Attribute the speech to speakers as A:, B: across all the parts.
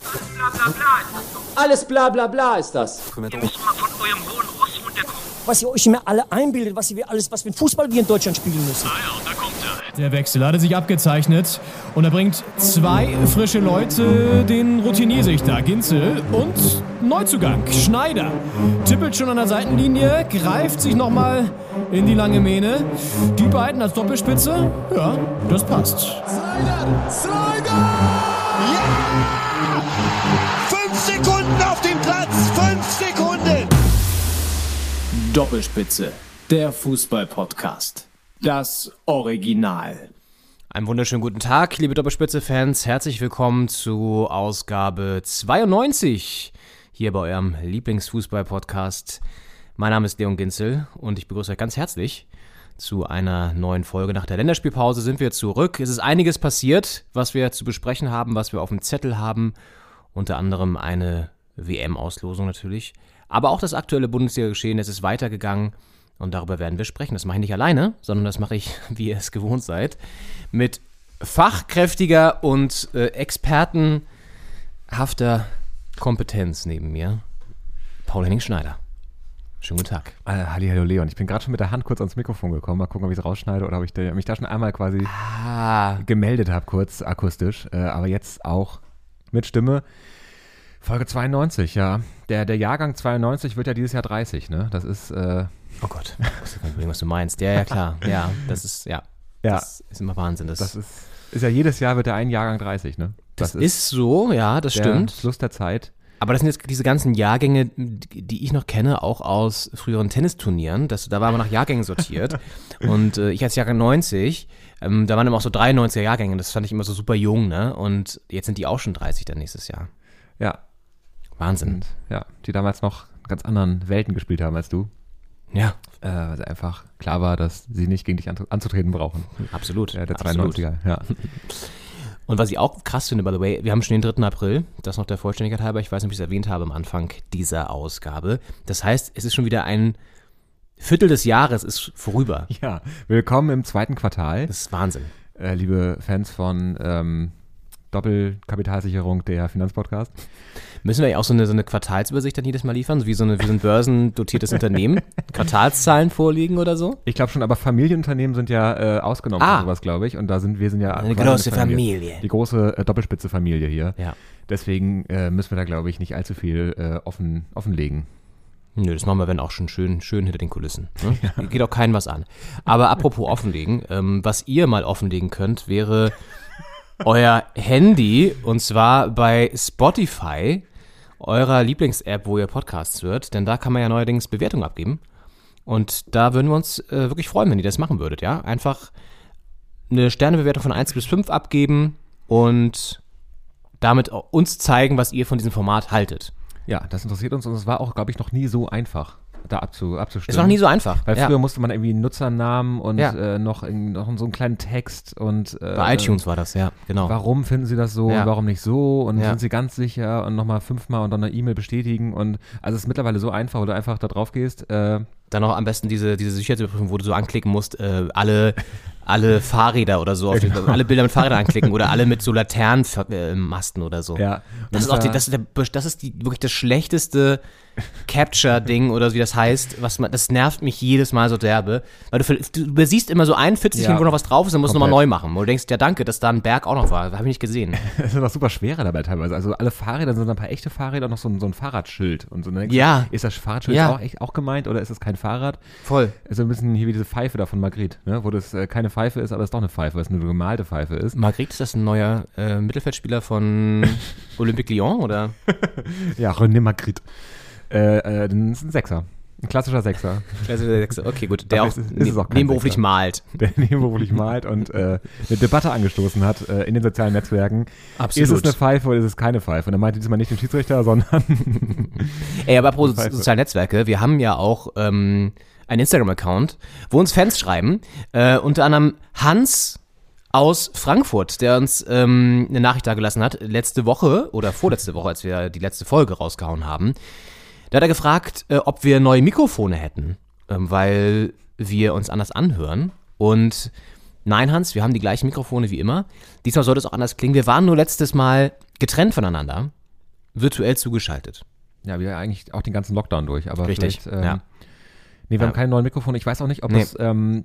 A: bla bla ist das doch.
B: Alles bla bla bla ist das.
A: Ihr müsst mal von eurem hohen Ross runterkommen.
C: was ihr euch immer alle einbildet, was ihr alles, was für einen Fußball wir in Deutschland spielen müssen.
A: Ah ja, da kommt er.
D: Der Wechsel hatte sich abgezeichnet und er bringt zwei frische Leute, den Routinier sich da, Ginzel und Neuzugang, Schneider. Tippelt schon an der Seitenlinie, greift sich nochmal in die lange Mähne. Die beiden als Doppelspitze, ja, das passt.
E: Snyder! Snyder! Ja! Fünf Sekunden auf dem Platz! Fünf Sekunden!
F: Doppelspitze, der Fußball-Podcast. Das Original.
G: Einen wunderschönen guten Tag, liebe Doppelspitze-Fans. Herzlich willkommen zu Ausgabe 92 hier bei eurem Lieblingsfußball-Podcast. Mein Name ist Leon Ginzel und ich begrüße euch ganz herzlich zu einer neuen Folge. Nach der Länderspielpause sind wir zurück. Es ist einiges passiert, was wir zu besprechen haben, was wir auf dem Zettel haben. Unter anderem eine WM-Auslosung natürlich. Aber auch das aktuelle Bundesliga-Geschehen, es ist weitergegangen und darüber werden wir sprechen. Das mache ich nicht alleine, sondern das mache ich, wie ihr es gewohnt seid, mit fachkräftiger und äh, expertenhafter Kompetenz neben mir. Paul Henning Schneider. Schönen guten Tag.
H: Äh, Halli, hallo Leon. Ich bin gerade schon mit der Hand kurz ans Mikrofon gekommen. Mal gucken, ob ich es rausschneide oder ob ich da- mich da schon einmal quasi
G: Ah.
H: gemeldet habe, kurz akustisch. Äh, aber jetzt auch mit Stimme. Folge 92, ja. Der, der Jahrgang 92 wird ja dieses Jahr 30, ne? Das ist, äh,
G: Oh Gott, ich muss überlegen, was du meinst. Ja, ja, klar. Ja, das ist, ja.
H: Ja.
G: Das ist immer Wahnsinn. Das,
H: das ist, ist ja jedes Jahr wird der ein Jahrgang 30, ne?
G: das ist, so, ja, das
H: der
G: stimmt.
H: Fluss der Zeit.
G: Aber das sind jetzt diese ganzen Jahrgänge, die ich noch kenne, auch aus früheren Tennisturnieren. Das, da war man nach Jahrgängen sortiert. Und äh, ich als Jahrgang 90, ähm, da waren immer auch so 93er Jahrgänge. Das fand ich immer so super jung, ne? Und jetzt sind die auch schon 30 dann nächstes Jahr.
H: Ja,
G: Wahnsinn.
H: ja. Die damals noch ganz anderen Welten gespielt haben als du.
G: Ja,
H: Äh, weil sie einfach klar war, dass sie nicht gegen dich anzu- anzutreten brauchen.
G: absolut.
H: Ja, der
G: absolut.
H: 92er, ja.
G: Und was ich auch krass finde, by the way, wir haben schon den 3. April, das noch der Vollständigkeit halber, ich weiß nicht, ob ich es erwähnt habe am Anfang dieser Ausgabe. Das heißt, es ist schon wieder ein Viertel des Jahres ist vorüber.
H: Ja, willkommen im zweiten Quartal,
G: Das ist Wahnsinn.
H: äh, liebe Fans von ähm, Doppelkapitalsicherung, der Finanzpodcast.
G: Müssen wir eigentlich auch so eine, so eine Quartalsübersicht dann jedes Mal liefern, so wie so, eine, wie so ein börsendotiertes Unternehmen? Quartalszahlen vorliegen oder so?
H: Ich glaube schon, aber Familienunternehmen sind ja äh, ausgenommen
G: Ah.
H: von sowas, glaube ich. Und da sind wir sind ja
G: Eine große
H: quasi
G: Familie.
H: Die große äh, Doppelspitze-Familie hier.
G: Ja.
H: Deswegen äh, müssen wir da, glaube ich, nicht allzu viel äh, offen, offenlegen.
G: Nö, das machen wir, wenn auch schon schön, schön hinter den Kulissen. Ne? Geht auch keinem was an. Aber apropos offenlegen, ähm, was ihr mal offenlegen könnt, wäre euer Handy und zwar bei Spotify, eurer Lieblings-App, wo ihr Podcasts hört, denn da kann man ja neuerdings Bewertungen abgeben. Und da würden wir uns äh, wirklich freuen, wenn ihr das machen würdet, ja? Einfach eine Sternebewertung von 1 bis 5 abgeben und damit auch uns zeigen, was ihr von diesem Format haltet.
H: Ja, das interessiert uns und es war auch, glaube ich, noch nie so einfach, da abzu, abzustimmen.
G: Ist noch nie so einfach.
H: Weil
G: ja.
H: früher musste man irgendwie einen Nutzernamen und
G: Ja.
H: äh, noch, in, noch so einen kleinen Text und äh,
G: Bei iTunes war das, ja, genau.
H: warum finden sie das so
G: Ja.
H: und warum nicht so und
G: Ja.
H: sind sie ganz sicher und nochmal fünfmal und dann eine E-Mail bestätigen und also es ist mittlerweile so einfach, wo du einfach da drauf gehst. Äh,
G: Dann noch am besten diese, diese Sicherheitsüberprüfung, wo du so anklicken musst, äh, alle, alle Fahrräder oder so, auf die,
H: genau.
G: alle Bilder mit Fahrrädern anklicken oder alle mit so Laternenmasten äh, Masten oder so.
H: ja.
G: Das ist, auch die, das ist, der, das ist die, wirklich das schlechteste Capture-Ding oder so, wie das heißt. Was man, das nervt mich jedes Mal so derbe. Weil du, ver- du übersiehst immer so 41,
H: Ja.
G: wo noch was drauf ist, dann musst du nochmal neu
H: Komplett.
G: machen. Wo du denkst, ja danke, dass da ein Berg auch noch war. Habe ich nicht gesehen.
H: das sind auch super schwere dabei teilweise. Also alle Fahrräder sind ein paar echte Fahrräder und noch so ein, so ein Fahrradschild. Und so, dann denkst du,
G: Ja.
H: Ist das Fahrradschild
G: Ja.
H: auch, echt, auch gemeint oder ist es kein Fahrrad?
G: Voll.
H: Also ein bisschen hier wie diese Pfeife da von Margrit, ne? wo das äh, keine Pfeife ist, aber es doch eine Pfeife, weil es eine gemalte Pfeife ist.
G: Margrit, ist das ein neuer äh, Mittelfeldspieler von Olympique Lyon oder?
H: Ja, René Magritte. Äh, äh, dann ist ein Sechser. Ein klassischer Sechser,
G: Also der Sechste, okay, gut. Der
H: Aber
G: auch,
H: es ist-
G: ne-
H: ist es auch kein
G: nebenberuflich
H: Sechster.
G: malt.
H: der nebenberuflich malt und äh, eine Debatte angestoßen hat äh, in den sozialen Netzwerken.
G: Absolut.
H: Ist es eine Pfeife oder ist es keine Pfeife? Und er meinte diesmal nicht den Schiedsrichter, sondern
G: Ey, aber apropos
H: Pfeife.
G: soziale Netzwerke, wir haben ja auch ähm, einen Instagram-Account, wo uns Fans schreiben, äh, unter anderem Hans aus Frankfurt, der uns ähm, eine Nachricht dagelassen hat, letzte Woche oder vorletzte Woche, als wir die letzte Folge rausgehauen haben. Da hat er gefragt, äh, ob wir neue Mikrofone hätten, ähm, weil wir uns anders anhören. Und nein, Hans, wir haben die gleichen Mikrofone wie immer. Diesmal sollte es auch anders klingen. Wir waren nur letztes Mal getrennt voneinander. virtuell zugeschaltet.
H: Ja, wir eigentlich auch den ganzen Lockdown durch. Aber
G: Richtig,
H: vielleicht, ähm,
G: ja.
H: Nee, wir
G: Ja.
H: haben keine neuen Mikrofone. Ich weiß auch nicht, ob
G: Nee.
H: es ähm,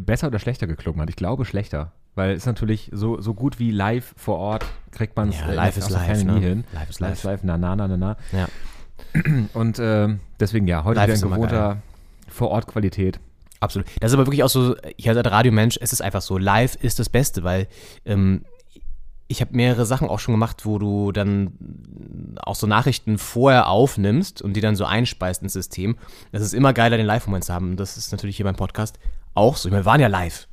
H: besser oder schlechter geklungen hat. Ich glaube schlechter. Weil es natürlich so, so gut wie live vor Ort kriegt äh, man es
G: Ja, live ist live, ne?
H: nie hin.
G: Live ist live.
H: live, na, na, na, na, na.
G: Ja.
H: Und ähm, deswegen ja, heute
G: Live ist
H: wieder in
G: immer
H: gewohnter vor Ort Qualität.
G: Absolut. Das ist aber wirklich auch so, ich als Radiomensch, es ist einfach so, live ist das Beste, weil ähm, ich habe mehrere Sachen auch schon gemacht, wo du dann auch so Nachrichten vorher aufnimmst und die dann so einspeist ins System. Das ist immer geiler, den Live-Moment zu haben. Und Das ist natürlich hier beim Podcast auch so. Ich meine, wir waren ja live.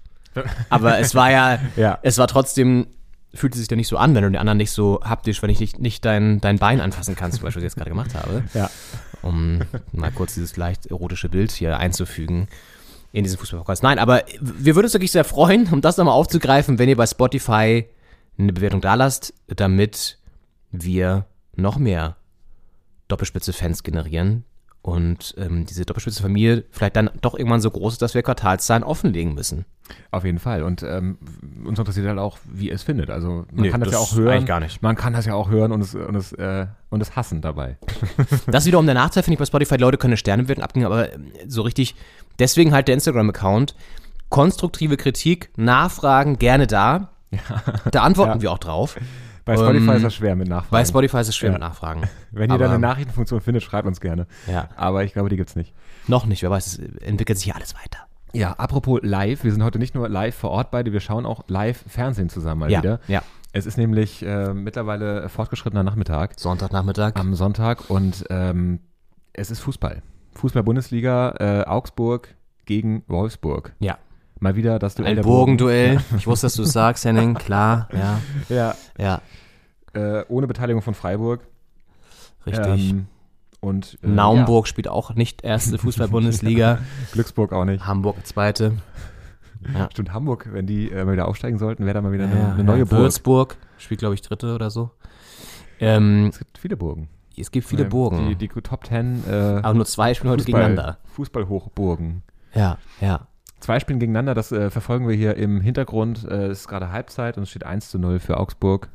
G: Aber es war ja,
H: Ja.
G: es war trotzdem, fühlte sich dann nicht so an, wenn du den anderen nicht so haptisch, wenn ich nicht, nicht dein, dein Bein anfassen kannst, zum Beispiel, was ich jetzt gerade gemacht habe
H: Ja.
G: um mal kurz dieses leicht erotische Bild hier einzufügen in diesen Fußballpodcast. Nein, aber wir würden uns wirklich sehr freuen, um das nochmal aufzugreifen, wenn ihr bei Spotify eine Bewertung da lasst, damit wir noch mehr Doppelspitze-Fans generieren und ähm, diese Doppelspitze-Familie vielleicht dann doch irgendwann so groß ist, dass wir Quartalszahlen offenlegen müssen.
H: Auf jeden Fall. Und ähm, uns interessiert halt auch, wie ihr es findet. Also man
G: Nee,
H: kann das,
G: das
H: ja auch hören.
G: eigentlich gar nicht.
H: Man kann das ja auch hören und es, und es, äh, und es hassen dabei.
G: Das ist wiederum der Nachteil, finde ich, bei Spotify. Die Leute können eine Sternebewertung abgeben, aber ähm, so richtig. Deswegen halt der Instagram-Account. Konstruktive Kritik, Nachfragen gerne da. Da antworten
H: Ja.
G: wir auch drauf.
H: Bei Spotify ist das schwer mit Nachfragen.
G: Ähm, Bei Spotify ist es schwer
H: Ja.
G: mit Nachfragen.
H: Wenn ihr da
G: Aber-
H: eine Nachrichtenfunktion findet, schreibt uns gerne.
G: Ja.
H: Aber ich glaube, die gibt's nicht.
G: Noch nicht, wer weiß, es entwickelt sich hier alles weiter.
H: Ja, apropos live, wir sind heute nicht nur live vor Ort beide, wir schauen auch live Fernsehen zusammen mal
G: Ja,
H: wieder.
G: ja.
H: Es ist nämlich äh, mittlerweile fortgeschrittener Nachmittag
G: Sonntagnachmittag.
H: am Sonntag und ähm, es ist Fußball. Fußball-Bundesliga, äh, Augsburg gegen Wolfsburg.
G: ja.
H: Mal wieder das Duell
G: Ein
H: der Burgen.
G: Burgenduell. Ich wusste, dass du es sagst, Henning. Klar, ja.
H: Ja,
G: Ja,
H: äh, ohne Beteiligung von Freiburg.
G: richtig.
H: Ähm, und äh,
G: Naumburg spielt auch nicht erste Fußball-Bundesliga.
H: Ja, Glücksburg auch nicht.
G: Hamburg zweite.
H: Stimmt, Hamburg, wenn die äh, mal wieder aufsteigen sollten, wäre da mal wieder eine,
G: Ja,
H: eine neue
G: ja.
H: Burg.
G: Würzburg spielt, glaube ich, dritte oder so. Ähm,
H: Es gibt viele Burgen.
G: es gibt viele
H: Ähm,
G: Burgen.
H: Die, die Top Ten äh,
G: aber nur zwei spielen heute
H: Fußball,
G: gegeneinander.
H: Fußballhochburgen.
G: Ja, ja.
H: Zwei spielen gegeneinander, das äh, verfolgen wir hier im Hintergrund. Äh, es ist gerade Halbzeit und es steht 1 zu 0 für Augsburg.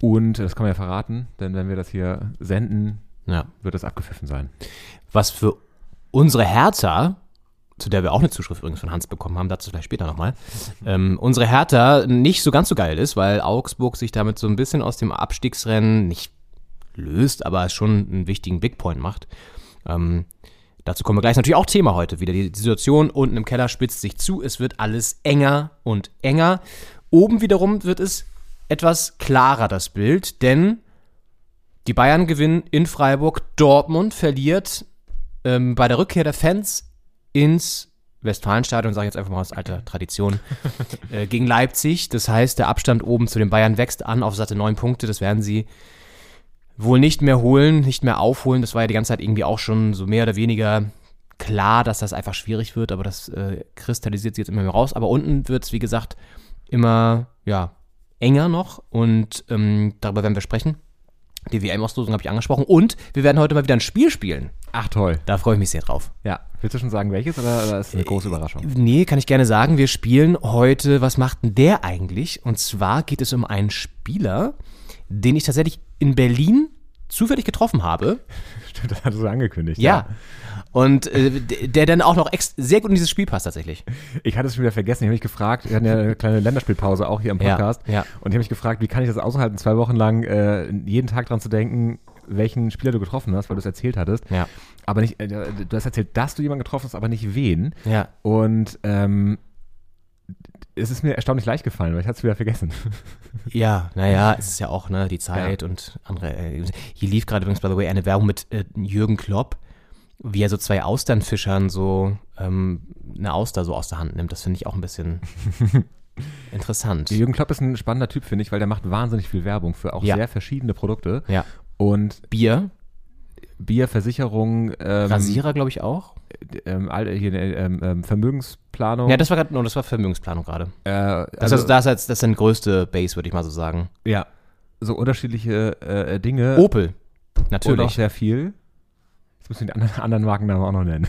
H: Und äh, das kann man ja verraten, denn wenn wir das hier senden,
G: ja.
H: wird das abgepfiffen sein.
G: Was für unsere Hertha, zu der wir auch eine Zuschrift übrigens von Hans bekommen haben, dazu vielleicht später nochmal, ähm, unsere Hertha nicht so ganz so geil ist, weil Augsburg sich damit so ein bisschen aus dem Abstiegsrennen nicht löst, aber schon einen wichtigen Big Point macht. Ähm, dazu kommen wir gleich. Ist Natürlich auch Thema heute wieder. Die die Situation unten im Keller spitzt sich zu. Es wird alles enger und enger. Oben wiederum wird es etwas klarer, das Bild, denn die Bayern gewinnen in Freiburg. Dortmund verliert ähm, bei der Rückkehr der Fans ins Westfalenstadion, sage ich jetzt einfach mal aus alter Tradition, äh, gegen Leipzig. Das heißt, der Abstand oben zu den Bayern wächst an auf satte neun Punkte. Das werden sie wohl nicht mehr holen, nicht mehr aufholen. Das war ja die ganze Zeit irgendwie auch schon so mehr oder weniger klar, dass das einfach schwierig wird, aber das äh, kristallisiert sich jetzt immer mehr raus. Aber unten wird es, wie gesagt, immer ja, enger noch und ähm, darüber werden wir sprechen. Die WM-Auslosung habe ich angesprochen und wir werden heute mal wieder ein Spiel spielen.
H: Ach toll.
G: Da freue ich mich sehr drauf.
H: Ja. Willst du schon sagen, welches oder, oder ist es eine große Überraschung?
G: Nee, kann ich gerne sagen. Wir spielen heute, was macht denn der eigentlich? Und zwar geht es um einen Spieler, den ich tatsächlich in Berlin zufällig getroffen habe.
H: Stimmt, das hattest du angekündigt.
G: Ja. Und äh, d- der dann auch noch ex sehr gut in dieses Spiel passt tatsächlich.
H: Ich hatte es schon wieder vergessen, ich habe mich gefragt, wir hatten ja eine kleine Länderspielpause auch hier im
G: Ja,
H: Podcast.
G: ja.
H: Und ich habe mich gefragt, wie kann ich das aushalten, zwei Wochen lang äh, jeden Tag dran zu denken, welchen Spieler du getroffen hast, weil du es erzählt hattest.
G: Ja.
H: Aber nicht, äh, du hast erzählt, dass du jemanden getroffen hast, aber nicht wen.
G: Ja.
H: Und ähm, es ist mir erstaunlich leicht gefallen, weil ich hatte es wieder vergessen.
G: Ja, naja, es ist ja auch, ne, die Zeit und andere. Äh, hier lief gerade übrigens, by the way, eine Werbung mit äh, Jürgen Klopp, wie er so zwei Austernfischern so ähm, eine Auster so aus der Hand nimmt. Das finde ich auch ein bisschen interessant.
H: Jürgen Klopp ist ein spannender Typ, finde ich, weil der macht wahnsinnig viel Werbung für auch
G: Ja.
H: sehr verschiedene Produkte.
G: Ja.
H: Und
G: Bier,
H: Bier, Versicherung, ähm,
G: Rasierer, glaube ich, auch.
H: ähm, all- hier, ähm, ähm, Vermögensplanung.
G: Ja, das war gerade, no, das war Vermögensplanung gerade.
H: äh,
G: Das,
H: also-
G: also, das, ist- das ist deine größte Base, würde ich mal so sagen.
H: Ja. So unterschiedliche äh, Dinge.
G: Opel,
H: Und auch
G: natürlich.
H: sehr viel. Jetzt müssen wir den anderen, anderen Markennamen auch noch nennen.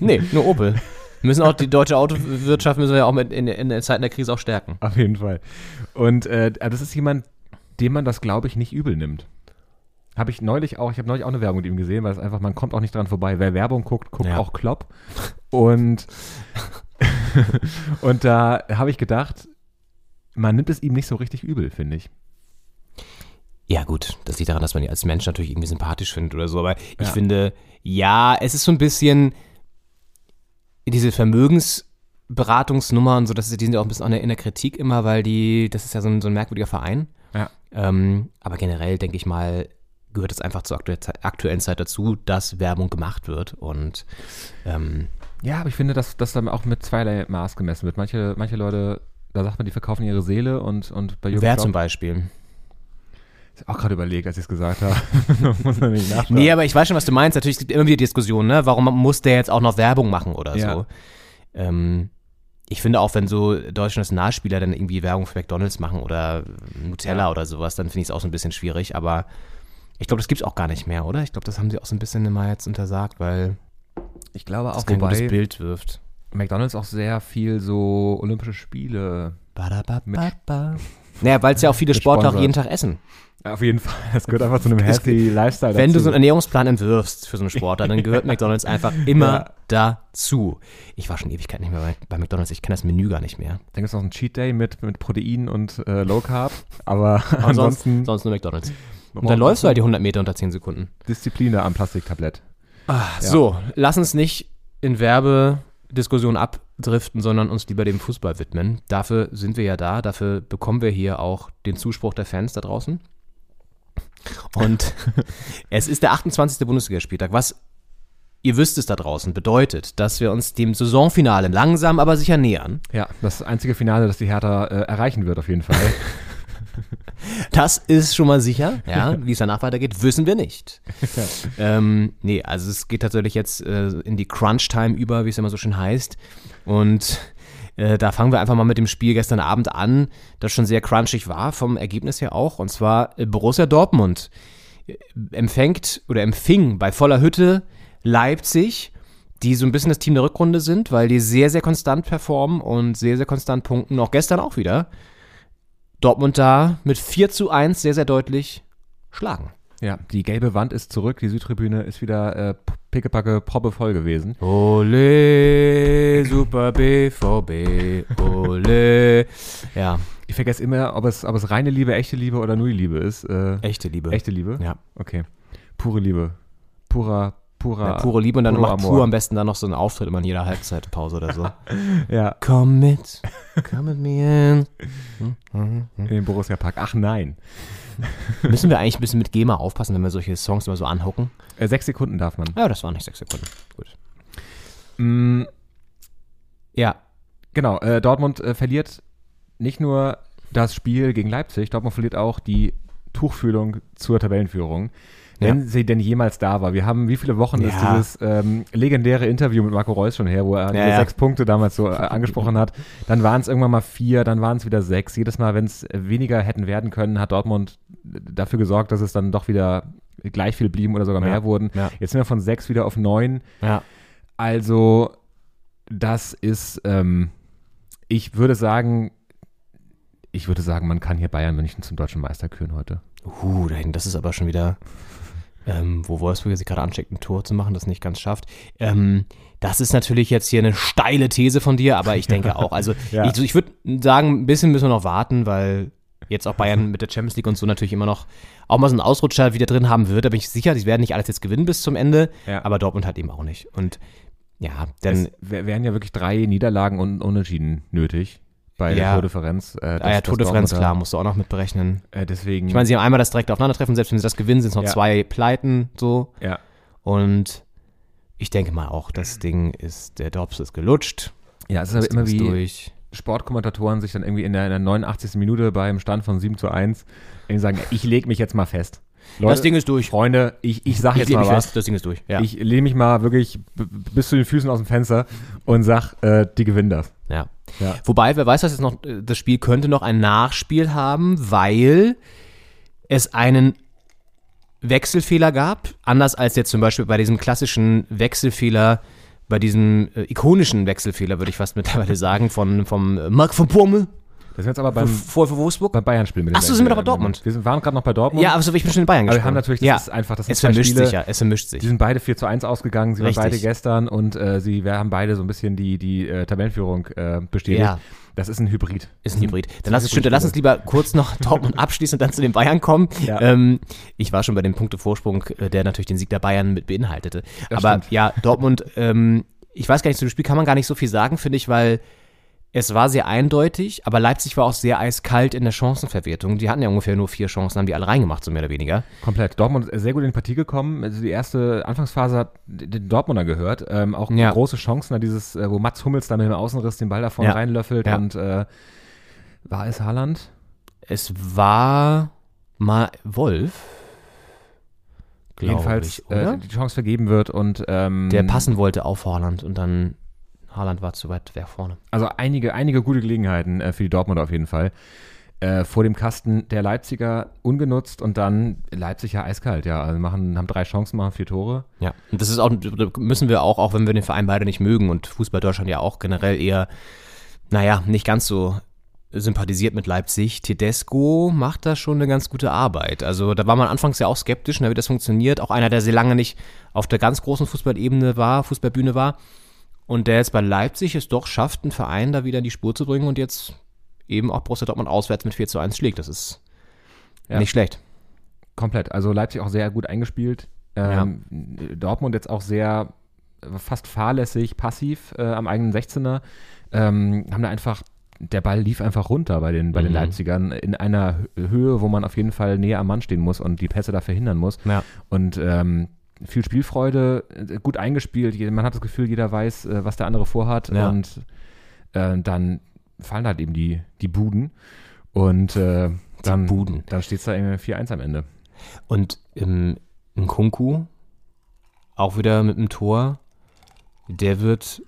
G: Nee, nur Opel. Wir müssen auch die deutsche Autowirtschaft müssen wir ja auch mit in, in den Zeiten der Krise auch stärken.
H: Auf jeden Fall. Und äh, das ist jemand, dem man das, glaube ich, nicht übel nimmt. Habe ich neulich auch, ich habe neulich auch eine Werbung mit ihm gesehen, weil es einfach, man kommt auch nicht dran vorbei. Wer Werbung guckt, guckt
G: Ja.
H: auch Klopp. Und, und da habe ich gedacht, man nimmt es ihm nicht so richtig übel, finde ich.
G: Ja, gut, das liegt daran, dass man ihn als Mensch natürlich irgendwie sympathisch findet oder so, aber ich
H: Ja.
G: finde, ja, es ist so ein bisschen diese Vermögensberatungsnummer und so, das ist, die sind ja auch ein bisschen an der- in der Kritik immer, weil die, das ist ja so ein, so ein merkwürdiger Verein.
H: Ja.
G: Ähm, aber generell, denke ich mal, gehört es einfach zur aktuell- aktuellen Zeit dazu, dass Werbung gemacht wird und ähm,
H: Ja, aber ich finde, dass das dann auch mit zweierlei Maß gemessen wird. Manche, manche Leute, da sagt man, die verkaufen ihre Seele und, und bei Jürgen
G: wer
H: Klopp-
G: zum Beispiel.
H: Ich hab auch gerade überlegt, als ich es gesagt habe. Muss man nicht nachschauen.
G: Nee, aber ich weiß schon, was du meinst. Natürlich es gibt immer wieder Diskussionen, ne? Warum muss der jetzt auch noch Werbung machen oder
H: Ja.
G: so? Ähm, ich finde auch, wenn so deutsche Nationalspieler dann irgendwie Werbung für McDonalds machen oder Nutella oder sowas, dann finde ich es auch so ein bisschen schwierig. Aber ich glaube, das gibt es auch gar nicht mehr, oder? Ich glaube, das haben sie auch so ein bisschen immer jetzt untersagt, weil
H: ich glaube
G: das
H: auch,
G: kein gutes
H: wobei
G: Bild wirft.
H: McDonalds auch sehr viel so Olympische Spiele.
G: Badabababa. Naja, weil es ja auch viele Sportler auch jeden
H: Gesponsert.
G: Tag essen.
H: Ja, auf jeden Fall. Das gehört einfach zu einem healthy Lifestyle.
G: Wenn du so einen
H: dazu.
G: Ernährungsplan entwirfst für so einen Sportler, dann gehört McDonalds einfach immer dazu. Ich war schon Ewigkeit nicht mehr bei, bei McDonalds, ich kenne das Menü gar nicht mehr.
H: Dann gibt es noch einen Cheat Day mit, mit Protein und äh, Low Carb. Aber
G: Aber sonst-
H: ansonsten
G: sonst nur McDonalds. Und dann läufst du halt die 100 Meter unter 10 Sekunden.
H: Disziplin da am Plastiktablett.
G: So, lass uns nicht in Werbediskussionen abdriften, sondern uns lieber dem Fußball widmen. Dafür sind wir ja da, dafür bekommen wir hier auch den Zuspruch der Fans da draußen. Und es ist der 28. Bundesligaspieltag, was ihr wisst es da draußen, bedeutet, dass wir uns dem Saisonfinale langsam aber sicher nähern.
H: Ja, das einzige Finale, das die Hertha äh, erreichen wird auf jeden Fall.
G: Das ist schon mal sicher. Ja, wie es danach weitergeht, wissen wir nicht. ähm, nee, also es geht tatsächlich jetzt äh, in die Crunch-Time über, wie es immer so schön heißt. Und äh, da fangen wir einfach mal mit dem Spiel gestern Abend an, das schon sehr crunchig war, vom Ergebnis her auch. Und zwar äh, Borussia Dortmund äh, empfängt oder empfing bei voller Hütte Leipzig die so ein bisschen das Team der Rückrunde sind, weil die sehr, sehr konstant performen und sehr, sehr konstant punkten. Auch gestern auch wieder. Dortmund da mit 4 zu 1 sehr, sehr deutlich schlagen.
H: ja, die gelbe Wand ist zurück. Die Südtribüne ist wieder äh, p- pickepacke, proppevoll gewesen.
G: Ole, Super BVB, ole. Ja,
H: Ich vergesse immer, ob es, ob es reine Liebe, echte Liebe oder nur die Liebe ist. Äh,
G: echte Liebe.
H: Echte Liebe?
G: Ja.
H: Okay. Pure Liebe. Purer, purer.
G: Ja, ah, pure Liebe und dann
H: puro
G: macht
H: Amor.
G: Pur am besten dann noch so einen Auftritt immer in jeder Halbzeitpause oder so.
H: Ja,
G: Komm mit, komm mit mir. Mhm.
H: in den Borussia Park. Ach nein.
G: Müssen wir eigentlich ein bisschen mit GEMA aufpassen, wenn wir solche Songs immer so anhocken?
H: Äh, sechs Sekunden darf man.
G: Ja, das waren nicht sechs Sekunden. Gut.
H: Mm,
G: Ja,
H: genau, äh, Dortmund äh, verliert nicht nur das Spiel gegen Leipzig, Dortmund verliert auch die Tuchfühlung zur Tabellenführung. Wenn sie denn jemals da war. Wir haben, wie viele Wochen ist
G: Ja.
H: dieses ähm, legendäre Interview mit Marco Reus schon her, wo er diese
G: ja.
H: sechs Punkte damals so äh, angesprochen hat. Dann waren es irgendwann mal vier, dann waren es wieder sechs. Jedes Mal, wenn es weniger hätten werden können, hat Dortmund dafür gesorgt, dass es dann doch wieder gleich viel blieben oder sogar mehr wurden.
G: Ja.
H: Jetzt sind wir von sechs wieder auf neun.
G: ja.
H: Also, das ist, ähm, ich würde sagen, ich würde sagen, man kann hier Bayern München zum deutschen Meister küren heute.
G: Uh, da hinten, das ist aber schon wieder, ähm, wo Wolfsburg sich gerade ansteckt, ein Tor zu machen, das nicht ganz schafft. Ähm, das ist natürlich jetzt hier eine steile These von dir, aber ich denke auch. Also
H: Ja.
G: ich, ich würde sagen, ein bisschen müssen wir noch warten, weil jetzt auch Bayern mit der Champions League und so natürlich immer noch auch mal so einen Ausrutscher wieder drin haben wird. Da bin ich sicher, die werden nicht alles jetzt gewinnen bis zum Ende,
H: Ja.
G: aber Dortmund halt eben auch nicht. Und ja, dann
H: Es wär- wären ja wirklich drei Niederlagen und Unentschieden nötig bei
G: Ja.
H: der Tordifferenz. Äh,
G: ah ja,
H: dass- dass
G: Todifferenz,
H: Dortmund da-
G: klar, musst du auch noch mit berechnen.
H: Äh, deswegen,
G: Ich meine, sie haben einmal das direkte Aufeinandertreffen, selbst wenn sie das gewinnen, sind es noch
H: Ja.
G: zwei Pleiten, so.
H: ja.
G: Und ich denke mal auch, das Ding ist, der Dobbs ist gelutscht.
H: ja, es ist aber Also immer
G: ist
H: wie
G: durch.
H: Sportkommentatoren sich dann irgendwie in der, in der 89. Minute beim Stand von 7 zu 1 irgendwie sagen, ich lege mich jetzt mal fest. Leute,
G: das Ding ist durch.
H: Freunde, ich, ich sag
G: Ich
H: jetzt
G: leg
H: mal
G: mich
H: was.
G: fest, das Ding ist durch. Ja.
H: Ich lehne mich mal wirklich b- b- bis zu den Füßen aus dem Fenster und sag, äh, die gewinnen das.
G: ja.
H: Ja.
G: Wobei, wer weiß, was jetzt noch, äh, das Spiel könnte noch ein Nachspiel haben, weil es einen Wechselfehler gab. Anders als jetzt zum Beispiel bei diesem klassischen Wechselfehler, bei diesem äh, ikonischen Wechselfehler, würde ich fast mittlerweile sagen, von, vom äh, Marc von Pommel
H: Das sind jetzt aber beim,
G: Vor vor Wolfsburg?
H: beim Bayern-Spiel mit den
G: Ach so, sind wir
H: Wechseln.
G: doch bei Dortmund.
H: Wir sind, waren gerade noch bei Dortmund.
G: Ja, also ich bin schon in Bayern
H: aber
G: gespielt.
H: wir haben natürlich, das
G: ja.
H: ist einfach, das sind
G: es
H: zwei
G: vermischt
H: Spiele,
G: sich ja, es vermischt sich.
H: Die sind beide 4 zu 1 ausgegangen, sie
G: Richtig.
H: waren beide gestern und äh, sie wir haben beide so ein bisschen die, die äh, Tabellenführung äh, bestätigt.
G: Ja.
H: Das ist ein Hybrid.
G: Ist ein Hybrid. Dann lass, stimmt, dann lass uns lieber kurz noch Dortmund abschließen und dann zu den Bayern kommen.
H: Ja.
G: Ähm, ich war schon bei dem Punktevorsprung, äh, der natürlich den Sieg der Bayern mit beinhaltete. Aber
H: stimmt.
G: ja, Dortmund, ähm, ich weiß gar nicht, zu dem Spiel kann man gar nicht so viel sagen, finde ich, weil es war sehr eindeutig, aber Leipzig war auch sehr eiskalt in der Chancenverwertung. Die hatten ja ungefähr nur vier Chancen, haben die alle reingemacht, so mehr oder weniger.
H: Komplett. Dortmund ist sehr gut in die Partie gekommen. Also die erste Anfangsphase hat den Dortmunder gehört. Ähm, auch
G: Ja.
H: große Chancen, da dieses, äh, wo Mats Hummels dann mit dem Außenriss den Ball davon
G: Ja.
H: reinlöffelt
G: Ja.
H: und äh, war es Haaland?
G: Es war mal Wolf. glaub
H: Jedenfalls
G: ich, oder?
H: äh, die Chance vergeben wird und ähm,
G: der passen wollte auf Haaland und dann Haaland war zu weit weg vorne.
H: Also einige, einige gute Gelegenheiten äh, für die Dortmunder auf jeden Fall. Äh, vor dem Kasten der Leipziger ungenutzt und dann Leipzig ja eiskalt, ja. Also machen, haben drei Chancen, machen vier Tore.
G: Ja, und das ist auch, da müssen wir auch, auch wenn wir den Verein beide nicht mögen und Fußball Deutschland ja auch generell eher, naja, nicht ganz so sympathisiert mit Leipzig. Tedesco macht da schon eine ganz gute Arbeit. Also da war man anfangs ja auch skeptisch, ne, wie das funktioniert. Auch einer, der sehr lange nicht auf der ganz großen Fußballebene war, Fußballbühne war. Und der jetzt bei Leipzig es doch schafft, einen Verein da wieder in die Spur zu bringen und jetzt eben auch Borussia Dortmund auswärts mit 4 zu 1 schlägt. Das ist
H: Ja.
G: nicht schlecht.
H: Komplett. Also Leipzig auch sehr gut eingespielt. Ähm, Dortmund jetzt auch sehr äh, fast fahrlässig, passiv äh, am eigenen 16er. Ähm, haben da einfach, der Ball lief einfach runter bei den, bei den
G: Mhm.
H: Leipzigern in einer Hö- Höhe, wo man auf jeden Fall näher am Mann stehen muss und die Pässe da verhindern muss.
G: Ja.
H: Und ähm, viel Spielfreude, äh, gut eingespielt. Je- Man hat das Gefühl, jeder weiß, äh, was der andere vorhat.
G: Ja.
H: Und äh, dann fallen halt eben die, die Buden. Und äh, dann,
G: Buden.
H: dann steht es da irgendwie 4-1 am Ende.
G: Und im, im Kunku, auch wieder mit dem Tor, der wird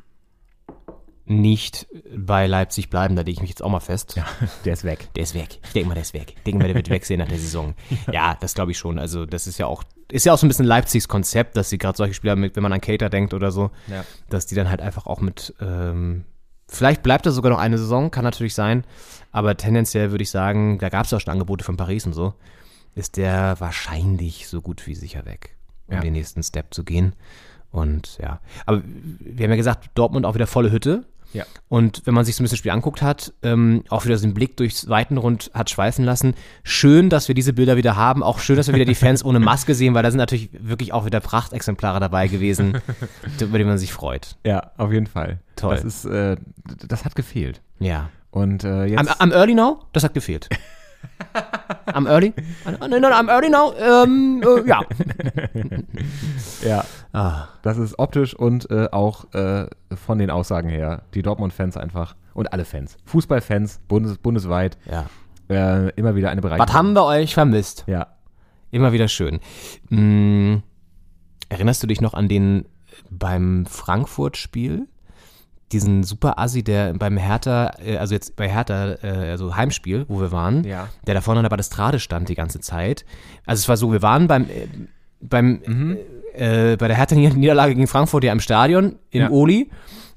G: nicht bei Leipzig bleiben, da lege ich mich jetzt auch mal fest.
H: Der ist weg.
G: Der ist weg. Ich denke mal, der ist weg. Ich denke mal, der wird wegsehen nach der Saison. Ja, das glaube ich schon. Also, das ist ja auch, ist ja auch so ein bisschen Leipzigs Konzept, dass sie gerade solche Spieler mit, wenn man an Cater denkt oder so,
H: Ja.
G: dass die dann halt einfach auch mit, ähm, vielleicht bleibt er sogar noch eine Saison, kann natürlich sein, aber tendenziell würde ich sagen, da gab es auch schon Angebote von Paris und so, ist der wahrscheinlich so gut wie sicher weg, um
H: Ja.
G: den nächsten Step zu gehen. Und ja, aber wir haben ja gesagt, Dortmund auch wieder volle Hütte.
H: Ja.
G: Und wenn man sich so ein bisschen das Spiel anguckt hat, ähm, auch wieder so den Blick durchs Weitenrund hat schweifen lassen. Schön, dass wir diese Bilder wieder haben. Auch schön, dass wir wieder die Fans ohne Maske sehen, weil da sind natürlich wirklich auch wieder Prachtexemplare dabei gewesen, über die man sich freut.
H: Ja, auf jeden Fall.
G: Toll.
H: Das ist, äh, d- das hat gefehlt.
G: Ja.
H: Und äh, jetzt
G: Am, am Early Now? Das hat gefehlt. Am Early? Nein, nein, nein, am Early Now? Ähm, äh, ja.
H: ja,
G: Ah.
H: das ist optisch und äh, auch äh, von den Aussagen her die Dortmund-Fans einfach und alle Fans, Fußballfans bundes bundesweit
G: ja.
H: äh, immer wieder eine Bereicherung.
G: Was haben wir euch vermisst?
H: Ja,
G: Immer wieder schön. Mm, erinnerst du dich noch an den äh, beim Frankfurt-Spiel? Diesen super Assi, der beim Hertha, äh, also jetzt bei Hertha, äh, also Heimspiel, wo wir waren,
H: Ja.
G: der da vorne an der Balustrade stand die ganze Zeit. Also es war so, wir waren beim, äh, beim
H: Mhm.
G: äh, bei der Hertha-Niederlage gegen Frankfurt ja im Stadion, im
H: Ja.
G: Oli.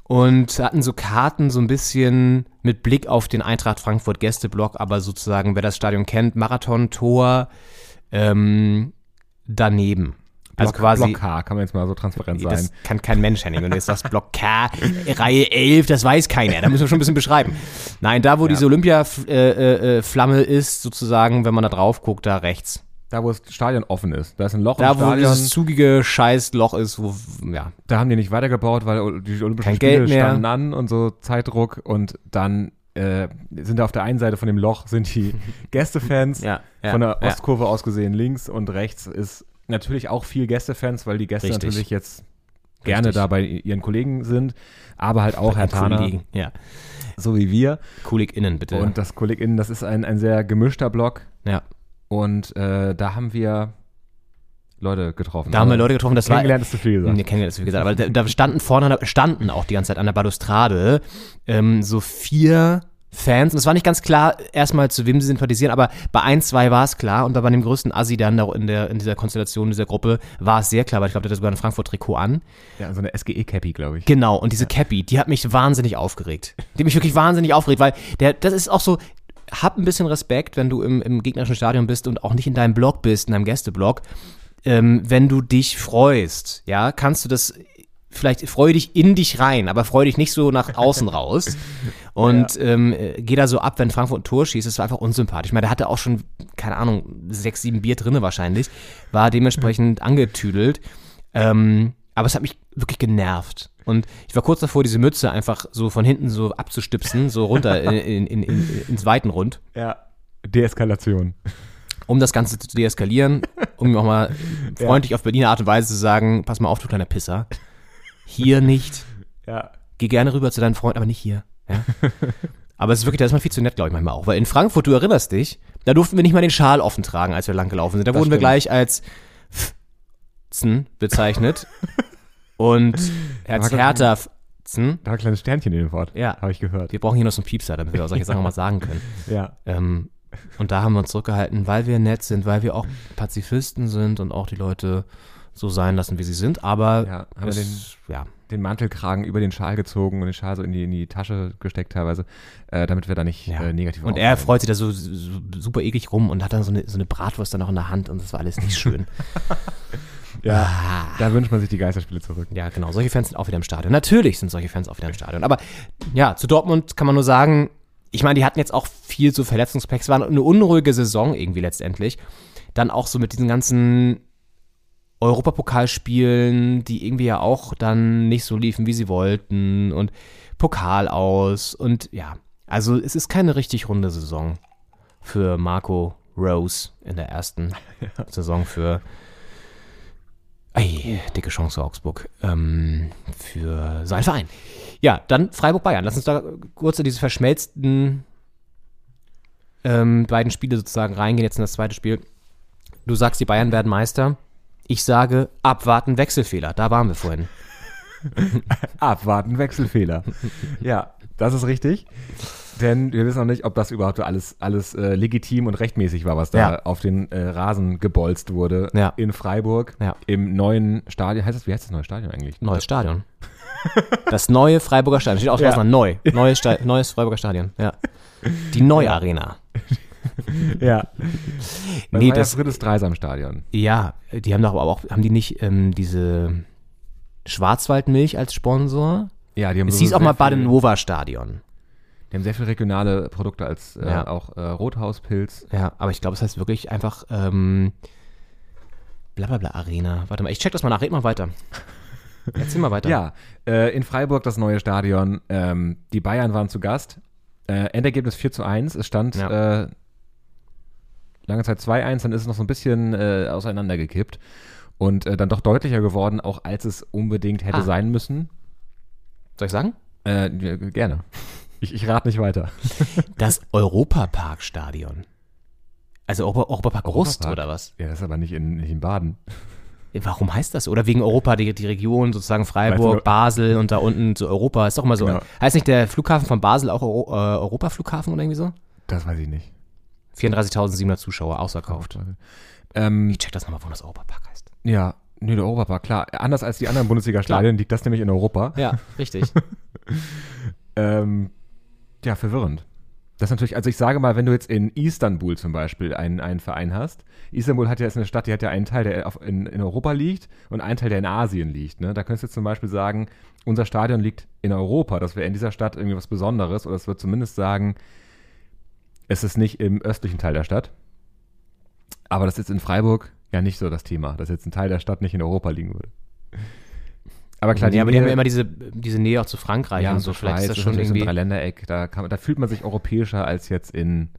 G: Und hatten so Karten so ein bisschen mit Blick auf den Eintracht Frankfurt Gästeblock, aber sozusagen, wer das Stadion kennt, Marathon, Tor, ähm, daneben. Also
H: Block-
G: quasi,
H: Block K, kann man jetzt mal so transparent sein.
G: das kann kein Mensch, Henning. Wenn du jetzt sagst, Block K, Reihe 11, das weiß keiner. Da müssen wir schon ein bisschen beschreiben. Nein, da, wo diese Olympia-Flamme äh, äh, Flamme ist, sozusagen, wenn man da drauf guckt, da rechts.
H: Da, wo das Stadion offen ist, da ist ein Loch
G: Da,
H: im
G: wo
H: Stadion.
G: dieses zugige Scheißloch ist, wo, ja,
H: da haben die nicht weitergebaut, weil die Olympischen
G: Kein
H: Spiele
G: Geld mehr.
H: standen an und so Zeitdruck und dann äh, sind da auf der einen Seite von dem Loch sind die Gästefans,
G: Ja, ja,
H: von der
G: ja.
H: Ostkurve aus gesehen links und rechts ist natürlich auch viel Gästefans, weil die Gäste
G: Richtig.
H: natürlich jetzt gerne
G: Richtig.
H: da bei ihren Kollegen sind, aber halt auch Herr Tana,
G: Kollegen. Ja,
H: so wie wir
G: KollegInnen, bitte.
H: und das KollegInnen, das ist ein, ein sehr gemischter Block
G: ja.
H: und äh, da haben wir Leute getroffen. Also
G: Da haben wir Leute getroffen, das war
H: Kennengelernt ist zu viel gesagt.
G: Nee, kennengelernt ist wie gesagt, aber da, da standen vorne, standen auch die ganze Zeit an der Balustrade ähm, so vier Fans. Und es war nicht ganz klar, erstmal zu wem sie sympathisieren, aber bei ein, zwei war es klar. Und da bei dem größten Assi dann da in, der, in dieser Konstellation, dieser Gruppe, war es sehr klar, weil ich glaube, der hatte sogar ein Frankfurt-Trikot an.
H: Ja, so eine SGE-Cappy, glaube ich.
G: Genau, und diese Cappy, die hat mich wahnsinnig aufgeregt. Die hat mich wirklich wahnsinnig aufgeregt, weil der, das ist auch so, hab ein bisschen Respekt, wenn du im, im gegnerischen Stadion bist und auch nicht in deinem Blog bist, in deinem Gästeblog. Ähm, wenn du dich freust, ja, kannst du das vielleicht freue dich in dich rein, aber freue dich nicht so nach außen raus. Und ähm, äh, geh da so ab, wenn Frankfurt ein Tor schießt, das war einfach unsympathisch. Ich meine, der hatte auch schon, keine Ahnung, sechs, sieben Bier drinne wahrscheinlich, war dementsprechend angetüdelt. Ähm, aber es hat mich wirklich genervt. Und ich war kurz davor, diese Mütze einfach so von hinten so abzustüpsen, so runter in, in, in, in, ins weiten Rund,
H: Ja. Deeskalation.
G: um das Ganze zu deeskalieren, um auch mal freundlich auf Berliner Art und Weise zu sagen, pass mal auf, du kleiner Pisser. Hier nicht.
H: Ja.
G: Geh gerne rüber zu deinen Freunden, aber nicht hier. Ja? Aber es ist wirklich, da ist man viel zu nett, glaube ich, manchmal auch. Weil in Frankfurt, du erinnerst dich, da durften wir nicht mal den Schal offen tragen, als wir lang gelaufen sind. Da wurden wir
H: stimmt.
G: gleich als Fzen bezeichnet. und Herz
H: glaub ich,
G: Hertha Fzen.
H: Da war ein kleines Sternchen in dem Wort.
G: Ja.
H: Habe ich gehört.
G: Wir brauchen hier noch so einen Piepser, damit wir solche Sachen mal sagen können.
H: Ja.
G: Ähm, und da haben wir uns zurückgehalten, weil wir nett sind, weil wir auch Pazifisten sind und auch die Leute so sein lassen, wie sie sind. Aber
H: Ja, haben wir
G: es, ja.
H: Den Mantelkragen über den Schal gezogen und den Schal so in die, in die Tasche gesteckt teilweise, äh, damit wir da nicht
G: Ja.
H: äh, negativ
G: Und er
H: auffallen.
G: freut sich da so, so super eklig rum und hat dann so eine, so eine Bratwurst dann noch in der Hand und das war alles nicht schön. Ah,
H: Ja, da wünscht man sich die Geisterspiele zurück.
G: ja, genau. Solche Fans sind auch wieder im Stadion. Natürlich sind solche Fans auch wieder im Stadion. Aber ja, zu Dortmund kann man nur sagen, ich meine, die hatten jetzt auch viel zu Verletzungspacks. Es war eine unruhige Saison irgendwie letztendlich. Dann auch so mit diesen ganzen Europapokalspielen, die irgendwie ja auch dann nicht so liefen, wie sie wollten und Pokal aus und ja, also es ist keine richtig runde Saison für Marco Rose in der ersten Saison für Ei, dicke Chance für Augsburg ähm, für seinen Verein. Ja, dann Freiburg Bayern. Lass uns da kurz in diese verschmelzten ähm, beiden Spiele sozusagen reingehen jetzt in das zweite Spiel. Du sagst, die Bayern werden Meister. Ich sage, abwarten, Wechselfehler. Da waren wir vorhin.
H: Abwarten, Wechselfehler. ja, das ist richtig. Denn wir wissen noch nicht, ob das überhaupt alles, alles äh, legitim und rechtmäßig war, was da
G: Ja.
H: auf den äh, Rasen gebolzt wurde
G: Ja.
H: in Freiburg
G: Ja.
H: im neuen Stadion. Heißt das, wie heißt das neue Stadion eigentlich?
G: Neues Stadion. Das neue Freiburger Stadion. Steht auch draußen an, neu. Neues, Sta neues Freiburger Stadion. Ja. Die neue Arena.
H: Ja. Das
G: Nee,
H: nee, war
G: das-
H: das ja drittes Dreisam-Stadion.
G: Ja, die haben doch aber auch, haben die nicht ähm, diese Schwarzwaldmilch als Sponsor?
H: Ja, die haben
G: Es
H: so
G: hieß auch
H: sehr
G: mal
H: viel-
G: Badenova Stadion.
H: Die haben sehr viele regionale Produkte als äh,
G: Ja.
H: auch äh, Rothauspilz.
G: Ja, aber ich glaube, es heißt wirklich einfach ähm, blablabla Arena. Warte mal, ich check das mal nach. Red mal weiter. Erzähl mal weiter.
H: Ja, äh, in Freiburg das neue Stadion. Ähm, die Bayern waren zu Gast. Äh, Endergebnis 4 zu 1. Es stand
G: Ja.
H: äh, lange Zeit 2-1, dann ist es noch so ein bisschen äh, auseinandergekippt. Und äh, dann doch deutlicher geworden, auch als es unbedingt hätte
G: Ah.
H: sein müssen.
G: Soll ich sagen?
H: Äh, ja, gerne. Ich, ich rate nicht weiter.
G: Das Europaparkstadion. Also Europa, Europapark Rust
H: Europapark?
G: oder was?
H: Ja, das ist aber nicht in, nicht in Baden.
G: Warum heißt das? so? Oder wegen Europa, die, die Region sozusagen Freiburg,
H: Weißt du-
G: Basel und da unten so Europa, ist doch immer so.
H: Genau.
G: Heißt nicht der Flughafen von Basel auch Euro, äh, Europa-Flughafen oder irgendwie so?
H: Das weiß ich nicht.
G: 34.700 Zuschauer ausverkauft.
H: Ähm,
G: Ich check das nochmal, wo das Europapark heißt.
H: ja, nee, der Europapark, klar. Anders als die anderen Bundesliga-Stadien liegt das nämlich in Europa.
G: Ja, richtig.
H: Ähm, ja, verwirrend. Das ist natürlich, also ich sage mal, wenn du jetzt in Istanbul zum Beispiel einen, einen Verein hast, Istanbul hat ja ist eine Stadt, die hat ja einen Teil, der auf, in, in Europa liegt und einen Teil, der in Asien liegt. Ne? Da könntest du jetzt zum Beispiel sagen, unser Stadion liegt in Europa, das wäre in dieser Stadt irgendwie was Besonderes oder es wird zumindest sagen, es ist nicht im östlichen Teil der Stadt. Aber das ist in Freiburg ja nicht so das Thema, dass jetzt ein Teil der Stadt nicht in Europa liegen würde. Aber klar,
G: ja, aber die haben ja
H: Nähe-
G: immer diese, diese Nähe auch zu Frankreich und so. Vielleicht ist das schon
H: natürlich so
G: irgendwie.
H: ein Dreiländereck. Da, kann, man- da fühlt man sich europäischer als jetzt in,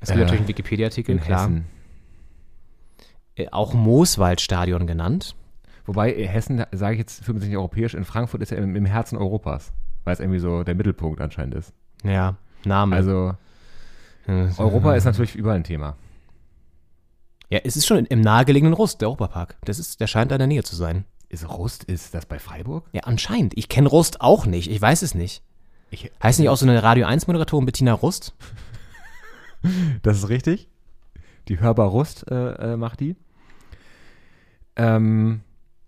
G: Es gibt
H: äh,
G: natürlich einen Wikipedia-Artikel,
H: in
G: klar.
H: Hessen.
G: Äh, Auch Mooswaldstadion genannt.
H: Wobei in Hessen, da sage ich jetzt, fühlt man sich nicht europäisch. In Frankfurt ist ja im, im Herzen Europas, weil es irgendwie so der Mittelpunkt anscheinend ist.
G: Ja, Name.
H: Also
G: Äh,
H: Europa ist natürlich überall ein Thema.
G: Ja, es ist schon im nahegelegenen Rust, der Europapark. Das ist, der scheint da in der Nähe zu sein.
H: Ist Rust, ist das bei Freiburg?
G: Ja, anscheinend. Ich kenne Rust auch nicht. Ich weiß es nicht.
H: Ich-
G: Heißt nicht auch so eine Radio 1-Moderatorin Bettina Rust?
H: Das ist richtig. Die Hörbar Rust äh, äh, macht die. Ähm,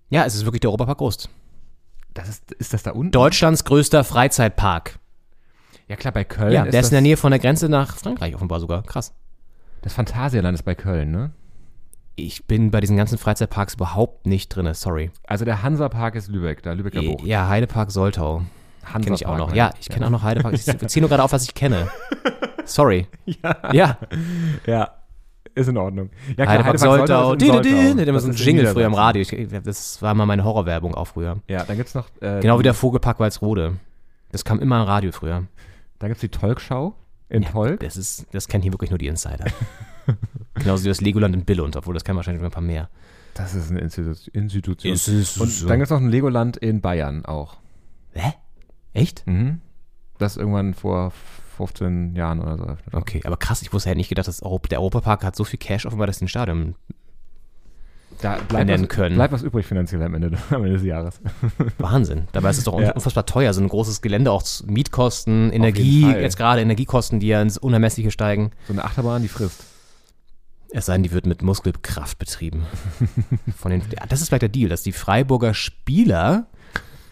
G: Ja, es ist wirklich der Europapark Rust.
H: das ist, ist das da unten?
G: Deutschlands größter Freizeitpark.
H: Ja klar, bei Köln
G: Ja,
H: ist
G: der ist
H: das,
G: in der Nähe von der Grenze nach Frankreich offenbar sogar. Krass.
H: das Phantasialand ist bei Köln, ne?
G: Ich bin bei diesen ganzen Freizeitparks überhaupt nicht drin, sorry.
H: Also der Hansapark ist Lübeck, da Lübecker Bucht.
G: Ja, Heidepark Soltau.
H: Hansapark ne?
G: Kenne ich auch noch.
H: meine
G: Ja, ich kenne auch noch Heidepark. Ich ziehe nur gerade auf, was ich kenne. Sorry. Ja.
H: Ja, ist in Ordnung. Ja, klar,
G: Heidepark Soltau.
H: ist in
G: Soltau. Hätte immer
H: Das
G: so einen
H: ist in
G: Jingle früher im
H: Niedersachsen.
G: Radio. Ich, das war mal meine Horrorwerbung auch früher.
H: Ja, dann gibt's noch, äh,
G: Genau wie der Vogelpark Walsrode. Das kam immer im Radio früher.
H: dann gibt's die Tolkschau in Tolk.
G: Das ist, das kennen hier wirklich nur die Insider. Genauso wie das Legoland in Billund, obwohl das kennen wahrscheinlich noch ein paar mehr.
H: Das ist eine Institu- Institution.
G: Institution.
H: Und dann gibt's noch ein Legoland in Bayern auch.
G: Hä? Echt?
H: Mhm. Das irgendwann vor 15 Jahren oder so eröffnet. wurde.
G: Okay, aber krass, ich wusste hätte nicht gedacht, dass Europ- der Europapark hat so viel Cash offenbar, dass sie ein Stadion.
H: Da bleibt
G: nennen
H: was,
G: können.
H: bleibt was übrig finanziell am Ende, am Ende des Jahres.
G: Wahnsinn. Dabei ist es doch un-
H: Ja.
G: unfassbar teuer, so ein großes Gelände, auch zu- Mietkosten, Energie,
H: jeden Fall.
G: jetzt gerade Energiekosten, die ja ins Unermessliche steigen.
H: So eine Achterbahn, die frisst.
G: Es sei denn, die wird mit Muskelkraft betrieben. Von den, ja, das ist vielleicht der Deal, dass die Freiburger Spieler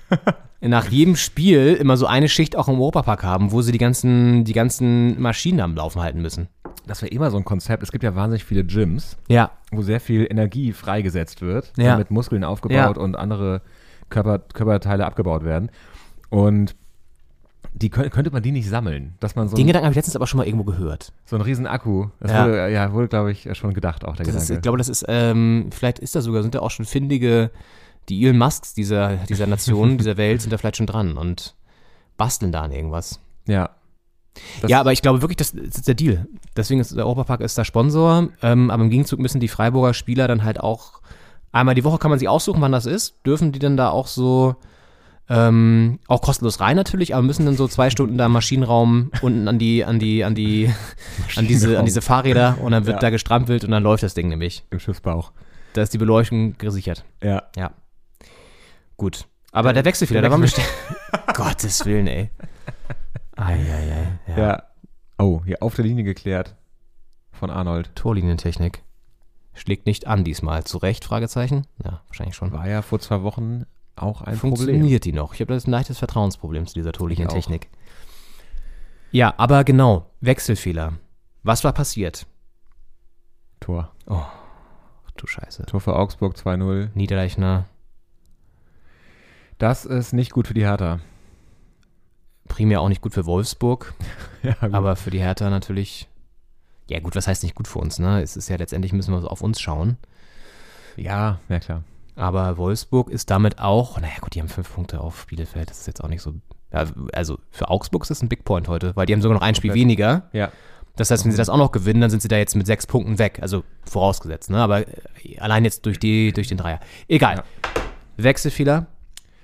G: nach jedem Spiel immer so eine Schicht auch im Europapark haben, wo sie die ganzen, die ganzen Maschinen am Laufen halten müssen.
H: Das wäre immer so ein Konzept. Es gibt ja wahnsinnig viele Gyms,
G: Ja.
H: wo sehr viel Energie freigesetzt wird,
G: Ja.
H: damit Muskeln aufgebaut
G: Ja.
H: und andere Körper, Körperteile abgebaut werden. Und die kö- könnte man die nicht sammeln, dass man so,
G: Den
H: ein,
G: Gedanken habe ich letztens aber schon mal irgendwo gehört.
H: so einen riesen Akku, das
G: Ja.
H: wurde, ja, wurde glaube ich, schon gedacht, auch der
G: Das ist,
H: Gedanke.
G: ich glaube, das ist, ähm, vielleicht ist da sogar, sind da auch schon findige, die Elon Musks dieser, dieser Nation, dieser Welt, sind da vielleicht schon dran und basteln da an irgendwas.
H: ja. Das-
G: ja, aber ich glaube wirklich, das, das ist der Deal. Deswegen ist der Europapark ist der Sponsor, ähm, aber im Gegenzug müssen die Freiburger Spieler dann halt auch, einmal die Woche kann man sich aussuchen, wann das ist, dürfen die dann da auch so, ähm, auch kostenlos rein natürlich, aber müssen dann so zwei Stunden da im Maschinenraum unten an die, an die, an die, an diese, an diese Fahrräder und dann wird
H: Ja.
G: da gestrampelt und dann läuft das Ding nämlich.
H: Im Schiffsbauch.
G: Da ist die Beleuchtung gesichert.
H: Ja.
G: Ja. Gut. Aber
H: Äh,
G: der Wechselfehler, da waren wir ste- Gottes Willen, ey. Eieiei. Ja.
H: Ja. Oh, hier auf der Linie geklärt von Arnold.
G: Torlinientechnik. Schlägt nicht an diesmal. Zu Recht? Fragezeichen? Ja, wahrscheinlich schon.
H: War ja vor zwei Wochen auch ein
G: Funktioniert
H: Problem.
G: die noch? Ich habe das ein leichtes Vertrauensproblem zu dieser
H: Ich auch.
G: Torlinientechnik. Ja, aber genau. Wechselfehler. Was war passiert?
H: Tor.
G: Oh. Ach du Scheiße.
H: Tor für Augsburg 2-0.
G: Niederleichner.
H: Das ist nicht gut für die Hertha.
G: Primär auch nicht gut für Wolfsburg.
H: Ja, gut.
G: Aber für die Hertha natürlich. Ja, gut, was heißt nicht gut für uns, ne? Es ist ja letztendlich müssen wir so auf uns schauen.
H: ja, ja klar.
G: Aber Wolfsburg ist damit auch, naja, gut, die haben fünf Punkte auf Bielefeld. Das ist jetzt auch nicht so. Ja, also für Augsburg ist das ein Big Point heute, weil die haben sogar noch ein Spiel
H: Komplett. Mhm.
G: weniger.
H: Ja.
G: Das heißt, wenn sie das auch noch gewinnen, dann sind sie da jetzt mit sechs Punkten weg. Also vorausgesetzt, ne? Aber äh, allein jetzt durch, die, durch den Dreier. Egal. Wechselfehler?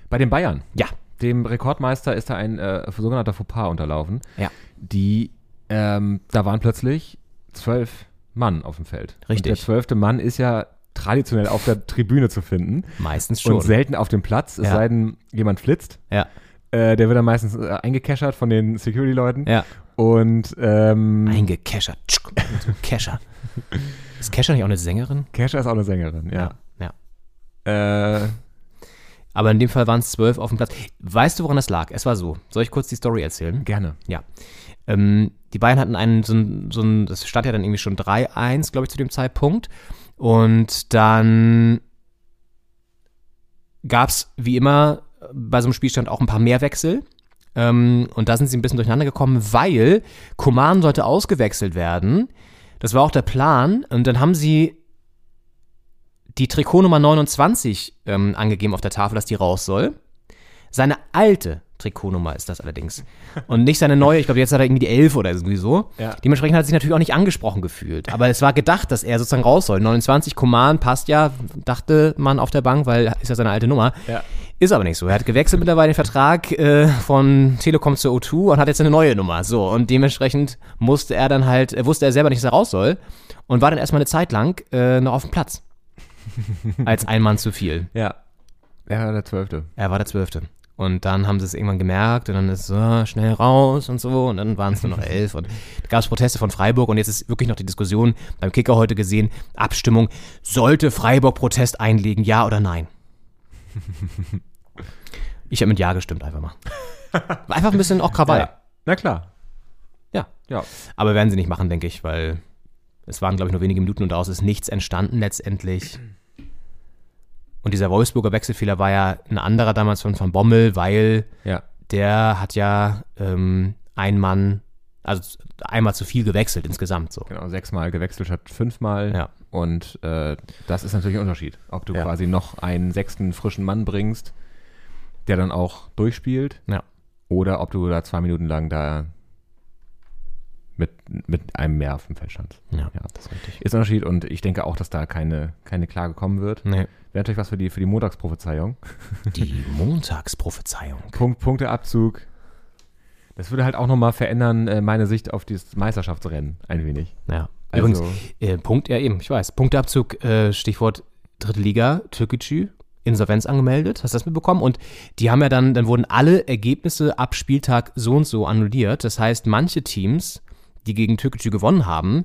H: Bei den Bayern.
G: Ja.
H: Dem Rekordmeister ist da ein äh, sogenannter Fauxpas unterlaufen.
G: Ja.
H: Die, ähm, da waren plötzlich zwölf Mann auf dem Feld.
G: Richtig.
H: Und der zwölfte Mann ist ja traditionell auf der Tribüne zu finden
G: Meistens schon.
H: und selten auf dem Platz, es
G: Ja.
H: sei denn, jemand flitzt.
G: ja.
H: Äh, der wird dann meistens äh, eingekeschert von den Security-Leuten.
G: Ja.
H: Und ähm,
G: Eingekeschert. Tschuk. So Kescher. Ist Kescher nicht auch eine Sängerin?
H: Kesha ist auch eine Sängerin, ja.
G: Ja.
H: Äh,
G: Aber in dem Fall waren es zwölf auf dem Platz. Weißt du, woran das lag? Es war so. Soll ich kurz die Story erzählen?
H: gerne.
G: Ja. Ähm, die Bayern hatten einen, so ein, so ein, das stand ja dann irgendwie schon 3-1, glaube ich, zu dem Zeitpunkt. Und dann gab es, wie immer, bei so einem Spielstand auch ein paar Mehrwechsel. Ähm, und da sind sie ein bisschen durcheinander gekommen, weil Koman sollte ausgewechselt werden. Das war auch der Plan. Und dann haben sie die Trikotnummer 29 ähm, angegeben auf der Tafel, dass die raus soll. Seine alte Trikotnummer ist das allerdings. Und nicht seine neue, ich glaube, jetzt hat er irgendwie die 11 oder irgendwie so.
H: Ja.
G: Dementsprechend hat er sich natürlich auch nicht angesprochen gefühlt. Aber es war gedacht, dass er sozusagen raus soll. 29 Coman passt ja, dachte man auf der Bank, weil ist ja seine alte Nummer.
H: Ja.
G: Ist aber nicht so. Er hat gewechselt mittlerweile den Vertrag äh, von Telekom zur O2 und hat jetzt eine neue Nummer. So, und dementsprechend musste er dann halt, äh, wusste er selber nicht, dass er raus soll und war dann erstmal eine Zeit lang äh, noch auf dem Platz. Als ein Mann zu viel.
H: Ja. Er war der Zwölfte.
G: Er war der Zwölfte. Und dann haben sie es irgendwann gemerkt und dann ist so ah, schnell raus und so und dann waren es nur noch elf und da gab es Proteste von Freiburg und jetzt ist wirklich noch die Diskussion beim Kicker heute gesehen, Abstimmung, sollte Freiburg Protest einlegen, ja oder nein? Ich habe mit ja gestimmt einfach mal. War einfach ein bisschen auch Krawall.
H: Ja. Na klar.
G: Ja.
H: Ja.
G: Aber werden sie nicht machen, denke ich, weil es waren, glaube ich, nur wenige Minuten und daraus ist nichts entstanden letztendlich. Und dieser Wolfsburger Wechselfehler war ja ein anderer damals von Van Bommel, weil
H: Ja.
G: der hat ja ähm, ein Mann, also einmal zu viel gewechselt insgesamt so.
H: Genau, sechsmal gewechselt statt fünfmal.
G: Ja.
H: Und äh, das ist natürlich ein Unterschied, ob du
G: Ja.
H: quasi noch einen sechsten frischen Mann bringst, der dann auch durchspielt.
G: Ja.
H: Oder ob du da zwei Minuten lang da mit, mit einem mehr auf dem Feld standst.
G: Ja.
H: das ist richtig. Ist ein Unterschied und ich denke auch, dass da keine, keine Klage kommen wird.
G: Nee.
H: Wäre natürlich was für die, für die Montagsprophezeiung.
G: Die Montagsprophezeiung.
H: Punkt, Punkteabzug. Das würde halt auch nochmal verändern äh, meine Sicht auf dieses Meisterschaftsrennen ein wenig.
G: Ja.
H: Also-
G: Übrigens, äh, Punkt, ja eben, ich weiß. Punkteabzug, äh, Stichwort Dritte Liga, Türkgücü, Insolvenz angemeldet, hast du das mitbekommen? Und die haben ja dann, dann wurden alle Ergebnisse ab Spieltag so und so annulliert. Das heißt, manche Teams, die gegen Türkgücü gewonnen haben,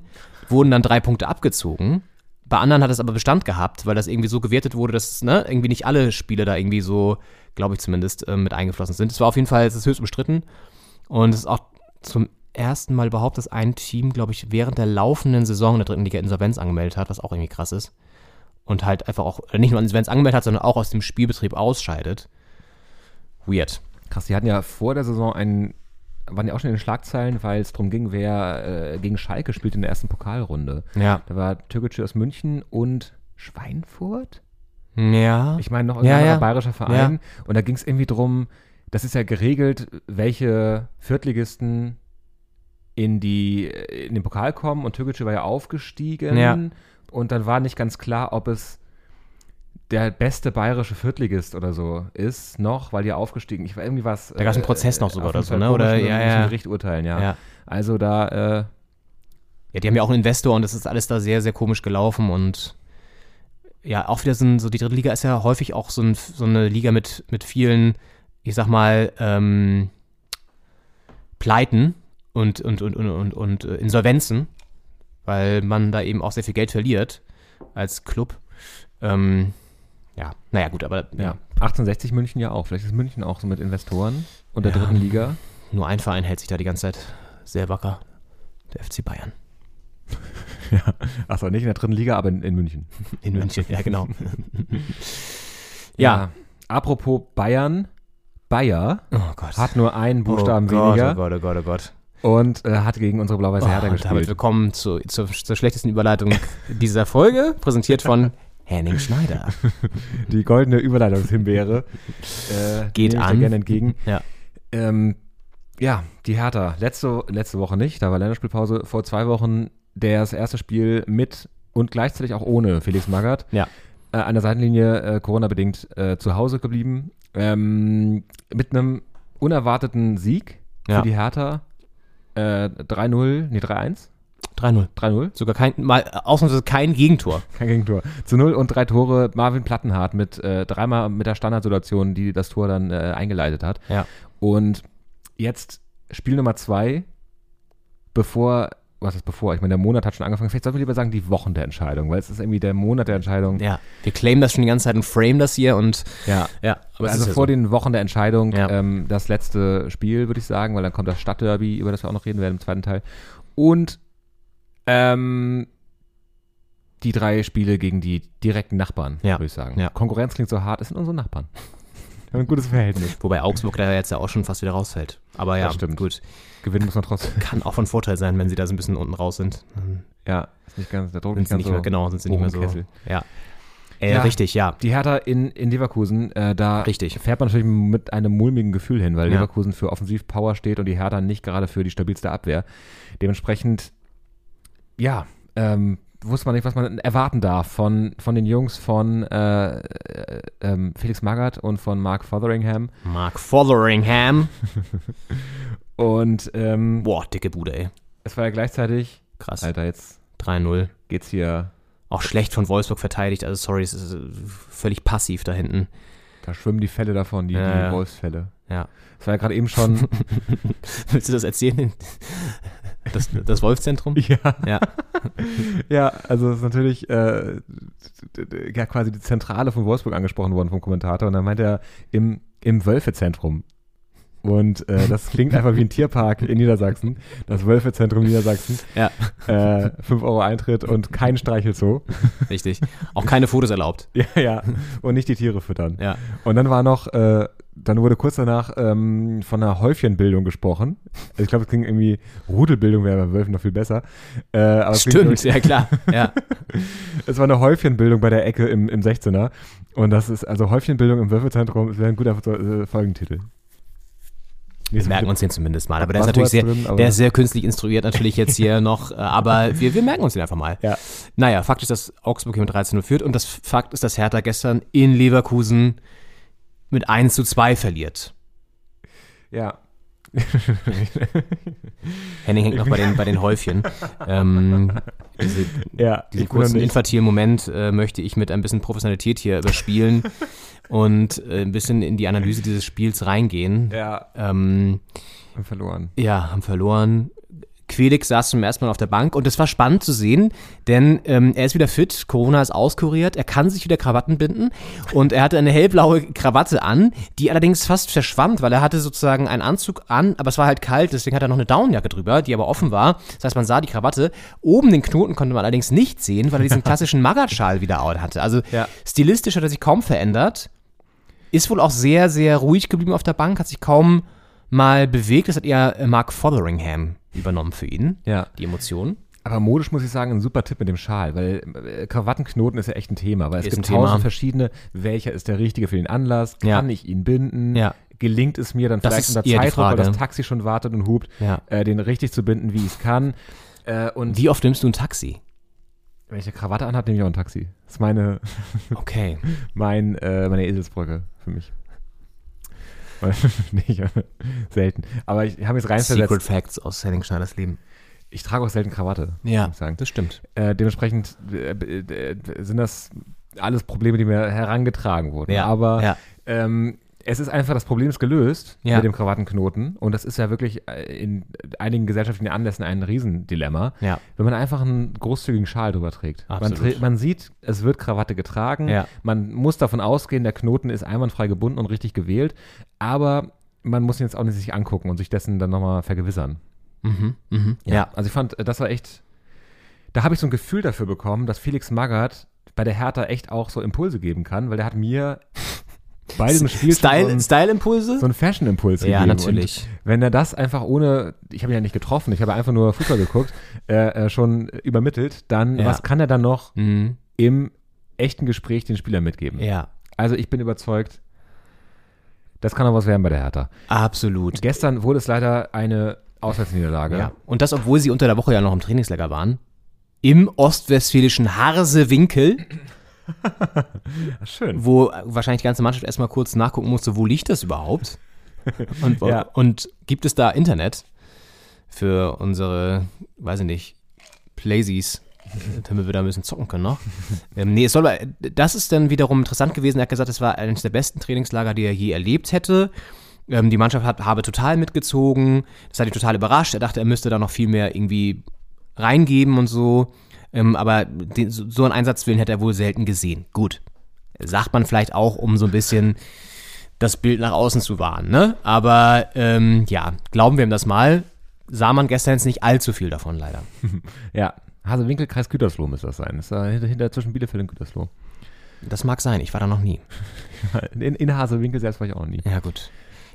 G: wurden dann drei Punkte abgezogen. Bei anderen hat es aber Bestand gehabt, weil das irgendwie so gewertet wurde, dass ne, irgendwie nicht alle Spiele da irgendwie so, glaube ich zumindest, äh, mit eingeflossen sind. Es war auf jeden Fall, es ist höchst umstritten. Und es ist auch zum ersten Mal überhaupt, dass ein Team, glaube ich, während der laufenden Saison in der dritten Liga Insolvenz angemeldet hat, was auch irgendwie krass ist. Und halt einfach auch äh, nicht nur Insolvenz angemeldet hat, sondern auch aus dem Spielbetrieb ausscheidet. Weird.
H: Krass, die hatten ja vor der Saison einen, waren ja auch schon in den Schlagzeilen, weil es darum ging, wer äh, gegen Schalke spielt in der ersten Pokalrunde.
G: Ja.
H: Da war Türkgücü aus München und Schweinfurt?
G: Ja.
H: Ich meine, noch
G: Ja,
H: irgendein
G: ja.
H: anderer bayerischer Verein. Und da ging es irgendwie drum, das ist ja geregelt, welche Viertligisten in, die, in den Pokal kommen und Türkgücü war ja aufgestiegen.
G: Ja.
H: Und dann war nicht ganz klar, ob es der beste bayerische Viertligist oder so ist noch, weil die aufgestiegen. Ich war irgendwie was. äh,
G: Da gab's einen Prozess noch sogar oder so, ne? Oder-
H: Oder
G: ja,
H: ja,
G: ja.
H: ja. Gericht urteilen, ja.
G: Ja.
H: Also da äh,
G: ja, die haben ja auch einen Investor und das ist alles da sehr, sehr komisch gelaufen und ja, auch wieder so, ein, so die dritte Liga ist ja häufig auch so, ein, so eine Liga mit, mit vielen, ich sag mal, ähm, Pleiten und, und, und, und, und, und äh, Insolvenzen, weil man da eben auch sehr viel Geld verliert als Club. Ähm, ja, naja, gut, aber ja.
H: ja. 1860 München ja auch. Vielleicht ist München auch so mit Investoren und der dritten Liga.
G: nur ein Verein hält sich da die ganze Zeit sehr wacker. Der FC Bayern.
H: Achso, nicht in der dritten Liga, aber in, in München.
G: In München, ja, genau.
H: Ja. Apropos Bayern. Bayer
G: Oh Gott.
H: hat nur einen Buchstaben
G: oh Gott,
H: weniger
G: Oh Gott, oh Gott, oh Gott.
H: und äh, hat gegen unsere blau-weiße
G: und
H: Hertha
G: damit
H: gespielt.
G: Oh, willkommen zu, zur, zur schlechtesten Überleitung dieser Folge, präsentiert von Henning Schneider.
H: Die goldene Überleitungshimbeere äh,
G: Geht
H: nehme ich dir
G: an.
H: gerne entgegen.
G: Ja.
H: Ähm, ja, die Hertha. Letzte, letzte Woche nicht, da war Länderspielpause. Vor zwei Wochen das erste Spiel mit und gleichzeitig auch ohne Felix Magath.
G: Ja.
H: Äh, an der Seitenlinie äh, Corona-bedingt äh, zu Hause geblieben. Ähm, mit einem unerwarteten Sieg
G: Ja.
H: für die Hertha. Äh, 3-0, nee, 3-1.
G: 3-0.
H: 3-0.
G: Sogar kein, mal äh, ausnahmsweise kein Gegentor.
H: Kein Gegentor. Zu null und drei Tore Marvin Plattenhardt mit äh, dreimal mit der Standardsituation, die das Tor dann äh, eingeleitet hat.
G: Ja.
H: Und jetzt Spiel Nummer zwei, bevor, was ist bevor? Ich meine, der Monat hat schon angefangen. Vielleicht sollten wir lieber sagen, die Wochen der Entscheidung, weil es ist irgendwie der Monat der Entscheidung.
G: Ja. Wir claimen das schon die ganze Zeit und frame das hier und
H: Ja.
G: ja, aber
H: also
G: ja
H: vor
G: so.
H: den Wochen der Entscheidung
G: Ja.
H: ähm, das letzte Spiel, würde ich sagen, weil dann kommt das Stadtderby, über das wir auch noch reden werden im zweiten Teil. Und ähm, die drei Spiele gegen die direkten Nachbarn,
G: Ja.
H: würde ich sagen.
G: Ja.
H: Konkurrenz klingt so hart, es sind unsere Nachbarn. Wir haben ein gutes Verhältnis.
G: Wobei Augsburg da jetzt ja auch schon fast wieder rausfällt. Aber ja,
H: Das stimmt.
G: gut.
H: Gewinnen muss man trotzdem.
G: Kann auch von Vorteil sein, wenn sie da so ein bisschen unten raus sind. Dann
H: Ja, ist nicht ganz, der Druck
G: sind
H: nicht
G: sie
H: ganz
G: nicht
H: so
G: mehr, genau, sind sie nicht mehr so.
H: hoch im Kessel.
G: Ja. Äh,
H: Ja.
G: Richtig, ja.
H: Die Hertha in, in Leverkusen, äh, da
G: Richtig.
H: fährt man natürlich mit einem mulmigen Gefühl hin, weil
G: Ja.
H: Leverkusen für Offensivpower steht und die Hertha nicht gerade für die stabilste Abwehr. Dementsprechend, ja, ähm, wusste man nicht, was man erwarten darf von, von den Jungs von äh, äh, ähm, Felix Magath und von Mark Fotheringham.
G: Mark Fotheringham.
H: Und ähm,
G: Boah, dicke Bude, ey.
H: es war ja gleichzeitig,
G: Krass.
H: Alter, jetzt
G: 3-0.
H: geht's hier,
G: Auch schlecht von Wolfsburg verteidigt. Also, sorry, es ist äh, völlig passiv da hinten.
H: da schwimmen die Fälle davon, die,
G: Ja, ja.
H: die Wolfsfälle.
G: Ja.
H: Es war ja gerade eben schon
G: Willst du das erzählen? Das, das Wolfzentrum?
H: Ja.
G: Ja.
H: ja, also es ist natürlich äh, ja, quasi die Zentrale von Wolfsburg angesprochen worden vom Kommentator und dann meint er im, im Wölfezentrum. Und äh, das klingt einfach wie ein Tierpark in Niedersachsen, das Wölfezentrum Niedersachsen.
G: Ja,
H: Äh, 5 Euro Eintritt und kein Streichelzoo.
G: richtig. Auch keine Fotos erlaubt.
H: Ja, ja. Und nicht die Tiere füttern.
G: Ja.
H: Und dann war noch, äh, dann wurde kurz danach ähm, von einer Häufchenbildung gesprochen. Also ich glaube, es klingt irgendwie, Rudelbildung wäre bei Wölfen noch viel besser. Äh, aber es klingt, glaub
G: Stimmt, ja klar. Ja.
H: ich, es war eine Häufchenbildung bei der Ecke im, im 16er. Und das ist, also Häufchenbildung im Würfelzentrum wäre ein guter äh, Folgentitel.
G: Wir merken uns den zumindest mal. Aber der ist natürlich
H: Buzzwords
G: sehr,
H: drin, aber-
G: der ist sehr künstlich instruiert, natürlich jetzt hier noch. äh, Aber wir, wir merken uns den einfach mal.
H: Ja.
G: Naja, Fakt ist, dass Augsburg hier mit 13 führt. Und das Fakt ist, dass Hertha gestern in Leverkusen mit 1 zu 2 verliert.
H: Ja.
G: Henning hängt noch bei den, bei den Häufchen. ähm, diese,
H: Ja,
G: diesen
H: ich wundere
G: kurzen
H: mich.
G: infantilen Moment äh, möchte ich mit ein bisschen Professionalität hier überspielen und äh, ein bisschen in die Analyse dieses Spiels reingehen.
H: Ja,
G: Ähm,
H: haben verloren.
G: Ja, haben verloren. Quelik saß zum ersten Mal auf der Bank und das war spannend zu sehen, denn ähm, er ist wieder fit, Corona ist auskuriert, er kann sich wieder Krawatten binden und er hatte eine hellblaue Krawatte an, die allerdings fast verschwand, weil er hatte sozusagen einen Anzug an, aber es war halt kalt, deswegen hat er noch eine Downjacke drüber, die aber offen war. Das heißt, man sah die Krawatte. Oben den Knoten konnte man allerdings nicht sehen, weil er diesen klassischen Magatschal wieder hatte. Also
H: Ja.
G: stilistisch hat er sich kaum verändert ist wohl auch sehr, sehr ruhig geblieben auf der Bank, hat sich kaum mal bewegt. Das hat eher äh, Mark Fotheringham übernommen für ihn,
H: Ja.
G: die Emotionen.
H: Aber modisch muss ich sagen, ein super Tipp mit dem Schal, weil äh, Krawattenknoten ist ja echt ein Thema, weil es
G: Ist
H: gibt
G: ein Thema.
H: tausend verschiedene, welcher ist der richtige für den Anlass, kann
G: Ja.
H: ich ihn binden,
G: Ja.
H: gelingt es mir dann
G: Das
H: vielleicht
G: ist
H: unter
G: eher die
H: Zeitdruck, weil
G: Frage.
H: das Taxi schon wartet und hupt,
G: Ja.
H: äh, den richtig zu binden, wie ich es kann. Äh, und
G: Wie oft nimmst du ein Taxi?
H: wenn ich eine Krawatte anhab, nehme ich auch ein Taxi. Das ist meine,
G: Okay.
H: mein, äh, meine Eselsbrücke für mich. Weil- Nicht, äh, selten. Aber ich habe jetzt
G: Secret
H: reinversetzt.
G: Facts aus Henning Schneiders Leben.
H: Ich trage auch selten Krawatte.
G: Ja,
H: muss ich sagen.
G: das stimmt.
H: Äh, dementsprechend äh, äh, äh, sind das alles Probleme, die mir herangetragen wurden.
G: Ja,
H: Aber
G: ja.
H: Ähm, es ist einfach, das Problem ist gelöst
G: Ja.
H: mit dem Krawattenknoten. Und das ist ja wirklich äh, in einigen gesellschaftlichen Anlässen ein Riesendilemma.
G: Ja.
H: Wenn man einfach einen großzügigen Schal drüber trägt. Man,
G: Absolut.
H: trä- man sieht, es wird Krawatte getragen.
G: Ja.
H: Man muss davon ausgehen, der Knoten ist einwandfrei gebunden und richtig gewählt. Aber man muss ihn jetzt auch nicht sich angucken und sich dessen dann nochmal vergewissern.
G: Mhm, Ja.
H: Also ich fand, äh, das war echt, da habe ich so ein Gefühl dafür bekommen, dass Felix Magath bei der Hertha echt auch so Impulse geben kann, weil der hat mir bei diesem Spiel schon so
G: Style-
H: einen,
G: Style-Impulse?
H: so einen Fashion-Impuls
G: Ja,
H: gegeben.
G: natürlich.
H: Und wenn er das einfach ohne, ich habe ihn ja nicht getroffen, ich habe einfach nur Fußball geguckt, äh, äh, schon übermittelt, dann
G: Ja.
H: was kann er dann noch
G: mhm.
H: im echten Gespräch den Spielern mitgeben?
G: Ja,
H: Also ich bin überzeugt, das kann auch was werden bei der Hertha.
G: absolut.
H: Gestern wurde es leider eine Auswärtsniederlage.
G: Ja. Und das, obwohl sie unter der Woche ja noch im Trainingslager waren. Im ostwestfälischen Harsewinkel,
H: Schön.
G: wo äh, wahrscheinlich die ganze Mannschaft erstmal kurz nachgucken musste, wo liegt das überhaupt? Und,
H: Ja.
G: und gibt es da Internet für unsere, weiß ich nicht, Playsies, damit wir da ein bisschen zocken können noch? ähm, nee, es soll, aber- das ist dann wiederum interessant gewesen. Er hat gesagt, es war eines der besten Trainingslager, die er je erlebt hätte. Ähm, die Mannschaft hat, habe total mitgezogen. Das hat ihn total überrascht. Er dachte, er müsste da noch viel mehr irgendwie reingeben und so. Ähm, aber den, so so einen Einsatzwillen hätte er wohl selten gesehen. Gut. Sagt man vielleicht auch, um so ein bisschen das Bild nach außen zu wahren, ne? Aber ähm, ja, glauben wir ihm das mal. Sah man gestern jetzt nicht allzu viel davon, leider.
H: Ja, Hasewinkel, Kreis Gütersloh muss das sein. Das ist da hinter, hinter zwischen Bielefeld und Gütersloh.
G: Das mag sein, ich war da noch nie.
H: In, in Hasewinkel selbst war ich auch noch nie.
G: Ja, gut.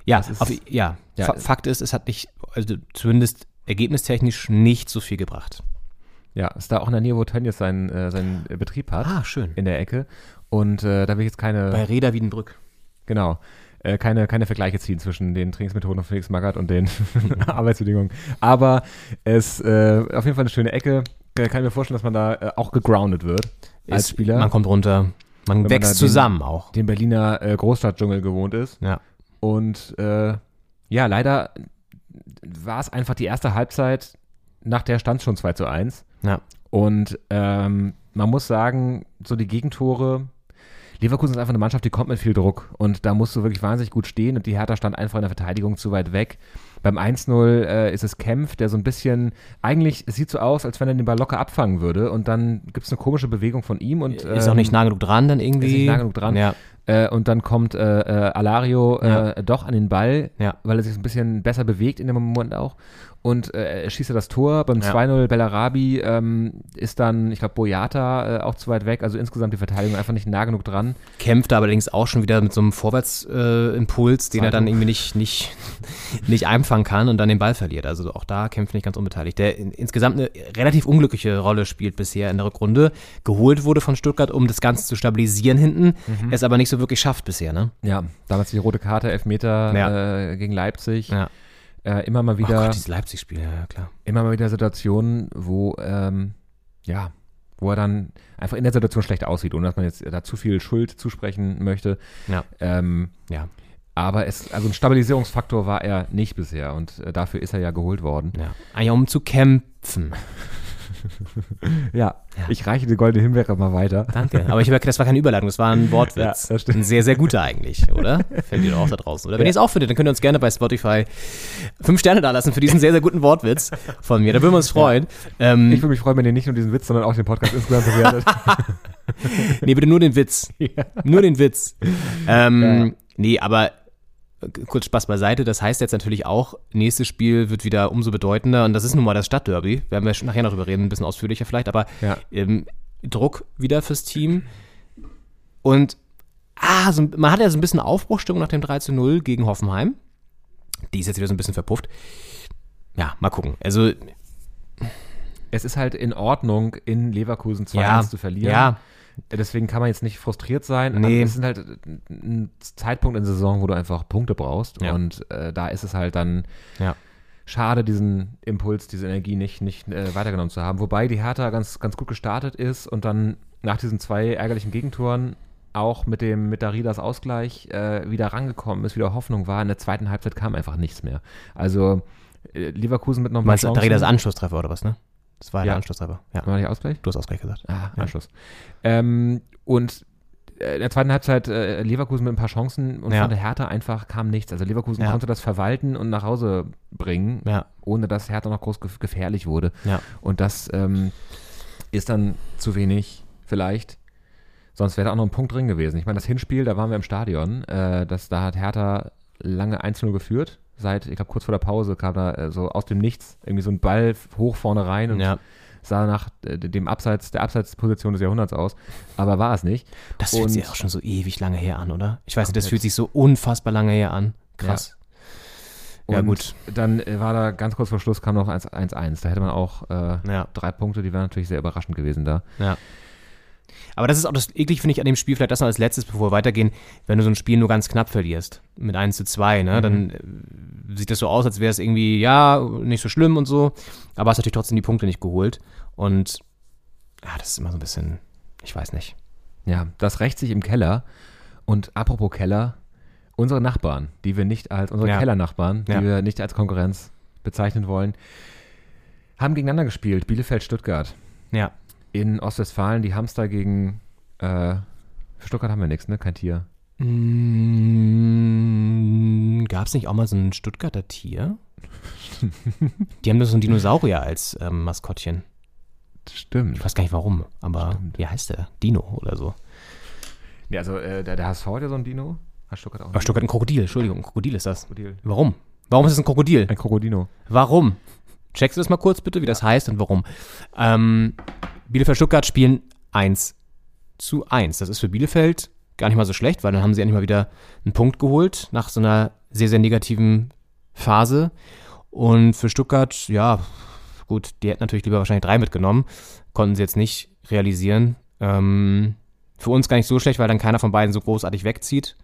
G: Ja, auf, ja,
H: ja,
G: Fa-
H: es-
G: Fakt ist, es hat nicht, also zumindest ergebnistechnisch nicht so viel gebracht.
H: Ja, ist da auch in der Nähe, wo Tönnies seinen, äh, seinen äh, Betrieb hat,
G: Ah, schön.
H: in der Ecke. Und äh, da will ich jetzt keine,
G: Bei Reda Wiedenbrück.
H: genau, äh, keine, keine Vergleiche ziehen zwischen den Trainingsmethoden von Felix Magath und den Arbeitsbedingungen. Aber es äh, auf jeden Fall eine schöne Ecke. Äh, Kann ich mir vorstellen, dass man da äh, auch gegroundet wird als
G: Ist-
H: Spieler.
G: Man kommt runter, man
H: man
G: wächst
H: da den-
G: zusammen auch.
H: den Berliner äh, Großstadtdschungel gewohnt ist.
G: Ja.
H: Und äh, ja, leider war es einfach die erste Halbzeit, nach der stand schon 2 zu 1.
G: Ja.
H: Und ähm, man muss sagen, so die Gegentore, Leverkusen ist einfach eine Mannschaft, die kommt mit viel Druck. Und da musst du wirklich wahnsinnig gut stehen. Und die Hertha stand einfach in der Verteidigung zu weit weg. Beim 1-0 äh, ist es Kempf, der so ein bisschen, eigentlich es sieht so aus, als wenn er den Ball locker abfangen würde. Und dann gibt es eine komische Bewegung von ihm. Und,
G: Ist auch
H: ähm,
G: nicht nah genug dran dann irgendwie.
H: ist nicht nah genug dran.
G: Ja,
H: Äh, und dann kommt äh, äh, Alario äh,
G: Ja.
H: doch an den Ball,
G: Ja.
H: weil er sich ein bisschen besser bewegt in dem Moment auch. Und äh, er schießt er das Tor. Beim
G: Ja.
H: 2-0 Bellarabi ähm, ist dann, ich glaube, Boyata äh, auch zu weit weg. Also insgesamt die Verteidigung einfach nicht nah genug dran.
G: Kämpfte aber allerdings auch schon wieder mit so einem Vorwärtsimpuls, äh, Impuls, den er dann irgendwie nicht, nicht, nicht einfangen kann und dann den Ball verliert. Also auch da kämpft nicht ganz unbeteiligt. Der in, insgesamt eine relativ unglückliche Rolle spielt bisher in der Rückrunde. Geholt wurde von Stuttgart, um das Ganze zu stabilisieren hinten.
H: Mhm.
G: Es aber nicht so wirklich schafft bisher, ne?
H: Ja, damals die rote Karte, Elfmeter
G: Ja.
H: äh, gegen Leipzig.
G: Ja.
H: Äh, immer mal wieder.
G: Oh Gott, dieses Leipzig-Spiel, ja, ja, klar.
H: immer mal wieder Situationen, wo, ähm, ja, wo er dann einfach in der Situation schlecht aussieht, ohne dass man jetzt da zu viel Schuld zusprechen möchte.
G: Ja.
H: Ähm,
G: Ja.
H: aber es, also ein Stabilisierungsfaktor war er nicht bisher und äh, dafür ist er ja geholt worden.
G: Ja. Eigentlich um zu kämpfen.
H: Ja, ich reiche die goldene Himbeere mal weiter.
G: Danke. Aber ich habe ja- das war keine Überleitung, das war ein Wortwitz.
H: Ja, das stimmt.
G: ein sehr, sehr guter eigentlich, oder? Fällt ihr doch auch da draußen, oder? Wenn ihr es auch findet, dann könnt ihr uns gerne bei Spotify fünf Sterne dalassen für diesen sehr, sehr guten Wortwitz von mir. Da würden wir uns freuen.
H: Ich
G: Ähm,
H: würde mich freuen, wenn ihr nicht nur diesen Witz, sondern auch den Podcast insgesamt bewertet.
G: nee, bitte nur den Witz. Nur den Witz. Ähm, Nee, aber k- kurz Spaß beiseite. Das heißt jetzt natürlich auch, nächstes Spiel wird wieder umso bedeutender. Und das ist nun mal das Stadtderby. Werden wir schon nachher noch drüber reden, ein bisschen ausführlicher vielleicht. Aber
H: Ja.
G: ähm, Druck wieder fürs Team. Und ah, so, man hat ja so ein bisschen Aufbruchstimmung nach dem 3 zu 0 gegen Hoffenheim. Die ist jetzt wieder so ein bisschen verpufft. Ja, mal gucken. Also,
H: es ist halt in Ordnung, in Leverkusen 2-1
G: ja,
H: zu verlieren.
G: ja,
H: Deswegen kann man jetzt nicht frustriert sein.
G: Nee.
H: Aber Es sind halt ein Zeitpunkt in der Saison, wo du einfach Punkte brauchst.
G: Ja.
H: Und äh, da ist es halt dann
G: Ja.
H: schade, diesen Impuls, diese Energie nicht, nicht äh, weitergenommen zu haben. Wobei die Hertha ganz, ganz gut gestartet ist und dann nach diesen zwei ärgerlichen Gegentoren auch mit dem mit Daridas Ausgleich äh, wieder rangekommen ist, wieder Hoffnung war. In der zweiten Halbzeit kam einfach nichts mehr. Also äh, Leverkusen mit noch
G: meinst du,
H: Chancen.
G: da das Anschlusstreffer oder was, ne? Das war ja. der
H: Ja.
G: Anschlusstreffer. Ja,
H: War der Ausgleich?
G: du hast ausgerechnet gesagt.
H: Ah, Anschluss. Ähm, und äh, in der zweiten Halbzeit äh, Leverkusen mit ein paar Chancen und
G: Ja.
H: von der Hertha einfach kam nichts. Also Leverkusen
G: Ja.
H: konnte das verwalten und nach Hause bringen,
G: Ja,
H: ohne dass Hertha noch groß gef- gefährlich wurde.
G: Ja.
H: Und das ähm, ist dann zu wenig, vielleicht. Sonst wäre da auch noch ein Punkt drin gewesen. Ich meine, das Hinspiel, da waren wir im Stadion, äh, das, da hat Hertha lange 1-0 geführt. Seit, ich glaube, kurz vor der Pause kam da äh, so aus dem Nichts irgendwie so ein Ball f- hoch vorne rein und
G: ja.
H: sah nach äh, dem Abseits, der Abseitsposition des Jahrhunderts aus, aber war es nicht.
G: Das fühlt
H: Und-
G: sich auch schon so ewig lange her an, oder? Ich weiß nicht, das
H: Komplett.
G: fühlt sich so unfassbar lange her an. Krass. Ja,
H: Und
G: gut.
H: Dann äh, war da ganz kurz vor Schluss kam noch 1 1 Da hätte man auch äh,
G: Ja.
H: drei Punkte, die wären natürlich sehr überraschend gewesen da.
G: Aber das ist auch das eklig, finde ich, an dem Spiel, vielleicht das noch als letztes, bevor wir weitergehen, wenn du so ein Spiel nur ganz knapp verlierst, mit 1 zu 2, ne, dann äh, sieht das so aus, als wäre es irgendwie, ja, nicht so schlimm und so, aber hast natürlich trotzdem die Punkte nicht geholt. Und ja, das ist immer so ein bisschen, ich weiß nicht.
H: Ja, das rächt sich im Keller. Und apropos Keller, unsere Nachbarn, die wir nicht als unsere
G: Ja.
H: Kellernachbarn, die
G: Ja.
H: wir nicht als Konkurrenz bezeichnen wollen, haben gegeneinander gespielt. Bielefeld-Stuttgart
G: Ja.
H: in Ostwestfalen. Die Hamster gegen äh, für Stuttgart haben wir nichts, ne? Kein Tier.
G: Mm, Gab es nicht auch mal so ein Stuttgarter Tier? Die haben doch so einen Dinosaurier als ähm, Maskottchen.
H: Stimmt.
G: Ich weiß gar nicht warum, aber
H: Stimmt.
G: wie heißt der? Dino oder so.
H: Ja, also äh, der, der HSV hat ja so ein Dino. Hat Stuttgart auch
G: Ach, Stuttgart ein Krokodil, Entschuldigung, ein Krokodil ist das.
H: Krokodil.
G: Warum? Warum ist es ein Krokodil?
H: Ein Krokodino.
G: Warum? Checkst du das mal kurz bitte, wie das heißt und warum? Ähm, Bielefeld Stuttgart spielen 1 zu 1. Das ist für Bielefeld gar nicht mal so schlecht, weil dann haben sie endlich mal wieder einen Punkt geholt nach so einer sehr, sehr negativen Phase. Und für Stuttgart, ja, gut, die hätten natürlich lieber wahrscheinlich drei mitgenommen. Konnten sie jetzt nicht realisieren. Ähm, für uns gar nicht so schlecht, weil dann keiner von beiden so großartig wegzieht.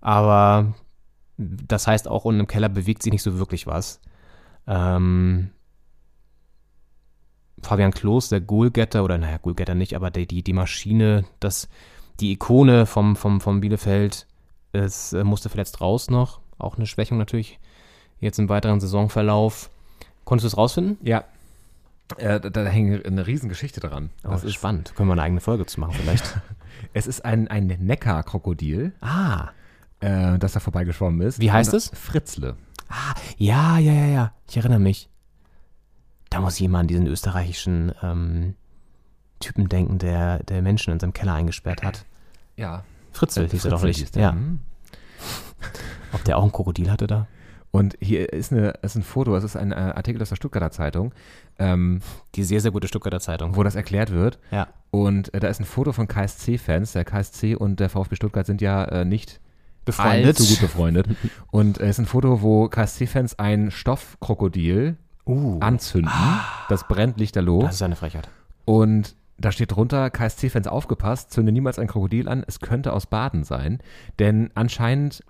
G: Aber das heißt auch, unten im Keller bewegt sich nicht so wirklich was. Ähm, Fabian Klos, der Goalgetter, oder naja, Goalgetter nicht, aber die, die, die Maschine, das, die Ikone vom, vom, vom Bielefeld, es äh, musste verletzt raus noch. Auch eine Schwächung natürlich jetzt im weiteren Saisonverlauf. Konntest du es rausfinden?
H: Ja. Äh, da, da hängt eine Riesengeschichte dran.
G: das ist Oh, spannend. Können wir eine eigene Folge zu machen vielleicht?
H: Es ist ein, ein Neckar-Krokodil,
G: ah,
H: äh, das da vorbeigeschwommen ist.
G: Wie heißt
H: Und-
G: es?
H: Fritzle.
G: ja, ja, ja, ja. Ich erinnere mich. Da muss jemand diesen österreichischen ähm, Typen denken, der, der Menschen in seinem Keller eingesperrt hat.
H: Ja.
G: Fritzel hieß er doch
H: Fritzel
G: richtig.
H: hieß der,
G: Ja.
H: hm.
G: Ob der auch ein Krokodil hatte da?
H: Und hier ist, eine, ist ein Foto, es ist ein äh, Artikel aus der Stuttgarter Zeitung, ähm,
G: Die sehr, sehr gute Stuttgarter Zeitung.
H: wo das erklärt wird.
G: Ja.
H: Und äh, da ist ein Foto von KSC-Fans. Der KSC und der VfB Stuttgart sind ja äh, nicht
G: Befreundet.
H: allzu gut befreundet. und äh, es ist ein Foto, wo KSC-Fans ein Stoffkrokodil
G: Uh,
H: anzünden. Das brennt lichterloh.
G: das ist eine Frechheit.
H: Und da steht drunter, KSC-Fans aufgepasst, zünde niemals ein Krokodil an, es könnte aus Baden sein. Denn anscheinend,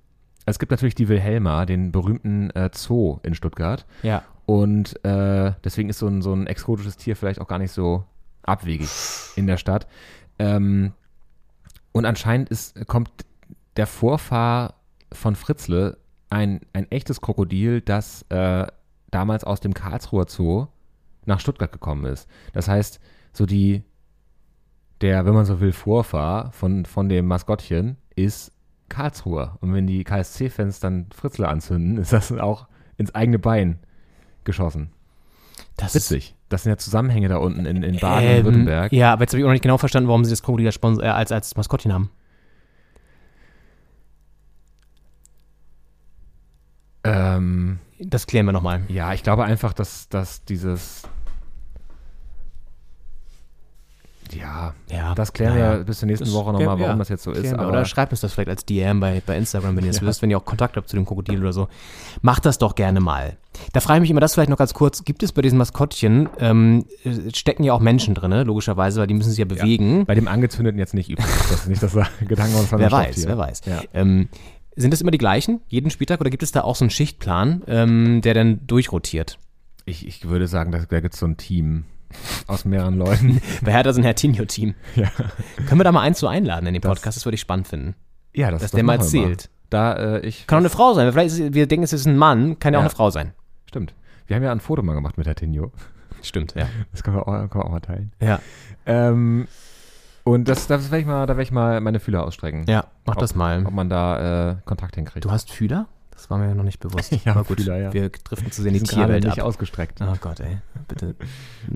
H: es gibt natürlich die Wilhelma, den berühmten äh, Zoo in Stuttgart.
G: Ja.
H: Und äh, deswegen ist so ein, so ein exotisches Tier vielleicht auch gar nicht so abwegig in der Stadt. Ähm, und anscheinend ist, kommt der Vorfahr von Fritzle ein, ein echtes Krokodil, das äh, damals aus dem Karlsruher Zoo nach Stuttgart gekommen ist. Das heißt, so die, der, wenn man so will, Vorfahr von, von dem Maskottchen ist Karlsruher. Und wenn die KSC-Fans dann Fritzle anzünden, ist das auch ins eigene Bein geschossen.
G: Das
H: Witzig. Das sind ja Zusammenhänge da unten in, in Baden
G: Ähm,
H: und Württemberg.
G: Ja, aber jetzt habe ich auch noch nicht genau verstanden, warum sie das Krokodil als, Sponsor, äh, als, als Maskottchen haben.
H: Ähm,
G: Das klären wir nochmal.
H: ja, ich glaube einfach, dass, dass dieses. Ja,
G: Ja,
H: das klären wir
G: naja.
H: bis zur nächsten
G: Das
H: Woche nochmal, warum
G: klären- ja,
H: das jetzt so ist.
G: klären wir.
H: Aber
G: Genau. Oder schreibt uns das vielleicht als DM bei, bei Instagram, wenn ihr es wisst, wenn ihr auch Kontakt habt zu dem Krokodil oder so. Macht das doch gerne mal. Da frage ich mich immer das vielleicht noch ganz kurz. Gibt es bei diesen Maskottchen, ähm, äh, stecken ja auch Menschen drin, ne? logischerweise, weil die müssen sich ja bewegen.
H: bei dem Angezündeten jetzt nicht übrigens. Das ist nicht das Gedanken von
G: Wer weiß, wer weiß.
H: Ja.
G: Ähm, sind das immer die gleichen, jeden Spieltag, oder gibt es da auch so einen Schichtplan, ähm, der dann durchrotiert?
H: Ich, ich würde sagen, dass- da gibt es so ein Team aus mehreren Leuten.
G: Bei Hertha sind Hertinho-Team.
H: Ja.
G: Können wir da mal eins zu einladen in den Podcast? Das würde ich spannend finden.
H: Ja, das,
G: Dass der mal
H: machen wir
G: erzählt.
H: Da, äh, ich.
G: Kann auch eine Frau sein. weil Vielleicht ist, es- wir denken, es ist ein Mann, kann ja, auch
H: Ja.
G: eine Frau sein.
H: Stimmt. Wir haben ja ein Foto mal gemacht mit Hertinho.
G: Stimmt, ja.
H: Das können wir auch, können wir auch mal teilen.
G: Ja,
H: Ähm, und das, das werd ich mal, da werde ich mal meine Fühler ausstrecken.
G: ja mach
H: Ob-
G: das mal.
H: Ob man da äh, Kontakt hinkriegt.
G: Du hast Fühler? Das war mir noch nicht bewusst.
H: Ja,
G: Aber gut,
H: Fühler, ja.
G: wir driften zu sehr in die
H: Die sind gerade
G: Tierwelt
H: nicht
G: ab.
H: ausgestreckt.
G: Oh Gott, ey. Bitte.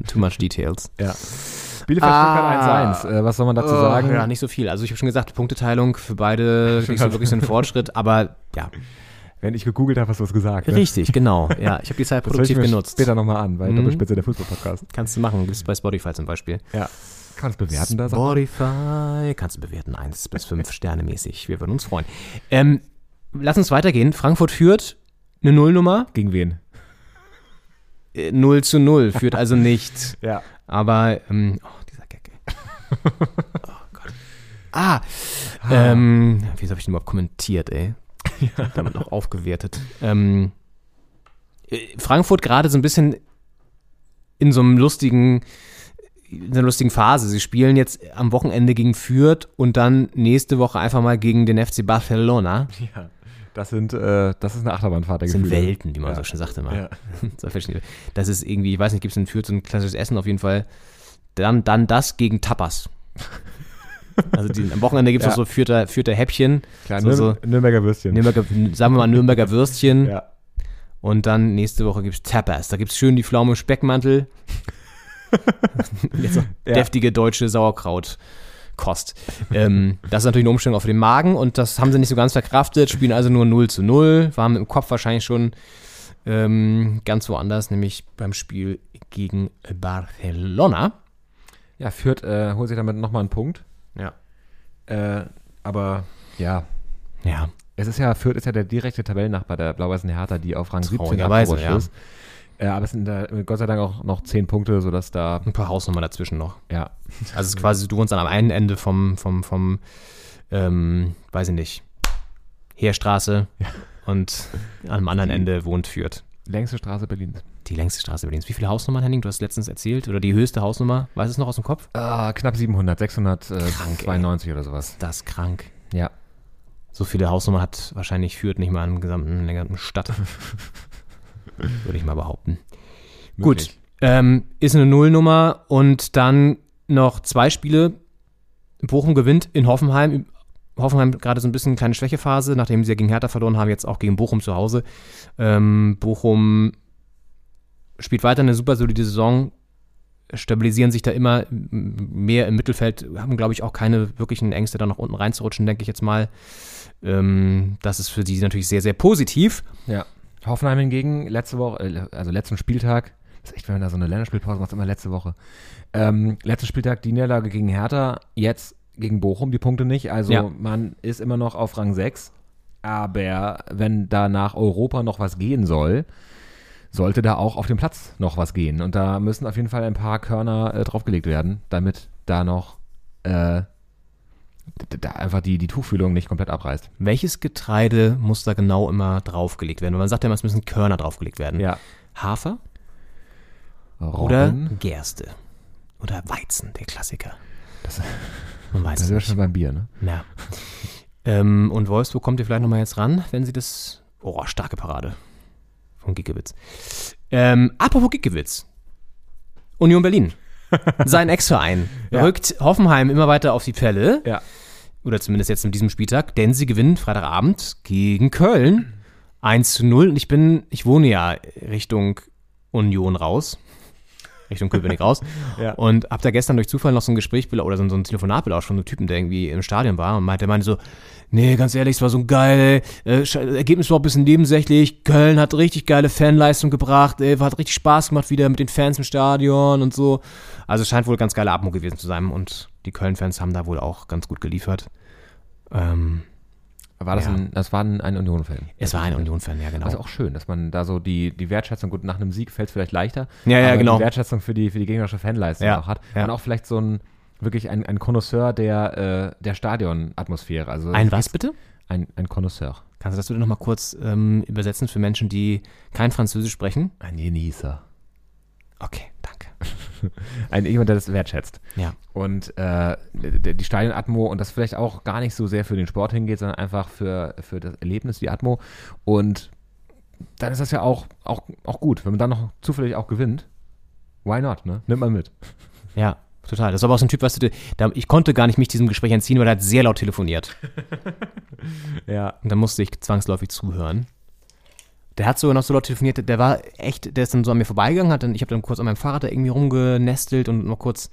G: Too much details.
H: Ja. Bielefeld
G: Ah. Oh,
H: ah. Stuttgart 1-1. Äh, was soll man dazu sagen?
G: Ja, nicht so viel. Also ich habe schon gesagt, Punkteteilung für beide nicht so wirklich so ein Fortschritt, aber ja.
H: Wenn ich gegoogelt habe, hast du was gesagt. Ne?
G: Richtig, genau. Ja, ich habe die Zeit
H: Das höre ich
G: produktiv
H: mir
G: genutzt. Mhm.
H: später nochmal an, bei Doppelspitze der Fußballpodcast.
G: Kannst du machen, gibt's bei Spotify zum Beispiel.
H: Ja. Kannst bewerten da sagen.
G: Spotify kannst du bewerten, 1 bis 5 Sterne mäßig. Wir würden uns freuen. Ähm, lass uns weitergehen. Frankfurt führt eine Nullnummer.
H: Gegen wen?
G: Äh, 0 zu 0 führt also nicht.
H: Ja.
G: Aber, ähm, oh, dieser Gag. ey. Oh Gott. Ah, ähm, wieso habe ich den überhaupt kommentiert, ey? Damit noch aufgewertet. Ähm, äh, Frankfurt gerade so ein bisschen in so einem lustigen, in so einer lustigen Phase. Sie spielen jetzt am Wochenende gegen Fürth und dann nächste Woche einfach mal gegen den FC Barcelona.
H: Das sind, äh, das ist eine Achterbahnfahrt der
G: Das sind
H: Gefühle.
G: Welten, wie man
H: Ja.
G: so schön sagt immer.
H: Ja.
G: So verschiedene- Das ist irgendwie, ich weiß nicht, gibt es in Fürth so ein klassisches Essen auf jeden Fall. Dann, dann das gegen Tapas. Also die, am Wochenende gibt es
H: Ja.
G: auch so Fürther, Fürther Häppchen,
H: Klar,
G: So,
H: Nürn
G: so.
H: Nürnberger Würstchen.
G: Nürnberger, sagen wir mal Nürnberger Würstchen
H: Ja.
G: und dann nächste Woche gibt es Tapas. Da gibt es schön die Pflaume Speckmantel. Jetzt noch
H: Ja.
G: deftige deutsche Sauerkraut. Kost. Ähm, das ist natürlich eine Umstellung auf den Magen und das haben sie nicht so ganz verkraftet, spielen also nur 0 zu 0, waren im Kopf wahrscheinlich schon ähm, ganz woanders, nämlich beim Spiel gegen Barcelona.
H: ja, Fürth äh, holt sich damit nochmal einen Punkt.
G: Ja.
H: Äh, aber ja,
G: Ja,
H: es ist ja, Fürth ist ja der direkte Tabellennachbar der blau-weißen Hertha, die auf Rang 17
G: Traurigerweise,
H: abgerutscht ist. Äh, aber es sind da Gott sei Dank auch noch 10 Punkte, sodass da,
G: ein paar Hausnummern dazwischen noch.
H: ja,
G: Also es ist quasi, du wohnst dann am einen Ende vom, vom, vom, ähm, weiß ich nicht, Heerstraße und am anderen Ende wohnt Fürth.
H: längste Straße Berlins.
G: Die längste Straße Berlins. Wie viele Hausnummern, Henning? Du hast letztens erzählt. Oder die höchste Hausnummer. Weißt du es noch aus dem Kopf?
H: Ah, knapp 700, 692 oder sowas.
G: Das ist krank.
H: Ja.
G: So viele Hausnummern hat wahrscheinlich Fürth nicht mal im gesamten, in der gesamten Stadt. Würde ich mal behaupten. Gut,
H: Möglich.
G: ähm, ist eine Nullnummer und dann noch zwei Spiele. Bochum gewinnt in Hoffenheim. Hoffenheim gerade so ein bisschen eine kleine Schwächephase, nachdem sie ja gegen Hertha verloren haben, jetzt auch gegen Bochum zu Hause. Ähm, Bochum spielt weiter eine super solide Saison, stabilisieren sich da immer mehr im Mittelfeld, haben, glaube ich, auch keine wirklichen Ängste, da nach unten reinzurutschen, denke ich jetzt mal. Ähm, das ist für die natürlich sehr, sehr positiv.
H: Ja. Hoffenheim hingegen, letzte Woche, äh, also letzten Spieltag, das ist echt, wenn man da so eine Länderspielpause macht, immer letzte Woche. Ähm, letzten Spieltag die Niederlage gegen Hertha, jetzt gegen Bochum die Punkte nicht. Also
G: Ja.
H: man ist immer noch auf Rang 6. Aber wenn da nach Europa noch was gehen soll, sollte da auch auf dem Platz noch was gehen. Und da müssen auf jeden Fall ein paar Körner äh, draufgelegt werden, damit da noch äh, d- da einfach die, die Tuchfühlung nicht komplett abreißt.
G: Welches Getreide muss da genau immer draufgelegt werden? Weil Man sagt ja immer, es müssen Körner draufgelegt
H: Hm.
G: werden. Hafer oder
H: Robben,
G: Gerste. Oder Weizen, der Klassiker. Man weiß es
H: da sind wir
G: nicht.
H: schon beim Bier, ne?
G: Ja. ähm, und Wolfsburg kommt ihr vielleicht nochmal jetzt ran, wenn sie das. Oh, starke Parade von Giekewitz. Ähm, apropos Giekewitz. Union Berlin. Sein Ex-Verein rückt Hoffenheim immer weiter auf die Pelle.
H: Ja.
G: Oder zumindest jetzt in diesem Spieltag, denn sie gewinnen Freitagabend gegen Köln 1 zu 0. Und ich bin, ich wohne ja Richtung Union raus. Richtung Köpenick raus. Und hab da gestern durch Zufall noch so ein Gespräch bela- oder so ein, so ein Telefonat belauscht von so einem Typen, der irgendwie im Stadion war und meinte, der meinte so, nee, ganz ehrlich, es war so geil, äh, Sch- Ergebnis war auch ein bisschen nebensächlich, Köln hat richtig geile Fanleistung gebracht, äh, hat richtig Spaß gemacht wieder mit den Fans im Stadion und so. Also es scheint wohl ganz geiler Abend gewesen zu sein und die Köln-Fans haben da wohl auch ganz gut geliefert. Ähm,
H: War das,
G: Ja.
H: ein, das war ein, ein Union-Film.
G: es war ein Union-Fan, ja genau.
H: Also auch schön, dass man da so die, die Wertschätzung, gut, nach einem Sieg fällt es vielleicht leichter.
G: Ja, ja,
H: aber
G: genau.
H: Die Wertschätzung für die, für die gegnerische Fanleistung
G: Ja,
H: auch hat.
G: ja.
H: Und auch vielleicht so ein, wirklich ein, ein Connoisseur der, äh, der Stadion-Atmosphäre. Also
G: ein was bitte?
H: Ein, ein Connoisseur.
G: Kannst du das bitte nochmal kurz ähm, übersetzen für Menschen, die kein Französisch sprechen?
H: Ein Genießer.
G: Okay, danke.
H: Ein, jemand, der das wertschätzt.
G: Ja.
H: Und äh, der- die Stadionatmo und das vielleicht auch gar nicht so sehr für den Sport hingeht, sondern einfach für, für das Erlebnis, die Atmo. Und dann ist das ja auch, auch, auch gut. Wenn man dann noch zufällig auch gewinnt, why not, ne? Nimmt man mit.
G: Ja, total. Das war aber auch so ein Typ, weißt du, der- da, ich konnte gar nicht mich diesem Gespräch entziehen, weil er hat sehr laut telefoniert.
H: Ja.
G: Und dann musste ich zwangsläufig zuhören. Der hat sogar noch so laut telefoniert, der war echt, der ist dann so an mir vorbeigegangen, hat dann, ich habe dann kurz an meinem Fahrrad da irgendwie rumgenestelt und noch kurz,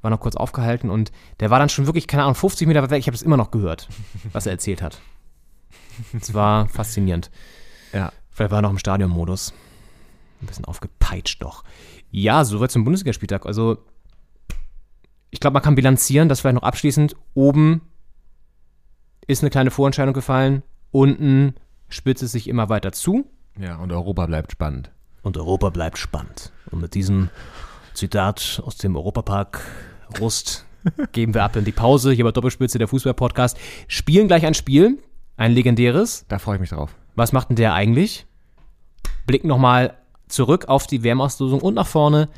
G: war noch kurz aufgehalten und der war dann schon wirklich, keine Ahnung, 50 Meter weit weg, ich habe es immer noch gehört, was er erzählt hat. Es war faszinierend.
H: Ja.
G: Vielleicht war er noch im Stadionmodus. Ein bisschen aufgepeitscht doch. Ja, soweit zum Bundesligaspieltag. Also, ich glaube, man kann bilanzieren, das vielleicht noch abschließend. Oben ist eine kleine Vorentscheidung gefallen, unten spitzt es sich immer weiter zu.
H: Ja, und Europa bleibt spannend.
G: Und Europa bleibt spannend. Und mit diesem Zitat aus dem Europapark Rust geben wir ab in die Pause. Hier bei Doppelspitze, der Fußball-Podcast. Spielen gleich ein Spiel, ein legendäres.
H: Da freue ich mich drauf.
G: Was macht denn der eigentlich? Blicken nochmal zurück auf die WM-Auslosung und nach vorne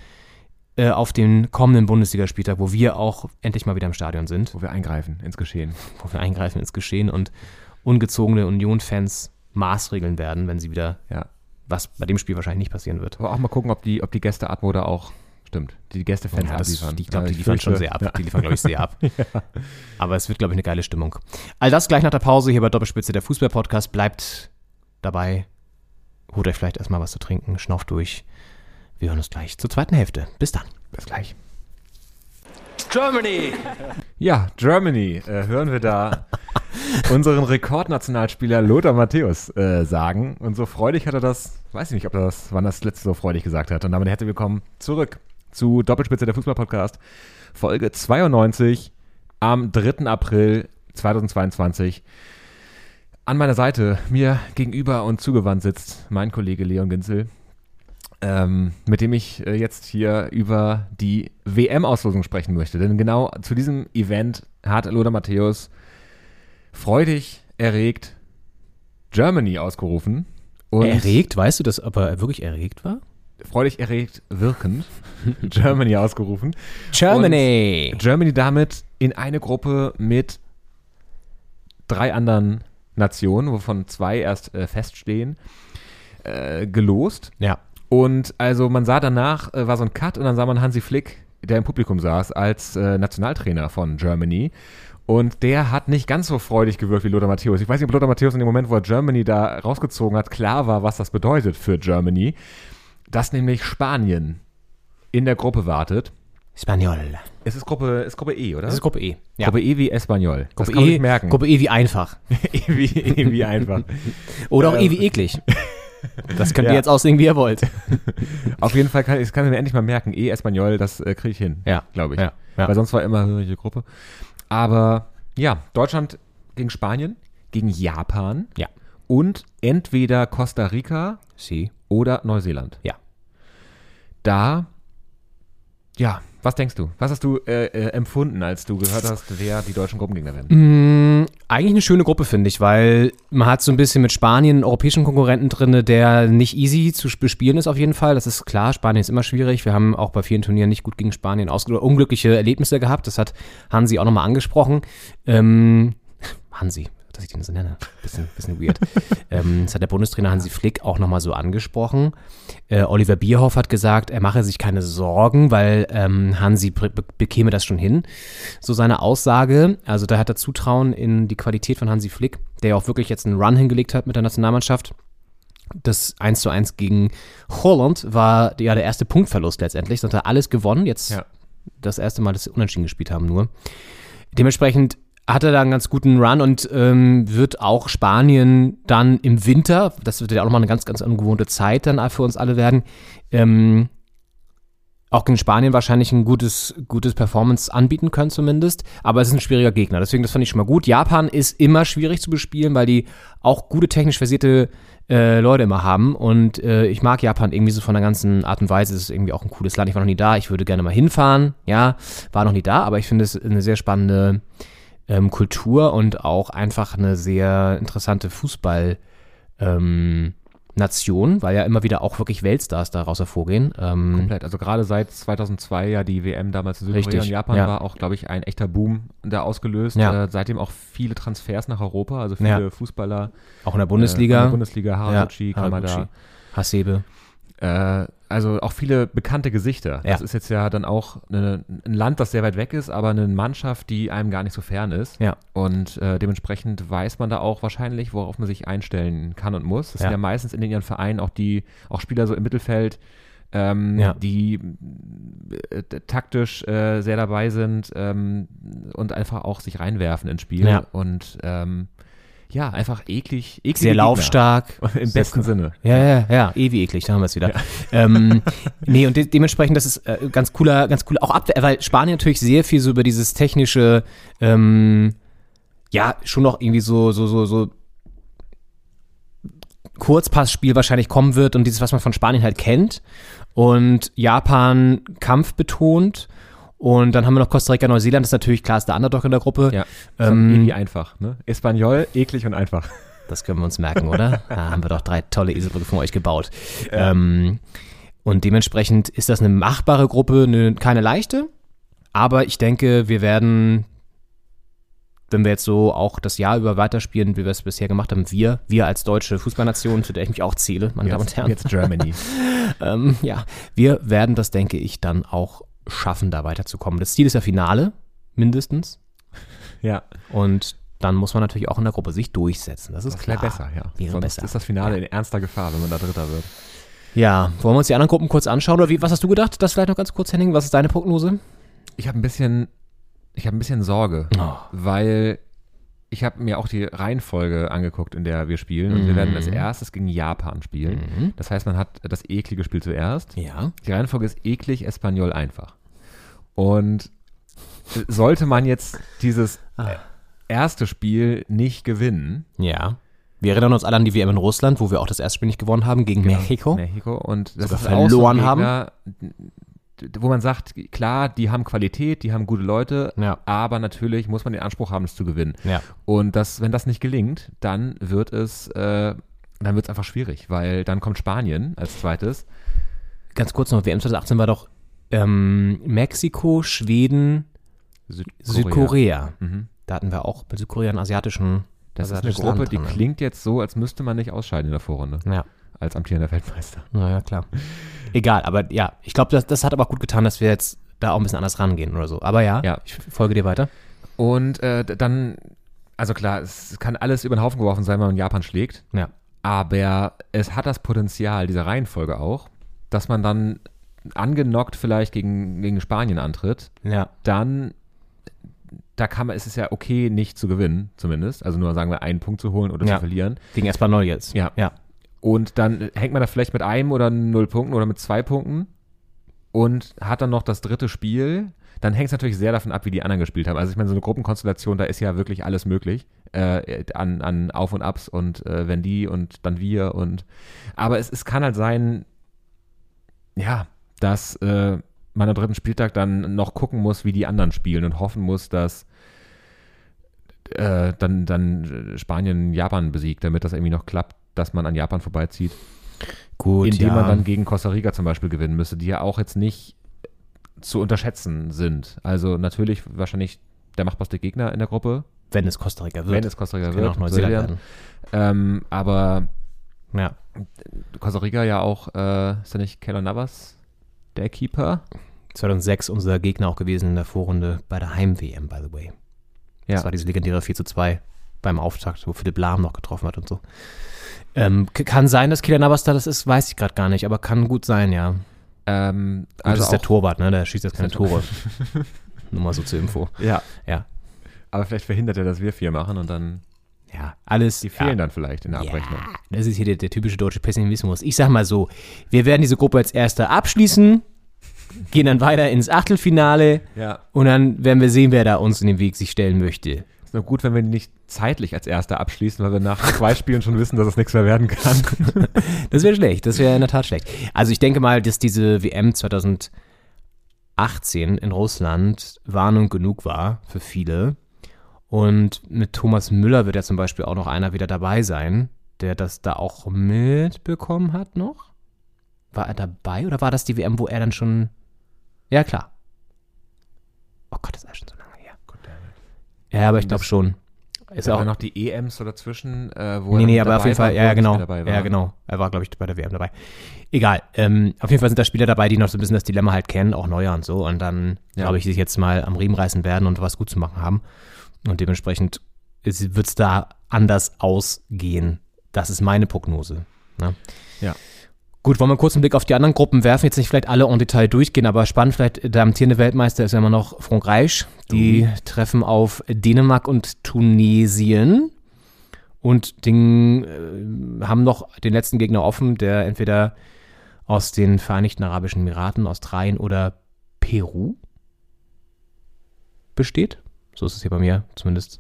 G: äh, auf den kommenden Bundesligaspieltag, wo wir auch endlich mal wieder im Stadion sind,
H: Wo wir eingreifen ins Geschehen.
G: wo wir eingreifen ins Geschehen und ungezogene Union-Fans maßregeln werden, wenn sie wieder,
H: Ja.
G: was bei dem Spiel wahrscheinlich nicht passieren wird.
H: Aber auch mal gucken, ob die, ob die Gästeatmo da auch stimmt. Die Gästefans
G: Oh, Ja, das,
H: abliefern.
G: die, ich glaube,
H: Also
G: die liefern schon
H: fürchte-
G: sehr ab. Die liefern, glaube ich, sehr ab. Aber es wird, glaube ich, eine geile Stimmung. All das gleich nach der Pause hier bei Doppelspitze, der Fußball-Podcast. Bleibt dabei. Holt euch vielleicht erstmal was zu trinken. Schnauft durch. Wir hören uns gleich zur zweiten Hälfte. Bis dann.
H: Bis gleich. Germany! Ja, Germany äh, hören wir da unseren Rekordnationalspieler Lothar Matthäus äh, sagen. Und so freudig hat er das, weiß ich nicht, ob er das, wann das letzte so freudig gesagt hat. Und damit herzlich willkommen zurück zu Doppelspitze der Fußball-Podcast, Folge 92 am 3. April 2022. An meiner Seite, mir gegenüber und zugewandt sitzt mein Kollege Leon Ginzel ähm, mit dem ich äh, jetzt hier über die WM-Auslosung sprechen möchte. Denn genau zu diesem Event hat Lothar Matthäus freudig erregt Germany ausgerufen. Und
G: weißt du, dass aber wirklich erregt war?
H: Freudig erregt wirkend Germany ausgerufen.
G: Germany!
H: Germany damit in eine Gruppe mit drei anderen Nationen, wovon zwei erst äh, feststehen, äh, gelost.
G: ja.
H: Und also man sah danach, äh, war so ein Cut und dann sah man Hansi Flick, der im Publikum saß, als äh, Nationaltrainer von Germany. Und der hat nicht ganz so freudig gewirkt wie Lothar Matthäus. Ich weiß nicht, ob Lothar Matthäus in dem Moment, wo er Germany da rausgezogen hat, klar war, was das bedeutet für Germany. Dass nämlich Spanien in der Gruppe wartet
G: Espanol.
H: Es ist Gruppe, ist Gruppe E, oder?
G: Das ist Gruppe E. Ja.
H: Gruppe E wie Espanyol. Das
G: Gruppe
H: kann man
G: E,
H: sich merken.
G: Gruppe E wie einfach.
H: E wie, e wie einfach. Ähm.
G: Oder auch E wie eklig. Das könnt
H: Ja.
G: ihr jetzt aussehen, wie ihr wollt.
H: Auf jeden Fall kann ich kann ich mir endlich mal merken, E Espanyol, das äh, kriege ich hin.
G: Ja.
H: glaube ich.
G: Ja. Ja.
H: Weil sonst war immer solche Gruppe. Aber ja, Deutschland gegen Spanien, gegen Japan
G: Ja.
H: und entweder Costa Rica
G: Sie.
H: oder Neuseeland.
G: Ja.
H: Da, ja, was denkst du? Was hast du äh, äh, empfunden, als du gehört hast, wer die deutschen Gruppengegner werden?
G: Mhm. Eigentlich eine schöne Gruppe, finde ich, weil man hat so ein bisschen mit Spanien einen europäischen Konkurrenten drin, der nicht easy zu sp- bespielen ist auf jeden Fall. Das ist klar, Spanien ist immer schwierig. Wir haben auch bei vielen Turnieren nicht gut gegen Spanien ausge oder unglückliche Erlebnisse gehabt. Das hat Hansi auch nochmal angesprochen. Ähm, Hansi, dass ich den so nenne. Bisschen, bisschen weird. ähm, das hat der Bundestrainer Hansi Flick auch nochmal so angesprochen. Äh, Oliver Bierhoff hat gesagt, er mache sich keine Sorgen, weil ähm, Hansi be be- bekäme das schon hin. So seine Aussage. Also da hat er Zutrauen in die Qualität von Hansi Flick, der ja auch wirklich jetzt einen Run hingelegt hat mit der Nationalmannschaft. Das 1 zu 1 gegen Holland war ja der erste Punktverlust letztendlich. Sonst hat er alles gewonnen. Jetzt
H: Ja.
G: das erste Mal, dass sie unentschieden gespielt haben nur. Dementsprechend hat er da einen ganz guten Run und ähm, wird auch Spanien dann im Winter, das wird ja auch nochmal eine ganz, ganz ungewohnte Zeit dann für uns alle werden, ähm, auch gegen Spanien wahrscheinlich ein gutes, gutes Performance anbieten können zumindest. Aber es ist ein schwieriger Gegner. Deswegen, das fand ich schon mal gut. Japan ist immer schwierig zu bespielen, weil die auch gute technisch versierte äh, Leute immer haben. Und äh, ich mag Japan irgendwie so von der ganzen Art und Weise. Es ist irgendwie auch ein cooles Land. Ich war noch nie da. Ich würde gerne mal hinfahren. Ja, war noch nie da. Aber ich finde es eine sehr spannende ähm, Kultur und auch einfach eine sehr interessante Fußball- ähm, Nation, weil ja immer wieder auch wirklich Weltstars daraus hervorgehen. Ähm,
H: Komplett. Also gerade seit 2002 ja die WM damals in Südkorea
G: Richtig,
H: und Japan
G: ja.
H: war auch, glaube ich, ein echter Boom da ausgelöst.
G: Ja.
H: Äh, seitdem auch viele Transfers nach Europa, also viele
G: Ja.
H: Fußballer.
G: Auch in der
H: Äh,
G: Bundesliga.
H: von der Bundesliga, Haraguchi, Kamada.
G: Hasebe.
H: Äh, also auch viele bekannte Gesichter.
G: Ja.
H: Das ist jetzt ja dann auch eine, ein Land, das sehr weit weg ist, aber eine Mannschaft, die einem gar nicht so fern ist.
G: Ja.
H: Und äh, dementsprechend weiß man da auch wahrscheinlich, worauf man sich einstellen kann und muss. Das
G: Ja.
H: sind ja meistens in den ihren Vereinen auch die, auch Spieler so im Mittelfeld, ähm,
G: Ja.
H: die äh, d- taktisch äh, sehr dabei sind ähm, und einfach auch sich reinwerfen ins Spiel.
G: Ja.
H: Und ähm, ja, einfach eklig, eklig.
G: Sehr laufstark.
H: Im besten Sinne.
G: Ja, ja, ja, ewig eklig, da haben wir es wieder. Ähm, nee, und de dementsprechend, das ist äh, ganz cooler, ganz cooler, auch Abwehr, weil Spanien natürlich sehr viel so über dieses technische, ähm, ja, schon noch irgendwie so, so, so, so Kurzpassspiel wahrscheinlich kommen wird und dieses, was man von Spanien halt kennt. Und Japan kampfbetont. Und dann haben wir noch Costa Rica, Neuseeland, das ist natürlich klar, ist der Underdog in der Gruppe.
H: Ja, ähm, irgendwie einfach. Ne? Espanol, eklig und einfach.
G: Das können wir uns merken, oder? Da haben wir doch drei tolle Eselbrücke von euch gebaut. Ähm, und dementsprechend ist das eine machbare Gruppe, eine, keine leichte. Aber ich denke, wir werden, wenn wir jetzt so auch das Jahr über weiterspielen, wie wir es bisher gemacht haben, wir, wir als deutsche Fußballnation, zu der ich mich auch zähle, meine Damen und Herren,
H: Jetzt Germany.
G: ähm, ja, wir werden das, denke ich, dann auch schaffen, da weiterzukommen. Das Ziel ist ja Finale, mindestens.
H: ja,
G: Und dann muss man natürlich auch in der Gruppe sich durchsetzen. Das ist
H: das
G: klar.
H: wäre besser, ja.
G: Wäre
H: Sonst
G: besser.
H: ist das Finale in ernster Gefahr, wenn man da Dritter wird.
G: Ja, wollen wir uns die anderen Gruppen kurz anschauen? Oder wie, was hast du gedacht? Das vielleicht noch ganz kurz, Henning. Was ist deine Prognose?
H: Ich habe ein bisschen, ich habe ein bisschen Sorge,
G: Oh,
H: weil ich habe mir auch die Reihenfolge angeguckt, in der wir spielen. Und wir werden als erstes gegen Japan spielen. Das heißt, man hat das eklige Spiel zuerst.
G: Ja.
H: Die Reihenfolge ist eklig, Espanol einfach. Und sollte man jetzt dieses äh, erste Spiel nicht gewinnen,
G: Ja. Wir erinnern uns alle an die WM in Russland, wo wir auch das erste Spiel nicht gewonnen haben gegen Genau. Mexiko.
H: Mexiko und das
G: Oh. Sogar
H: ist auch so
G: verloren
H: ein Gegner, d- wo man sagt, klar, die haben Qualität, die haben gute Leute,
G: Ja.
H: aber natürlich muss man den Anspruch haben, es zu gewinnen.
G: Ja.
H: Und das, wenn das nicht gelingt, dann wird es, äh, dann wird es einfach schwierig, weil dann kommt Spanien als zweites.
G: Ganz kurz noch, WM 2018 war doch ähm, Mexiko, Schweden, Südkorea. Da hatten wir auch mit Südkorea einen asiatischen.
H: Das ist eine
G: asiatisches
H: Gruppe,
G: Land
H: die
G: drin. ne? Hm.
H: klingt jetzt so, als müsste man nicht ausscheiden in der Vorrunde
G: Ja.
H: als amtierender Weltmeister.
G: Naja, klar. Egal, aber ja, ich glaube, das, das hat aber auch gut getan, dass wir jetzt da auch ein bisschen anders rangehen oder so. Aber ja,
H: Ja.
G: ich folge dir weiter.
H: Und äh, d- dann, also klar, es kann alles über den Haufen geworfen sein, wenn man Japan schlägt.
G: Ja.
H: Aber es hat das Potenzial, diese Reihenfolge auch, dass man dann angenockt vielleicht gegen, gegen Spanien antritt,
G: Ja.
H: dann da kann man, es ist ja okay, nicht zu gewinnen, zumindest. Also nur sagen wir einen Punkt zu holen oder
G: Ja.
H: zu verlieren.
G: Gegen Espanyol jetzt.
H: Ja.
G: Ja.
H: Und dann hängt man da vielleicht mit einem oder null Punkten oder mit zwei Punkten und hat dann noch das dritte Spiel. Dann hängt es natürlich sehr davon ab, wie die anderen gespielt haben. Also ich meine, so eine Gruppenkonstellation, da ist ja wirklich alles möglich. Äh, an, an Auf und Abs und äh, wenn die und dann wir und aber es, es kann halt sein, ja, dass äh, man am dritten Spieltag dann noch gucken muss, wie die anderen spielen und hoffen muss, dass äh, dann, dann Spanien Japan besiegt, damit das irgendwie noch klappt, dass man an Japan vorbeizieht.
G: Gut,
H: indem
G: ja.
H: man dann gegen Costa Rica zum Beispiel gewinnen müsste, die ja auch jetzt nicht zu unterschätzen sind. Also natürlich wahrscheinlich der machbarste Gegner in der Gruppe,
G: wenn es Costa Rica wird.
H: wenn es Costa Rica
G: kann
H: wird.
G: auch Neuseeland
H: Silja.
G: werden.
H: Ähm, aber
G: Ja.
H: Costa Rica ja auch, äh, ist da nicht Keller Navas der Keeper?
G: 2006 unser Gegner auch gewesen in der Vorrunde bei der Heim-WM, by the way. Das war dieses legendäre 4 zu 2 beim Auftakt, wo Philipp Lahm noch getroffen hat und so. Ähm, k- kann sein, dass Kilian Navas da das ist, weiß ich gerade gar nicht, aber kann gut sein, ja. Gut,
H: Ähm,
G: das
H: also
G: ist der
H: auch-
G: Torwart, ne? Der schießt jetzt keine
H: Ist der
G: Tore. Nur mal so zur Info.
H: Ja.
G: Ja.
H: Aber vielleicht verhindert er, dass wir vier machen und dann.
G: Ja, alles.
H: Die fehlen
G: ja.
H: dann vielleicht in der Abrechnung.
G: Ja, das ist hier der, der typische deutsche Pessimismus. Ich sag mal so, wir werden diese Gruppe als Erster abschließen, gehen dann weiter ins Achtelfinale
H: Ja.
G: und dann werden wir sehen, wer da uns in den Weg sich stellen möchte.
H: Ist nur gut, wenn wir die nicht zeitlich als Erster abschließen, weil wir nach zwei Spielen schon wissen, dass es nichts mehr werden kann.
G: Das wäre schlecht, das wäre in der Tat schlecht. Also ich denke mal, dass diese WM 2018 in Russland Warnung genug war für viele. Und mit Thomas Müller wird ja zum Beispiel auch noch einer wieder dabei sein, der das da auch mitbekommen hat noch. War er dabei oder war das die WM, wo er dann schon... Ja, klar. Oh Gott, das ist ja schon so lange her. Ja, aber ich glaube schon. Ist
H: Da
G: auch
H: waren noch die EMs so dazwischen, äh, wo
G: Nee,
H: er
G: nee,
H: mit
G: aber auf
H: dabei
G: jeden Fall,
H: war,
G: ja, ja,
H: wo er nicht
G: genau.
H: mehr dabei war.
G: Ja, genau. Er war, glaube ich, bei der WM dabei. Egal. Ähm, auf jeden Fall sind da Spieler dabei, die noch so ein bisschen das Dilemma halt kennen, auch Neuer und so. Und dann,
H: Ja.
G: glaube ich, sich jetzt mal am Riemen reißen werden und was gut zu machen haben. Und dementsprechend wird es da anders ausgehen. Das ist meine Prognose. Ne?
H: Ja.
G: Gut, wollen wir kurz einen Blick auf die anderen Gruppen werfen? Jetzt nicht vielleicht alle en Detail durchgehen, aber spannend, vielleicht der amtierende Weltmeister ist ja immer noch Frankreich. Die treffen auf Dänemark und Tunesien und den, äh, haben noch den letzten Gegner offen, der entweder aus den Vereinigten Arabischen Emiraten, Australien oder Peru besteht. So ist es hier bei mir, zumindest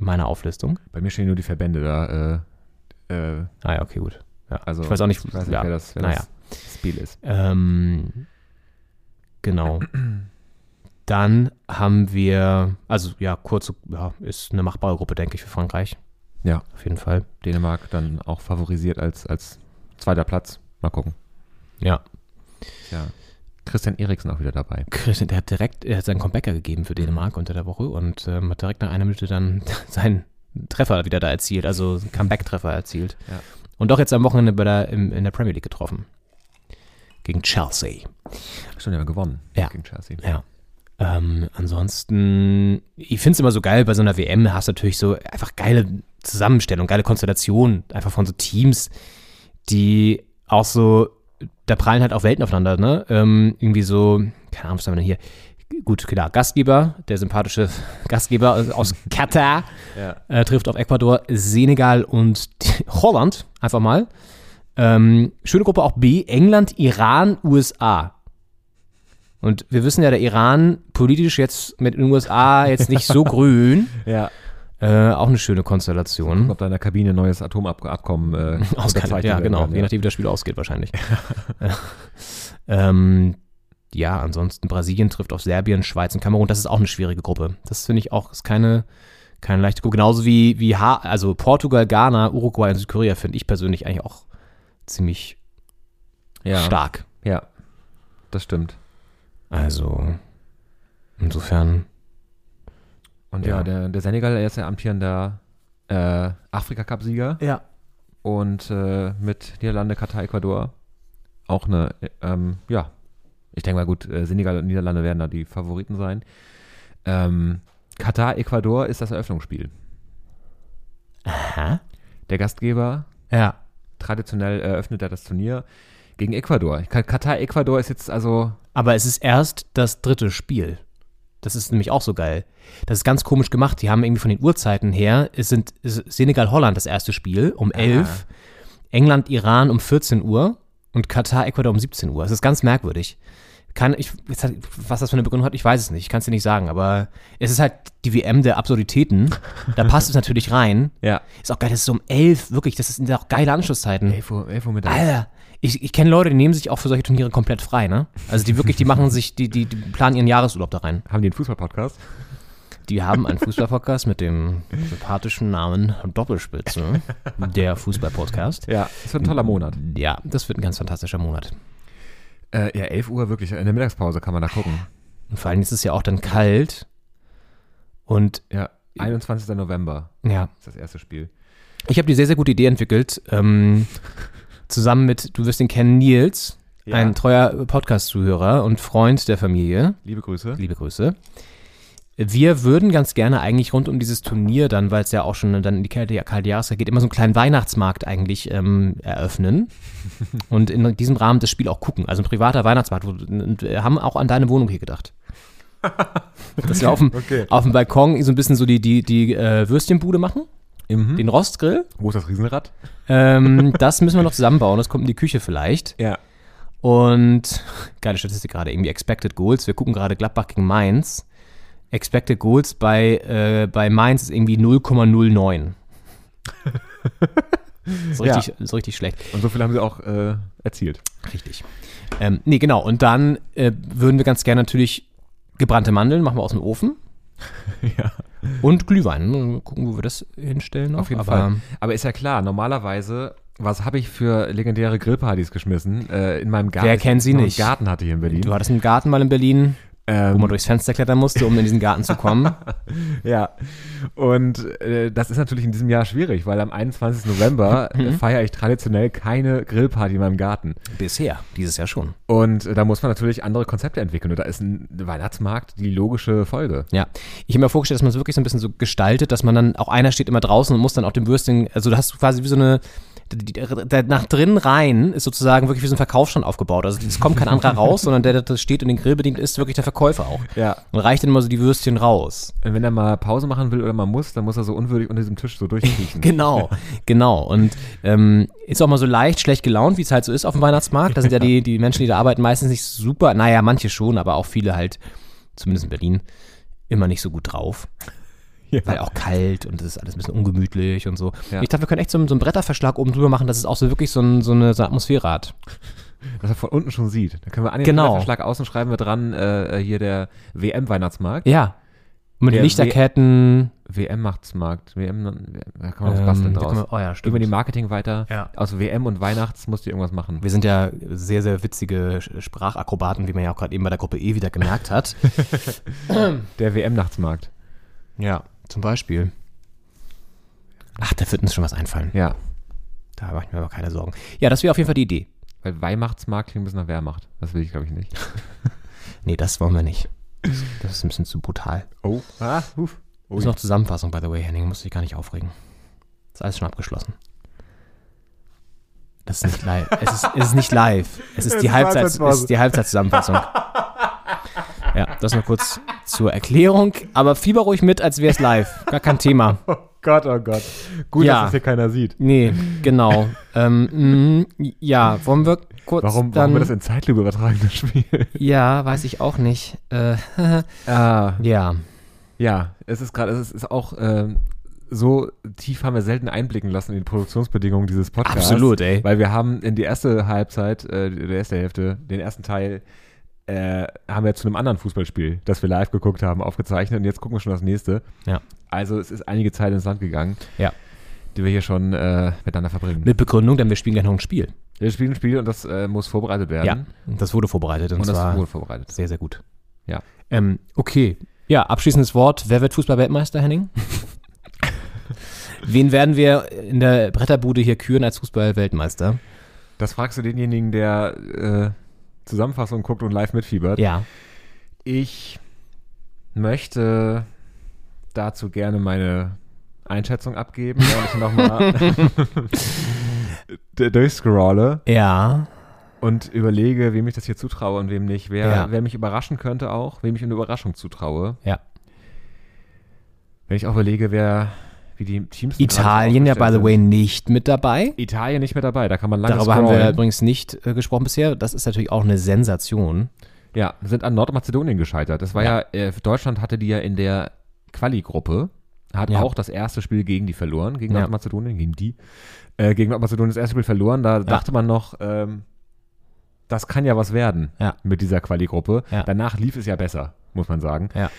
G: in meiner Auflistung.
H: Bei mir stehen nur die Verbände da. Äh, äh,
G: Ah ja, okay, gut. Ja,
H: also,
G: ich weiß auch nicht,
H: ich weiß nicht
G: ja,
H: wer das, wer
G: naja.
H: das Spiel ist.
G: Ähm, genau. Dann haben wir, also ja, kurze, ja, ist eine machbare Gruppe, denke ich, für Frankreich.
H: Ja.
G: Auf jeden Fall.
H: Dänemark dann auch favorisiert als, als zweiter Platz. Mal gucken.
G: Ja.
H: Ja. Christian Eriksen auch wieder dabei.
G: Christian, der hat direkt, er hat seinen Comebacker gegeben für Dänemark unter der Woche und ähm, hat direkt nach einer Minute dann seinen Treffer wieder da erzielt, also einen Comeback-Treffer erzielt.
H: Ja.
G: Und auch jetzt am Wochenende bei der, im, in der Premier League getroffen. Gegen Chelsea.
H: Schon ja gewonnen
G: Ja.
H: gegen Chelsea.
G: Ja. Ähm, ansonsten, ich finde es immer so geil, bei so einer WM hast du natürlich so einfach geile Zusammenstellung, geile Konstellation, einfach von so Teams, die auch so, da prallen halt auch Welten aufeinander, ne? Ähm, irgendwie so, keine Ahnung, was haben wir denn hier? Gut, klar, Gastgeber, der sympathische Gastgeber aus- aus Katar, äh, trifft auf Ecuador, Senegal und Holland, einfach mal. Ähm, schöne Gruppe auch B, England, Iran, USA. Und wir wissen ja, der Iran politisch jetzt mit den USA jetzt nicht so grün.
H: Ja.
G: Äh, auch eine schöne
H: Gucken,
G: Konstellation.
H: ob da in der Kabine ein neues Atomabkommen äh,
G: Ausgezeichnet,
H: unterzeichnet
G: ja,
H: werden
G: genau.
H: kann,
G: Je nachdem, wie das Spiel ausgeht, wahrscheinlich. ähm, ja, ansonsten Brasilien trifft auf Serbien, Schweiz und Kamerun. Das ist auch eine schwierige Gruppe. Das finde ich auch, ist keine, keine leichte Gruppe. Genauso wie, wie ha also Portugal, Ghana, Uruguay und Südkorea finde ich persönlich eigentlich auch ziemlich
H: ja.
G: stark.
H: Ja, das stimmt.
G: Also, insofern,
H: Und
G: Ja.
H: ja, der, der Senegal er ist ja amtierender äh, Afrika-Cup-Sieger
C: Ja.
H: und äh, mit Niederlande, Katar, Ecuador auch eine, äh, ähm, ja, ich denke mal gut, äh, Senegal und Niederlande werden da die Favoriten sein. Ähm, Katar, Ecuador ist das Eröffnungsspiel.
G: aha.
H: Der Gastgeber,
G: Ja.
H: traditionell eröffnet er das Turnier. gegen Ecuador. Ka- Katar, Ecuador ist jetzt also.
G: Aber es ist erst das dritte Spiel. Das ist nämlich auch so geil. Das ist ganz komisch gemacht. Die haben irgendwie von den Uhrzeiten her, es sind es ist Senegal-Holland das erste Spiel um 11, England-Iran um 14 Uhr und Katar-Ecuador um 17 Uhr. Es ist ganz merkwürdig. Kann ich, jetzt hat- was das für eine Begründung hat, ich weiß es nicht. Ich kann es dir nicht sagen, aber es ist halt die WM der Absurditäten. Da passt es natürlich rein.
H: Ja.
G: Ist auch geil, das ist so um 11, wirklich, das sind auch geile Anschlusszeiten.
H: 11 Uhr, 11 Uhr mittags.
G: Alter, ich, ich kenne Leute, die nehmen sich auch für solche Turniere komplett frei, ne? Also die wirklich, die machen sich, die, die, die planen ihren Jahresurlaub da rein.
H: Haben die einen Fußballpodcast?
G: Die haben einen Fußballpodcast mit dem sympathischen Namen Doppelspitze, der Fußballpodcast.
H: Ja. Das wird ein toller Monat.
G: Ja, das wird ein ganz fantastischer Monat.
H: Äh, ja, 11 Uhr wirklich. In der Mittagspause kann man da gucken.
G: Und vor allem ist es ja auch dann kalt und
H: Ja. 21. November
G: ja,
H: ist das erste Spiel.
G: Ich habe die sehr, sehr gute Idee entwickelt. Ähm, zusammen mit, du wirst ihn kennen, Nils,
H: Ja.
G: ein treuer Podcast-Zuhörer und Freund der Familie.
H: Liebe Grüße.
G: Liebe Grüße. Wir würden ganz gerne eigentlich rund um dieses Turnier dann, weil es ja auch schon dann in die kalte, kalte Jahreszeit geht, immer so einen kleinen Weihnachtsmarkt eigentlich ähm, eröffnen und in diesem Rahmen das Spiel auch gucken. Also ein privater Weihnachtsmarkt. Wo, und wir haben auch an deine Wohnung hier gedacht. Dass wir auf dem, auf dem Balkon so ein bisschen so die, die, die äh, Würstchenbude machen,
H: Mhm.
G: den Rostgrill
H: Wo ist das Riesenrad?
G: ähm, das müssen wir noch zusammenbauen. Das kommt in die Küche vielleicht.
H: Ja.
G: Und geile Statistik gerade, irgendwie Expected Goals. Wir gucken gerade Gladbach gegen Mainz. Expected Goals bei, äh, bei Mainz ist irgendwie 0,09. so, richtig, so richtig schlecht.
H: Und so viel haben sie auch äh, erzielt.
G: Richtig. Ähm, nee, genau. Und dann äh, würden wir ganz gerne natürlich gebrannte Mandeln machen wir aus dem Ofen.
H: Ja.
G: Und Glühwein. Mal Gucken, wo wir das hinstellen. Noch.
H: Auf jeden
G: Oh, Aber
H: Fall. Aber ist ja klar, normalerweise, was habe ich für legendäre Grillpartys geschmissen? Äh, in meinem Garten.
G: Wer kennt sie
H: ich,
G: nicht?
H: Einen Garten hatte ich in Berlin.
G: Du hattest einen Garten mal in Berlin, wo man
H: ähm,
G: durchs Fenster klettern musste, um in diesen Garten zu kommen.
H: ja. Und äh, das ist natürlich in diesem Jahr schwierig, weil am 21. November äh,
G: Mhm.
H: feiere ich traditionell keine Grillparty in meinem Garten.
G: Bisher, dieses Jahr schon.
H: Und äh, da muss man natürlich andere Konzepte entwickeln. Und da ist ein Weihnachtsmarkt die logische Folge.
G: Ja. Ich habe mir vorgestellt, dass man es wirklich so ein bisschen so gestaltet, dass man dann auch einer steht immer draußen und muss dann auch dem Würstchen, also du hast quasi wie so eine, die- die- der nach drinnen rein ist sozusagen wirklich wie so ein Verkaufsstand aufgebaut. Also es kommt kein anderer raus, sondern der, der da steht und den Grill bedient, ist wirklich der Verkäufer auch.
H: Ja.
G: Und reicht dann immer so die Würstchen raus.
H: Und wenn er mal Pause machen will oder mal muss, dann muss er so unwürdig unter diesem Tisch so durchkriechen.
G: Genau, genau. Und ähm, ist auch mal so leicht schlecht gelaunt, wie es halt so ist auf dem Weihnachtsmarkt. Da sind ja die, die Menschen, die da arbeiten, meistens nicht super. Naja, manche schon, aber auch viele halt, zumindest in Berlin, immer nicht so gut drauf. Weil auch kalt und es ist alles ein bisschen ungemütlich und so.
H: Ja.
G: Ich dachte, wir können echt so, einen- so einen Bretterverschlag oben drüber machen, dass es auch so wirklich so, ein, so, eine, so eine Atmosphäre hat.
H: Dass er von unten schon sieht. Da können wir an den
G: Genau.
H: Schlag außen schreiben wir dran, äh, hier der WM-Weihnachtsmarkt.
G: Ja. Und mit
H: Ja,
G: Lichterketten.
H: WM-Machtsmarkt. WM, da kann man was
G: Ähm,
H: basteln
G: da
H: draus.
G: kann man- oh ja,
H: Über die
G: stimmt.
H: Marketing weiter.
G: Ja.
H: Aus WM und Weihnachts musst du irgendwas machen.
G: Wir sind ja sehr, sehr witzige Sprachakrobaten, wie man ja auch gerade eben bei der Gruppe E wieder gemerkt hat.
H: Der WM-Nachtsmarkt.
G: Ja, zum Beispiel. Ach, da wird uns schon was einfallen.
H: Ja.
G: Da mache ich mir aber keine Sorgen. Ja, das wäre auf jeden Fall die Idee.
H: Weil Weihnachtsmarkt klingt ein bisschen nach Wehrmacht. Das will ich, glaube ich, nicht.
G: Nee, das wollen wir nicht. Das, das ist ein bisschen zu brutal.
H: Oh. Ah, huf.
G: Das ist noch Zusammenfassung, by the way, Henning. Musst du dich gar nicht aufregen. Ist alles schon abgeschlossen. Das ist nicht live. Es ist, es ist nicht live. Es ist die, Halbzeit, es ist die Halbzeitzusammenfassung. Ja, das nur kurz zur Erklärung. Aber fieber ruhig mit, als wäre es live. Gar kein Thema.
H: Gott, oh Gott. Gut,
G: Ja.
H: dass das hier keiner sieht.
G: Nee, genau. ähm, mm, ja, wollen wir kurz
H: Warum,
G: dann...
H: warum wir das in Zeitlupe übertragen, das Spiel?
G: Ja, weiß ich auch nicht. Äh,
H: Ah,
G: ja.
H: ja, es ist gerade, es ist, ist auch ähm, so tief haben wir selten einblicken lassen in die Produktionsbedingungen dieses Podcasts.
G: Absolut, ey.
H: Weil wir haben in die erste Halbzeit, äh, der erste Hälfte, den ersten Teil, äh, haben wir zu einem anderen Fußballspiel, das wir live geguckt haben, aufgezeichnet und jetzt gucken wir schon das nächste.
G: Ja.
H: Also es ist einige Zeit ins Land gegangen.
G: Ja. Ne-
H: Die wir hier schon äh, miteinander verbringen.
G: Mit Begründung, denn wir spielen gerne noch ein Spiel.
H: Wir spielen ein Spiel und das äh, muss vorbereitet werden.
G: Ja. Und das wurde vorbereitet und,
H: Und das
G: zwar
H: ist wohl vorbereitet.
G: sehr, sehr gut.
H: Ja.
G: Ähm, okay. Ja, abschließendes Wort. Wer wird Fußball-Weltmeister, Henning? Wen werden wir in der Bretterbude hier küren als Fußball-Weltmeister?
H: Das fragst du denjenigen, der äh, Zusammenfassung guckt und live mitfiebert.
G: Ja.
H: Ich möchte dazu gerne meine Einschätzung abgeben, während ich nochmal durchscrolle
G: Ja.
H: und überlege, wem ich das hier zutraue und wem nicht. Wer,
G: Ja.
H: wer mich überraschen könnte auch, wem ich eine Überraschung zutraue.
G: Ja.
H: Wenn ich auch überlege, wer, wie die Teams. denn gerade so
G: Italien ja, by
H: aufgestellt
G: the
H: sind.
G: way, nicht mit dabei.
H: Italien nicht mehr dabei, da kann man lange
G: Darüber haben wir
H: scrollen.
G: übrigens nicht äh, gesprochen bisher. Das ist natürlich auch eine Sensation.
H: Ja, sind an Nordmazedonien gescheitert. Das war ja, äh, Deutschland hatte die ja in der Quali-Gruppe, hat
G: Ja.
H: auch das erste Spiel gegen die verloren, gegen
G: Ja.
H: Nordmazedonien, gegen die, äh, gegen Nordmazedonien das erste Spiel verloren. Da dachte man noch, ähm, das kann ja was werden
G: Ja.
H: mit dieser Quali-Gruppe.
G: Ja.
H: Danach lief es ja besser, muss man sagen.
G: Ja.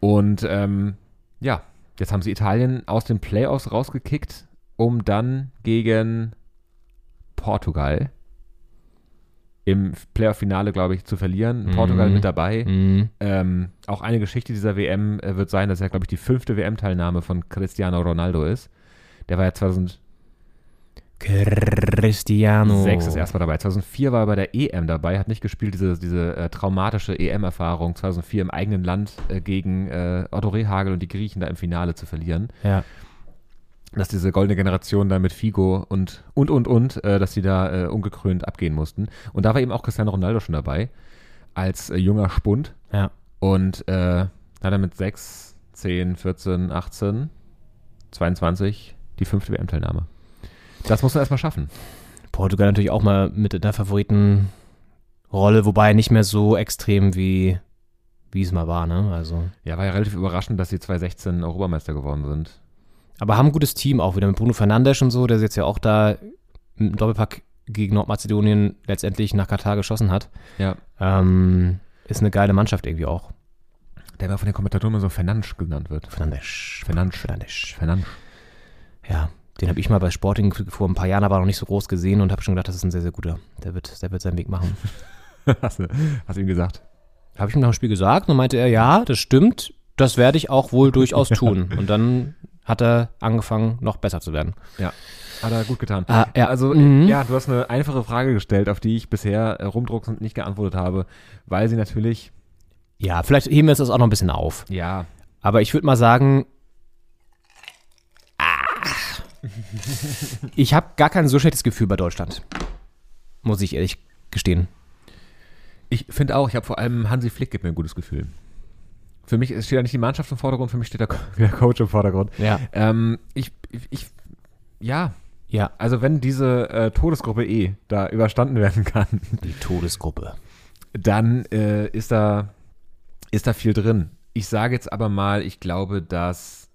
H: Und ähm, ja, jetzt haben sie Italien aus den Playoffs rausgekickt, um dann gegen Portugal im Playoff-Finale, glaube ich, zu verlieren. Portugal mit dabei. Ähm, auch eine Geschichte dieser WM äh, wird sein, dass ja, glaube ich, die fünfte WM-Teilnahme von Cristiano Ronaldo ist. Der war ja 2006
G: Cristiano.
H: das erste Mal dabei. 2004 war er bei der EM dabei, hat nicht gespielt, diese, diese äh, traumatische EM-Erfahrung 2004 im eigenen Land äh, gegen äh, Otto Rehagel und die Griechen da im Finale zu verlieren.
G: Ja.
H: dass diese goldene Generation da mit Figo und und und und, äh, dass die da äh, ungekrönt abgehen mussten. Und da war eben auch Cristiano Ronaldo schon dabei, als äh, junger Spund.
G: Ja.
H: Und äh, hat er mit 6, 10, 14, 18, 22 die fünfte WM-Teilnahme. Das muss man erstmal schaffen.
G: Portugal natürlich auch mal mit in der Favoritenrolle, wobei nicht mehr so extrem wie, wie es mal war, ne? Also.
H: Ja, war ja relativ überraschend, dass sie 2016 Europameister geworden sind.
G: Aber haben ein gutes Team auch wieder mit Bruno Fernandes und so, der jetzt ja auch da im Doppelpack gegen Nordmazedonien letztendlich nach Katar geschossen hat.
H: Ja.
G: Ähm, ist eine geile Mannschaft irgendwie auch.
H: Der war von den Kommentatoren immer so Fernandes genannt wird.
G: Fernandes.
H: Fernandes.
G: Fernandes.
H: Fernandes.
G: Ja, den habe ich mal bei Sporting vor ein paar Jahren aber noch nicht so groß gesehen und habe schon gedacht, das ist ein sehr, sehr guter. Der wird, der wird seinen Weg machen.
H: hast, du, hast du ihm gesagt.
G: Habe ich ihm nach dem Spiel gesagt und dann meinte er, ja, das stimmt, das werde ich auch wohl durchaus tun. Und dann hat er angefangen, noch besser zu werden.
H: Ja, hat er gut getan.
G: Ah, ja.
H: Also,
G: Mhm.
H: ja, du hast eine einfache Frage gestellt, auf die ich bisher äh, rumdrucksend nicht geantwortet habe, weil sie natürlich,
G: Ja, vielleicht heben wir uns das auch noch ein bisschen auf.
H: ja,
G: Aber ich würde mal sagen, ah, ich habe gar kein so schlechtes Gefühl bei Deutschland. Muss ich ehrlich gestehen.
H: ich finde auch, ich habe vor allem Hansi Flick gibt mir ein gutes Gefühl. Für mich steht da nicht die Mannschaft im Vordergrund, für mich steht der, Co- der Coach im Vordergrund.
G: Ja.
H: Ähm, ich, ich, ich, ja,
G: Ja,
H: also wenn diese äh, Todesgruppe E da überstanden werden kann,
G: die Todesgruppe.
H: dann äh, ist, da, ist da viel drin. Ich sage jetzt aber mal, ich glaube, dass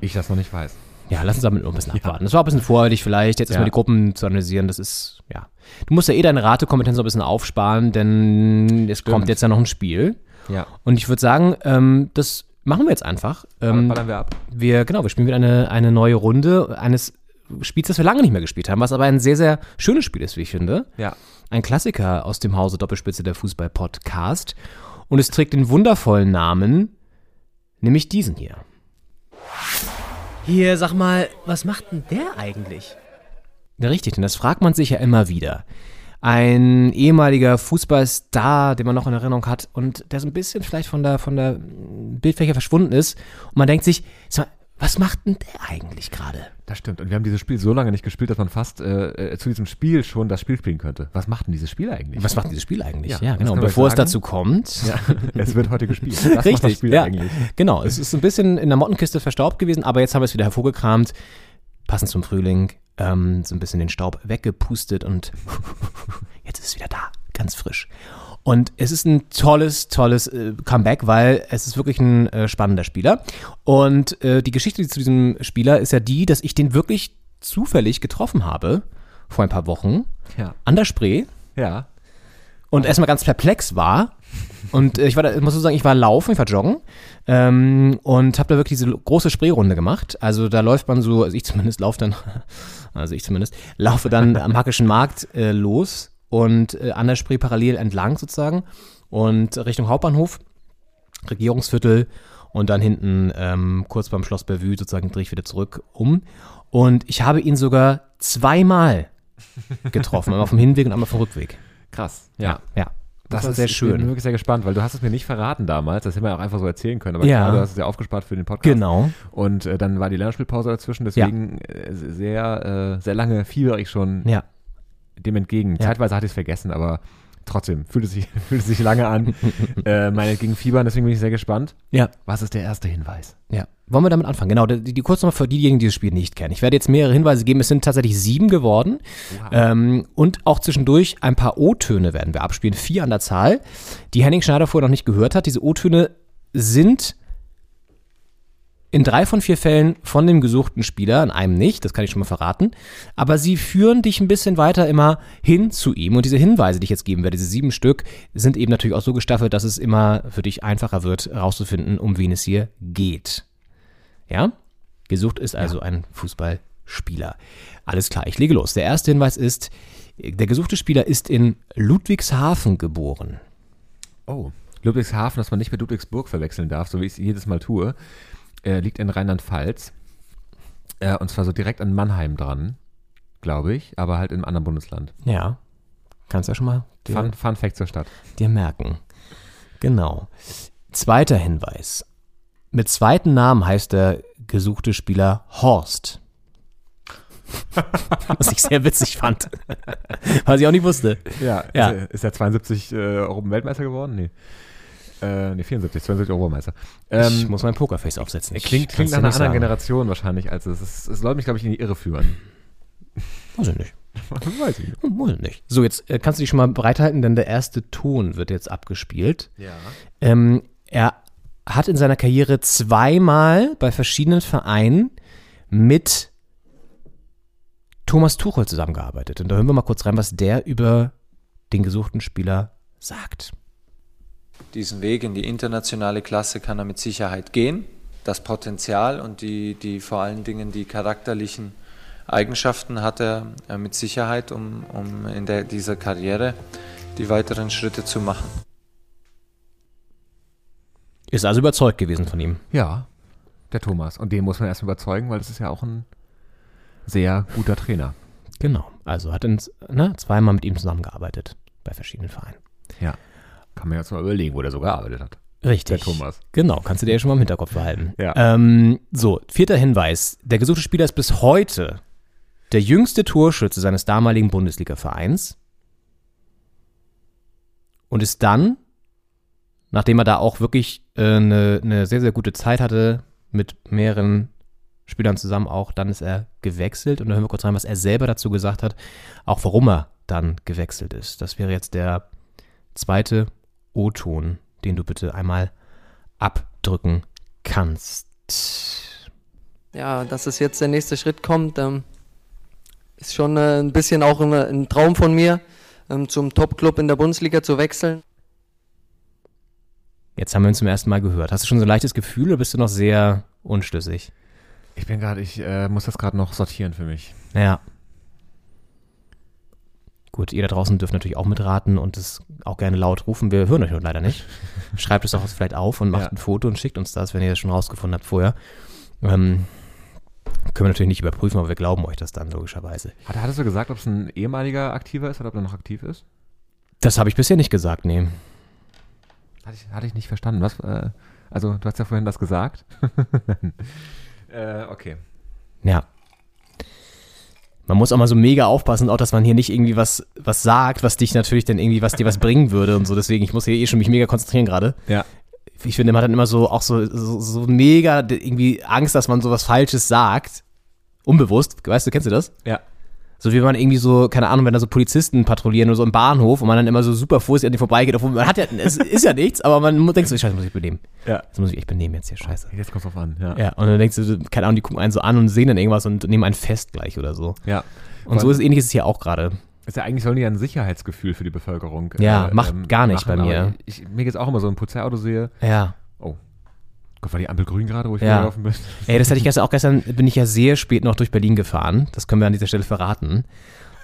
H: ich das noch nicht weiß.
G: Ja, lass uns damit noch ein bisschen abwarten. Das war ein bisschen voreilig vielleicht, jetzt erstmal die Gruppen zu analysieren, das ist, ja. Du musst ja eh deine Ratekompetenz noch ein bisschen aufsparen, denn es kommt jetzt ja noch ein Spiel.
H: Ja.
G: Und ich würde sagen, ähm, das machen wir jetzt einfach. Ähm,
H: Ballern wir ab.
G: Wir, genau, wir spielen wieder eine, eine neue Runde eines Spiels, das wir lange nicht mehr gespielt haben, was aber ein sehr, sehr schönes Spiel ist, wie ich finde.
H: Ja.
G: Ein Klassiker aus dem Hause Doppelspitze der Fußball-Podcast. Und es trägt den wundervollen Namen, nämlich diesen hier. Hier, sag mal, was macht denn der eigentlich? Ja, richtig, denn das fragt man sich ja immer wieder. Ein ehemaliger Fußballstar, den man noch in Erinnerung hat und der so ein bisschen vielleicht von der, von der Bildfläche verschwunden ist. Und man denkt sich, sag mal, was macht denn der eigentlich gerade?
H: Das stimmt. Und wir haben dieses Spiel so lange nicht gespielt, dass man fast äh, äh, zu diesem Spiel schon das Spiel spielen könnte. Was macht denn dieses Spiel eigentlich?
G: Was macht dieses Spiel eigentlich?
H: Ja,
G: Ja,
H: das
G: genau.
H: kann man
G: Bevor es
H: sagen.
G: dazu kommt,
H: es wird heute gespielt. Das macht das
G: Richtig,
H: Spiel
G: ja.
H: eigentlich.
G: Genau, es ist ein bisschen in der Mottenkiste verstaubt gewesen, aber jetzt haben wir es wieder hervorgekramt, passend zum Frühling, ähm, so ein bisschen den Staub weggepustet und jetzt ist es wieder da, ganz frisch. Und es ist ein tolles, tolles äh, Comeback, weil es ist wirklich ein äh, spannender Spieler. Und äh, die Geschichte zu diesem Spieler ist ja die, dass ich den wirklich zufällig getroffen habe vor ein paar Wochen
H: Ja.
G: an der Spree
H: Ja.
G: und erstmal ganz perplex war. Und äh, ich war da, ich muss so sagen, ich war laufen, ich war joggen ähm, und habe da wirklich diese große Spreerunde gemacht. Also da läuft man so, also ich zumindest laufe dann, also ich zumindest, laufe dann am Hackischen Markt äh, los und äh, an der Spree parallel entlang sozusagen und Richtung Hauptbahnhof, Regierungsviertel und dann hinten ähm, kurz beim Schloss Bellevue sozusagen drehe ich wieder zurück um. Und ich habe ihn sogar zweimal getroffen, einmal vom Hinweg und einmal vom Rückweg.
H: Krass. Ja.
G: Ja, das, ist
H: ist-
G: sehr
H: Ich bin
G: schön.
H: wirklich sehr gespannt, weil du hast es mir nicht verraten damals. Das hätten wir auch einfach so erzählen können. Aber
G: Ja.
H: klar, du hast es ja aufgespart für den Podcast.
G: Genau.
H: Und äh, dann war die Länderspielpause dazwischen. Deswegen äh, sehr, äh, sehr lange fieber ich schon
G: Ja.
H: dem entgegen. Zeitweise hatte ich es vergessen, aber trotzdem fühlt es sich, fühlt es sich lange an, äh, meine gegen Fiebern. Deswegen bin ich sehr gespannt.
G: Ja.
H: Was ist der erste Hinweis?
G: Ja. Wollen wir damit anfangen? Genau, die, die kurz nochmal für diejenigen, die das Spiel nicht kennen. Ich werde jetzt mehrere Hinweise geben. Es sind tatsächlich sieben geworden. Ähm, und auch zwischendurch ein paar O-Töne werden wir abspielen. Vier an der Zahl, die Henning Schneider vorher noch nicht gehört hat. Diese O-Töne sind in drei von vier Fällen von dem gesuchten Spieler, in einem nicht, das kann ich schon mal verraten. Aber sie führen dich ein bisschen weiter immer hin zu ihm. Und diese Hinweise, die ich jetzt geben werde, diese sieben Stück, sind eben natürlich auch so gestaffelt, dass es immer für dich einfacher wird, rauszufinden, um wen es hier geht. Ja? Gesucht ist also ein Fußballspieler. Alles klar, ich lege los. Der erste Hinweis ist, der gesuchte Spieler ist in Ludwigshafen geboren.
H: Oh. Ludwigshafen, das man nicht mit Ludwigsburg verwechseln darf, so wie ich es jedes Mal tue, äh, liegt in Rheinland-Pfalz. Äh, und zwar so direkt an Mannheim dran, glaube ich, aber halt im anderen Bundesland.
G: Ja. Kannst ja schon mal dir,
H: Fun, Fun Fact zur Stadt.
G: dir merken. Genau. Zweiter Hinweis. Mit zweiten Namen heißt der gesuchte Spieler Horst. Was ich sehr witzig fand. Was ich auch nicht wusste.
H: Ja,
G: Ja.
H: Ist, er- ist er 72 äh, Europameister geworden? Nee. Äh, nee, 74, 72 Europameister.
G: ich
H: Ähm,
G: muss mein Pokerface aufsetzen. Ich
H: klingt
G: kann's
H: klingt
G: dir
H: nach einer
G: nicht
H: anderen
G: sagen.
H: Generation wahrscheinlich, als es ist. Es soll mich, glaube ich, in die Irre führen.
G: Weiß ich nicht.
H: Weiß ich.
G: Hm, Weiß ich nicht. So, jetzt äh, kannst du dich schon mal bereithalten, denn der erste Ton wird jetzt abgespielt.
H: Ja.
G: Ähm, er hat in seiner Karriere zweimal bei verschiedenen Vereinen mit Thomas Tuchel zusammengearbeitet. Und da hören wir mal kurz rein, was der über den gesuchten Spieler sagt.
I: Diesen Weg in die internationale Klasse kann er mit Sicherheit gehen. Das Potenzial und die, die vor allen Dingen die charakterlichen Eigenschaften hat er äh, mit Sicherheit, um, um in der, dieser Karriere die weiteren Schritte zu machen.
G: Ist also überzeugt gewesen von ihm.
H: Ja, der Thomas. Und den muss man erstmal überzeugen, weil das ist ja auch ein sehr guter Trainer.
G: Genau. Also hat ins, ne, zweimal mit ihm zusammengearbeitet bei verschiedenen Vereinen.
H: Ja. Kann man jetzt mal überlegen, wo der so gearbeitet hat.
G: Richtig.
H: Der Thomas.
G: Genau, kannst du dir ja schon mal im Hinterkopf behalten.
H: Ja.
G: Ähm, so, vierter Hinweis. Der gesuchte Spieler ist bis heute der jüngste Torschütze seines damaligen Bundesliga-Vereins und ist dann, nachdem er da auch wirklich äh, eine eine sehr, sehr gute Zeit hatte, mit mehreren Spielern zusammen auch, dann ist er gewechselt und da hören wir kurz rein, was er selber dazu gesagt hat, auch warum er dann gewechselt ist. Das wäre jetzt der zweite O-Ton, den du bitte einmal abdrücken kannst.
J: ja, dass es jetzt der nächste Schritt kommt, ähm, ist schon äh, ein bisschen auch ein, ein Traum von mir, ähm, zum Top-Club in der Bundesliga zu wechseln.
G: Jetzt haben wir ihn zum ersten Mal gehört. Hast du schon so ein leichtes Gefühl oder bist du noch sehr unschlüssig?
H: Ich bin gerade, ich äh, muss das gerade noch sortieren für mich.
G: Naja. Gut, ihr da draußen dürft natürlich auch mitraten und es auch gerne laut rufen. Wir hören euch nur leider nicht. Schreibt es doch vielleicht auf und macht
H: Ja.
G: ein Foto und schickt uns das, wenn ihr das schon rausgefunden habt vorher. Ähm, können wir natürlich nicht überprüfen, aber wir glauben euch das dann logischerweise.
H: Hat, hattest du gesagt, ob es ein ehemaliger Aktiver ist oder ob er noch aktiv ist?
G: Das habe ich bisher nicht gesagt, nee.
H: Hatte ich, hatte ich nicht verstanden. Was? Äh, also, du hast ja vorhin das gesagt. äh, okay.
G: Ja. Man muss auch mal so mega aufpassen, auch dass man hier nicht irgendwie was, was sagt, was dich natürlich dann irgendwie, was dir was bringen würde und so. Deswegen, ich muss hier eh schon mich mega konzentrieren gerade.
H: Ja.
G: Ich finde, man hat dann immer so auch so, so, so mega irgendwie Angst, dass man sowas Falsches sagt. Unbewusst, weißt du, kennst du das?
H: Ja.
G: So wie wenn man irgendwie so, keine Ahnung, wenn da so Polizisten patrouillieren oder so im Bahnhof und man dann immer so super vorsichtig an denen vorbeigeht, obwohl man hat ja, es ist ja nichts, aber man mu- denkt so, scheiße, muss ich benehmen.
H: Ja.
G: Das muss ich echt benehmen jetzt hier, scheiße.
H: Jetzt kommt's drauf an. Ja.
G: Ja, und dann denkst du, keine Ahnung, die gucken einen so an und sehen dann irgendwas und nehmen einen fest gleich oder so.
H: ja.
G: Und so ist ähnlich ist es hier auch gerade.
H: Ist ja eigentlich sollen die ja ein Sicherheitsgefühl für die Bevölkerung. äh, ähm,
G: Ja, macht gar nicht bei mir.
H: aber Ich, ich, mir geht's auch immer so, wenn ich ein Putzerauto sehe.
G: Ja.
H: Gott, war die Ampel grün gerade, wo ich
G: Ja.
H: gelaufen bin?
G: Ey, das hatte ich gestern auch gestern, bin ich ja sehr spät noch durch Berlin gefahren. Das können wir an dieser Stelle verraten.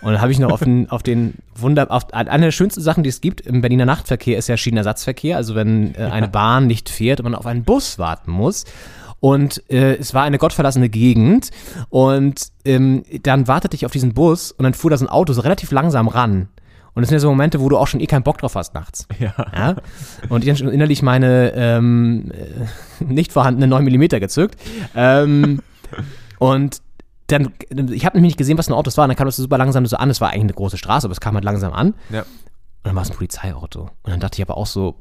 G: Und dann habe ich noch auf den, auf den Wunder, auf eine der schönsten Sachen, die es gibt im Berliner Nachtverkehr, ist ja Schienenersatzverkehr. Also wenn äh, eine Bahn nicht fährt und man auf einen Bus warten muss. Und äh, es war eine gottverlassene Gegend. Und ähm, dann wartete ich auf diesen Bus und dann fuhr da so ein Auto so relativ langsam ran. Und das sind ja so Momente, wo du auch schon eh keinen Bock drauf hast nachts.
H: Ja.
G: Ja? Und ich dann schon innerlich meine ähm, äh, nicht vorhandene 9 mm gezückt. Ähm, und dann, ich habe nämlich nicht gesehen, was für ein Auto es war. Und dann kam das so super langsam so an. Es war eigentlich eine große Straße, aber es kam halt langsam an.
H: Ja.
G: Und dann war es ein Polizeiauto. Und dann dachte ich aber auch so,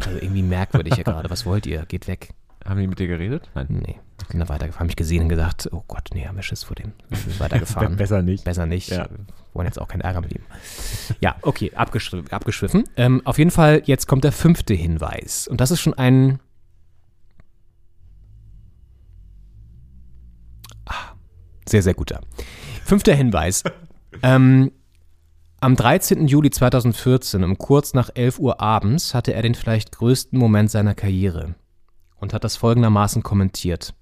G: pff, also irgendwie merkwürdig hier gerade. Was wollt ihr? Geht weg.
H: Haben die mit dir geredet? Nein.
G: Nee. Ich bin dann weitergefahren, mich gesehen und gedacht, oh Gott, nee, haben wir Schiss vor dem. Ich bin weitergefahren.
H: Besser nicht.
G: Besser nicht.
H: Ja.
G: Wir Wollen jetzt auch keinen Ärger mit ihm. Ja, okay, abgeschw abgeschwiffen. Ähm, auf jeden Fall, jetzt kommt der fünfte Hinweis. Und das ist schon ein. Ah, sehr, sehr guter. Fünfter Hinweis. ähm, am 13. Juli 2014, um kurz nach 11 Uhr abends, hatte er den vielleicht größten Moment seiner Karriere und hat das folgendermaßen kommentiert.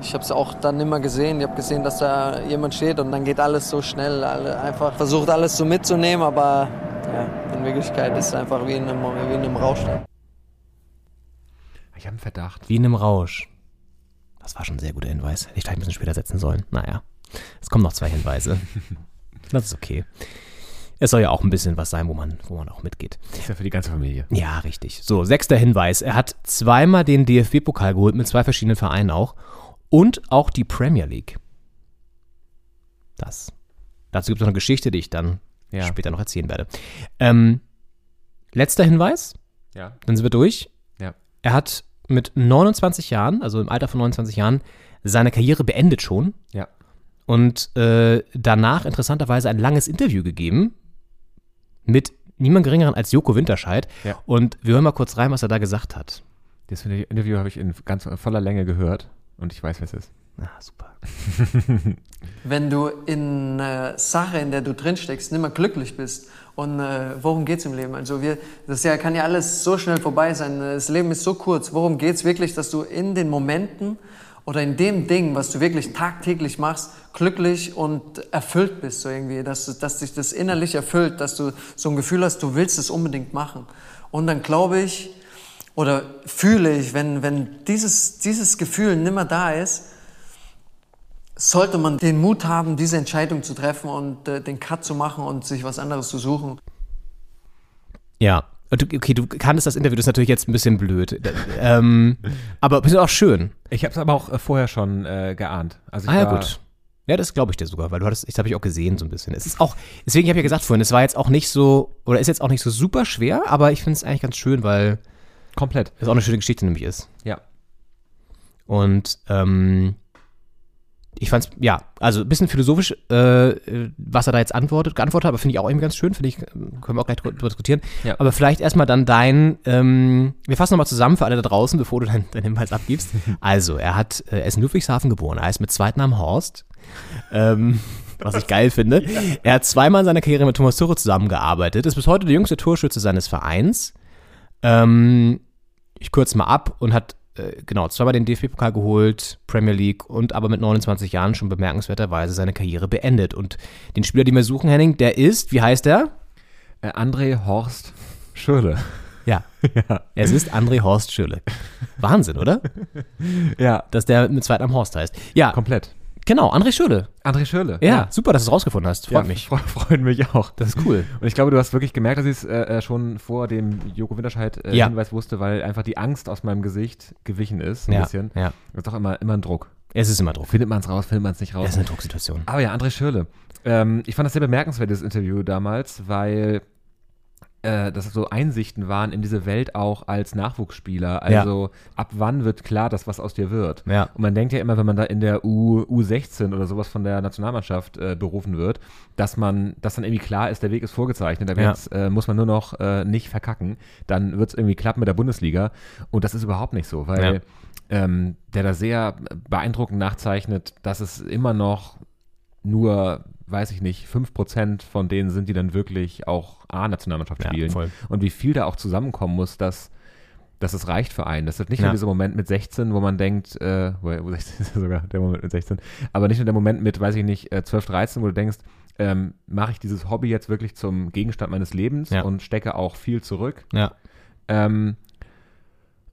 J: Ich habe es auch dann immer gesehen. Ich habe gesehen, dass da jemand steht und dann geht alles so schnell. Alle einfach versucht alles so mitzunehmen, aber ja, in Wirklichkeit ist es einfach wie in einem, wie in einem Rausch.
H: Ich habe einen Verdacht.
G: Wie in einem Rausch. Das war schon ein sehr guter Hinweis. Hätte ich vielleicht ein bisschen später setzen sollen. Naja, es kommen noch zwei Hinweise. Das ist okay. Es soll ja auch ein bisschen was sein, wo man, wo man auch mitgeht.
H: Ist ja für die ganze Familie.
G: Ja, richtig. So, sechster Hinweis. Er hat zweimal den DFB-Pokal geholt, mit zwei verschiedenen Vereinen auch. Und auch die Premier League. Das. Dazu gibt es noch eine Geschichte, die ich dann
H: Ja.
G: später noch erzählen werde. Ähm, letzter Hinweis.
H: Ja.
G: Dann sind wir durch.
H: Ja.
G: Er hat mit 29 Jahren, also im Alter von 29 Jahren, seine Karriere beendet schon.
H: Ja.
G: Und äh, danach interessanterweise ein langes Interview gegeben mit niemand geringeren als Joko Winterscheid.
H: Ja.
G: Und wir hören mal kurz rein, was er da gesagt hat.
H: Das Interview habe ich in ganz äh, voller Länge gehört und ich weiß, wer es ist.
G: Ah, super.
J: Wenn du in einer Sache, in der du drinsteckst, nicht mehr glücklich bist und äh, worum geht's im Leben? Also wir, das Jahr kann ja alles so schnell vorbei sein. Das Leben ist so kurz. Worum geht's wirklich, dass du in den Momenten oder in dem Ding, was du wirklich tagtäglich machst, glücklich und erfüllt bist so irgendwie, dass, du- dass dich das innerlich erfüllt, dass du so ein Gefühl hast, du willst es unbedingt machen. Und dann glaube ich oder fühle ich, wenn, wenn dieses, dieses Gefühl nimmer da ist, sollte man den Mut haben, diese Entscheidung zu treffen und äh, den Cut zu machen und sich was anderes zu suchen.
G: Ja. Und du- Okay, du kanntest das Interview, das ist natürlich jetzt ein bisschen blöd. Da- ähm, aber bist auch schön.
H: Ich habe es aber auch äh, vorher schon äh, geahnt. Also ich
G: Ah ja,
H: war-
G: gut. Ja, das glaube ich dir sogar, weil du hattest, das habe ich auch gesehen so ein bisschen. Es ist auch, deswegen habe ich ja gesagt vorhin, es war jetzt auch nicht so, oder ist jetzt auch nicht so super schwer, aber ich finde es eigentlich ganz schön, weil
H: Komplett.
G: es auch eine schöne Geschichte nämlich ist.
H: Ja.
G: Und ähm, ich fand es, ja, also ein bisschen philosophisch, äh, äh, was er da jetzt antwortet, geantwortet hat, aber finde ich auch irgendwie ganz schön, finde ich, äh, können wir auch gleich drüber drüber diskutieren.
H: Ja.
G: Aber vielleicht erstmal dann dein, ähm, wir fassen nochmal zusammen für alle da draußen, bevor du deinen deinen Hinweis abgibst. Also, er hat, äh, er ist in Ludwigshafen geboren, er ist mit Zweitnamen Horst. Ähm, was ich geil finde. Er hat zweimal in seiner Karriere mit Thomas Tuchel zusammengearbeitet, ist bis heute der jüngste Torschütze seines Vereins. Ähm, ich kürze mal ab und hat äh, genau zweimal den DFB-Pokal geholt, Premier League und aber mit 29 Jahren schon bemerkenswerterweise seine Karriere beendet. Und den Spieler, den wir suchen, Henning, der ist, wie heißt er?
H: Äh, André Horst Schürle.
G: Ja. Es ist André Horst Schürle. Wahnsinn, oder?
H: Ja,
G: Dass der mit zweitem Horst heißt. Ja,
H: komplett.
G: genau, André Schürle.
H: André Schürle.
G: Ja, super, dass du es rausgefunden hast. Freut
H: Ja,
G: mich.
H: fre- Freut mich auch.
G: Das ist cool.
H: Und ich glaube, du hast wirklich gemerkt, dass ich es äh, äh, schon vor dem Joko Winterscheid äh,
G: Ja.
H: Hinweis wusste, weil einfach die Angst aus meinem Gesicht gewichen ist. Ein
G: Ja,
H: bisschen.
G: ja.
H: Das ist auch immer, immer ein Druck.
G: Es ist immer Druck.
H: Findet man es raus, findet man es nicht raus.
G: Das ist eine Drucksituation.
H: Aber Ah ja, André Schürle. Ähm, ich fand das sehr bemerkenswert, dieses Interview damals, weil äh, das so Einsichten waren in diese Welt auch als Nachwuchsspieler.
G: Ja.
H: Also ab wann wird klar, dass was aus dir wird.
G: Ja.
H: Und man denkt ja immer, wenn man da in der U, U16 oder sowas von der Nationalmannschaft äh, berufen wird, dass man, dass dann irgendwie klar ist, der Weg ist vorgezeichnet, aber
G: Ja.
H: jetzt äh, muss man nur noch äh, nicht verkacken. Dann wird es irgendwie klappen mit der Bundesliga. Und das ist überhaupt nicht so, weil
G: Ja.
H: ähm, der da sehr beeindruckend nachzeichnet, dass es immer noch nur, weiß ich nicht, 5% von denen sind, die dann wirklich auch A-Nationalmannschaft
G: Ja,
H: spielen.
G: voll.
H: Und wie viel da auch zusammenkommen muss, dass, dass es reicht für einen. Das ist nicht
G: Ja.
H: nur dieser Moment mit 16, wo man denkt, äh, wo, wo 16 ist ja sogar der Moment mit 16, aber nicht nur der Moment mit, weiß ich nicht, äh, 12, 13, wo du denkst, ähm, mache ich dieses Hobby jetzt wirklich zum Gegenstand meines Lebens
G: Ja.
H: und stecke auch viel zurück
G: Ja.
H: ähm,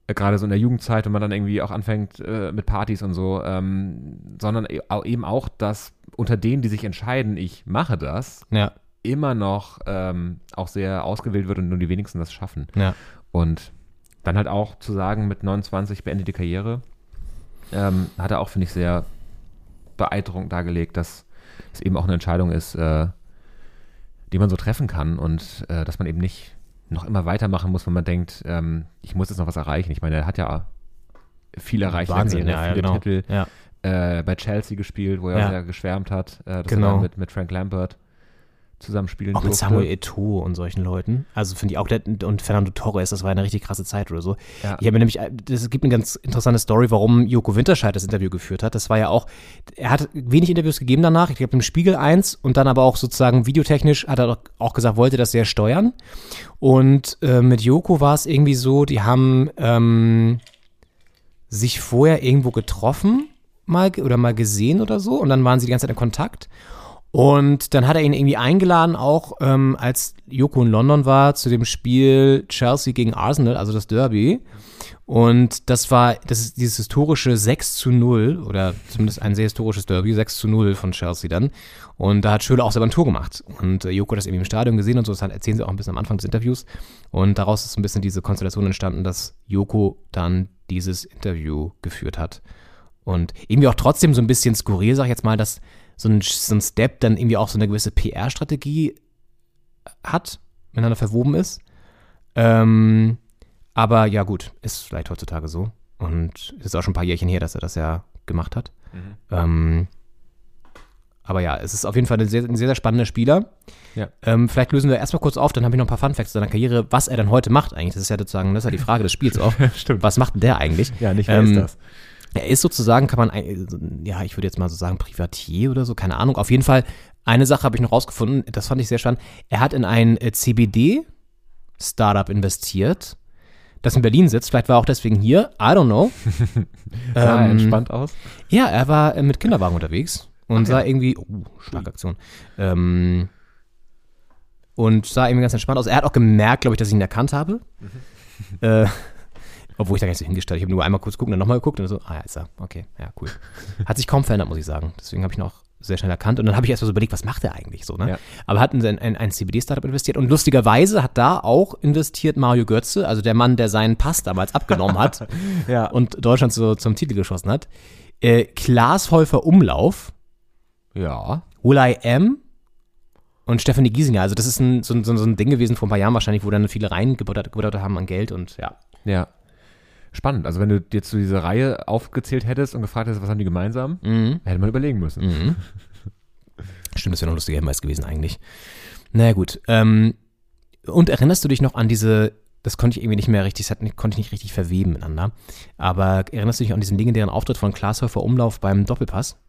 H: äh, gerade so in der Jugendzeit, wenn man dann irgendwie auch anfängt äh, mit Partys und so, ähm, sondern e- au- eben auch, dass unter denen, die sich entscheiden, ich mache das,
G: Ja.
H: immer noch ähm, auch sehr ausgewählt wird und nur die wenigsten das schaffen.
G: Ja.
H: Und dann halt auch zu sagen, mit 29 beende die Karriere, ähm, hat er auch, finde ich, sehr beeindruckend dargelegt, dass es eben auch eine Entscheidung ist, äh, die man so treffen kann und äh, dass man eben nicht noch immer weitermachen muss, wenn man denkt, ähm, ich muss jetzt noch was erreichen. Ich meine, er hat ja viel erreicht, in der
G: Wahnsinn,
H: Karriere,
G: ja, ja,
H: viele
G: genau.
H: Titel,
G: Ja.
H: äh, bei Chelsea gespielt, wo er
G: Ja.
H: sehr geschwärmt hat, äh, dass
G: Genau.
H: er dann mit, mit Frank Lampert zusammen spielen
G: Auch mit
H: durfte.
G: Samuel Eto'o und solchen Leuten. Also finde ich auch, der, und Fernando Torres, das war eine richtig krasse Zeit oder so.
H: Ja.
G: Ich habe mir nämlich, es gibt eine ganz interessante Story, warum Joko Winterscheid das Interview geführt hat. Das war ja auch, er hat wenig Interviews gegeben danach, ich glaube im Spiegel eins und dann aber auch sozusagen videotechnisch hat er doch auch gesagt, wollte das sehr steuern. Und äh, mit Joko war es irgendwie so, die haben ähm, sich vorher irgendwo getroffen mal ge- oder mal gesehen oder so und dann waren sie die ganze Zeit in Kontakt. Und dann hat er ihn irgendwie eingeladen, auch ähm, als Joko in London war, zu dem Spiel Chelsea gegen Arsenal, also das Derby. Und das war, das ist dieses historische 6 zu 0, oder zumindest ein sehr historisches Derby, 6 zu 0 von Chelsea dann. Und da hat Schöle auch selber ein Tor gemacht. Und äh, Joko hat das irgendwie im Stadion gesehen und so, das hat, erzählen sie auch ein bisschen am Anfang des Interviews. Und daraus ist so ein bisschen diese Konstellation entstanden, dass Joko dann dieses Interview geführt hat. Und irgendwie auch trotzdem so ein bisschen skurril, sag ich jetzt mal, dass so ein, so ein Step dann irgendwie auch so eine gewisse PR-Strategie hat, miteinander verwoben ist. Ähm, aber ja, gut, ist vielleicht heutzutage so. Und es ist auch schon ein paar Jährchen her, dass er das ja gemacht hat.
H: Mhm.
G: Ähm, aber ja, es ist auf jeden Fall ein sehr, ein sehr, sehr spannender Spieler.
H: Ja.
G: Ähm, vielleicht lösen wir erstmal kurz auf, dann habe ich noch ein paar Funfacts zu seiner Karriere, was er dann heute macht eigentlich. Das ist ja sozusagen, das ist ja die Frage des Spiels auch.
H: Stimmt.
G: Was macht denn der eigentlich?
H: Ja, nicht wer ist das?
G: Er ist sozusagen, kann man, ein- äh, ja, ich würde jetzt mal so sagen, Privatier oder so, keine Ahnung. Auf jeden Fall, eine Sache habe ich noch rausgefunden, das fand ich sehr spannend. Er hat in ein äh, CBD-Startup investiert, das in Berlin sitzt. Vielleicht war er auch deswegen hier, I don't know.
H: Sah
G: Ähm,
H: er entspannt aus.
G: Ja, er war äh, mit Kinderwagen unterwegs und sah irgendwie, oh, starke Aktion, ähm, und sah irgendwie ganz entspannt aus. Er hat auch gemerkt, glaube ich, dass ich ihn erkannt habe.
H: Mhm.
G: Äh, obwohl ich da gar nicht so hingestellt habe. Ich habe nur einmal kurz gucken, dann nochmal geguckt und so, ah, ja, ist er. Okay, ja, cool. Hat sich kaum verändert, muss ich sagen. Deswegen habe ich ihn auch sehr schnell erkannt. Und dann habe ich erst mal so überlegt, was macht er eigentlich so, ne?
H: Ja.
G: Aber hat in ein, ein, ein CBD-Startup investiert und lustigerweise hat da auch investiert Mario Götze, also der Mann, der seinen Pass damals abgenommen hat
H: Ja.
G: und Deutschland so zum Titel geschossen hat. Äh, Klaas Häufer Umlauf,
H: Ja.
G: Will I Am und Stephanie Giesinger. Also das ist ein, so, ein- so, ein- so ein Ding gewesen vor ein paar Jahren wahrscheinlich, wo dann viele reingebuttert gebuttert haben an Geld und ja.
H: Ja. Spannend. Also wenn du dir zu dieser Reihe aufgezählt hättest und gefragt hättest, was haben die gemeinsam,
G: Mhm.
H: hätte man überlegen müssen.
G: Stimmt, das wäre noch ein lustiger Hinweis gewesen eigentlich. Naja, gut. Ähm, und erinnerst du dich noch an diese, das konnte ich irgendwie nicht mehr richtig, das hat, nicht- konnte ich nicht richtig verweben miteinander, aber erinnerst du dich an diesen legendären Auftritt von Klaas Häufer Umlauf beim Doppelpass?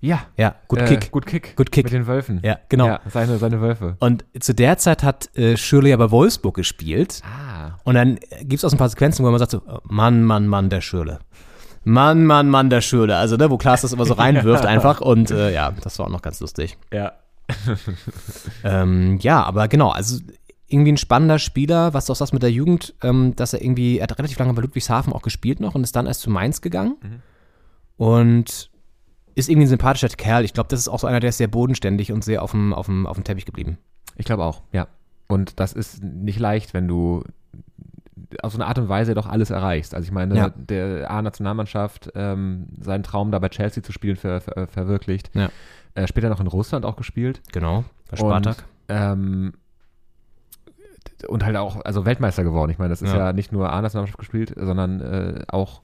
H: Ja.
G: Ja, gut
H: äh,
G: Kick.
H: Gut Kick.
G: Good Kick.
H: Mit den Wölfen.
G: Ja, genau.
H: Ja, seine, seine Wölfe.
G: Und zu der Zeit hat äh, Shirley ja bei Wolfsburg gespielt.
H: Ah.
G: Und dann gibt es auch so ein paar Sequenzen, wo man sagt so, Mann, Mann, Mann, der Schürle. Mann, Mann, Mann, der Schürle. Also, ne, wo Klaas das immer so reinwirft einfach. Und äh, ja, das war auch noch ganz lustig.
H: Ja.
G: Ähm, ja, aber genau, also irgendwie ein spannender Spieler, was du auch sagst mit der Jugend, ähm, dass er irgendwie, er hat relativ lange bei Ludwigshafen auch gespielt noch und ist dann erst zu Mainz gegangen.
H: Mhm.
G: Und ist irgendwie ein sympathischer Kerl. Ich glaube, das ist auch so einer, der ist sehr bodenständig und sehr auf dem, auf dem, auf dem Teppich geblieben.
H: Ich glaube auch, ja. Und das ist nicht leicht, wenn du auf so eine Art und Weise doch alles erreichst. Also ich meine,
G: Ja.
H: der A-Nationalmannschaft ähm, seinen Traum da bei Chelsea zu spielen ver, ver, verwirklicht.
G: Ja.
H: Äh, später noch in Russland auch gespielt.
G: Genau, bei
H: Und,
G: Spartak.
H: Ähm, und halt auch, also Weltmeister geworden. Ich meine, das ist ja,
G: Ja.
H: nicht nur A-Nationalmannschaft gespielt, sondern äh, auch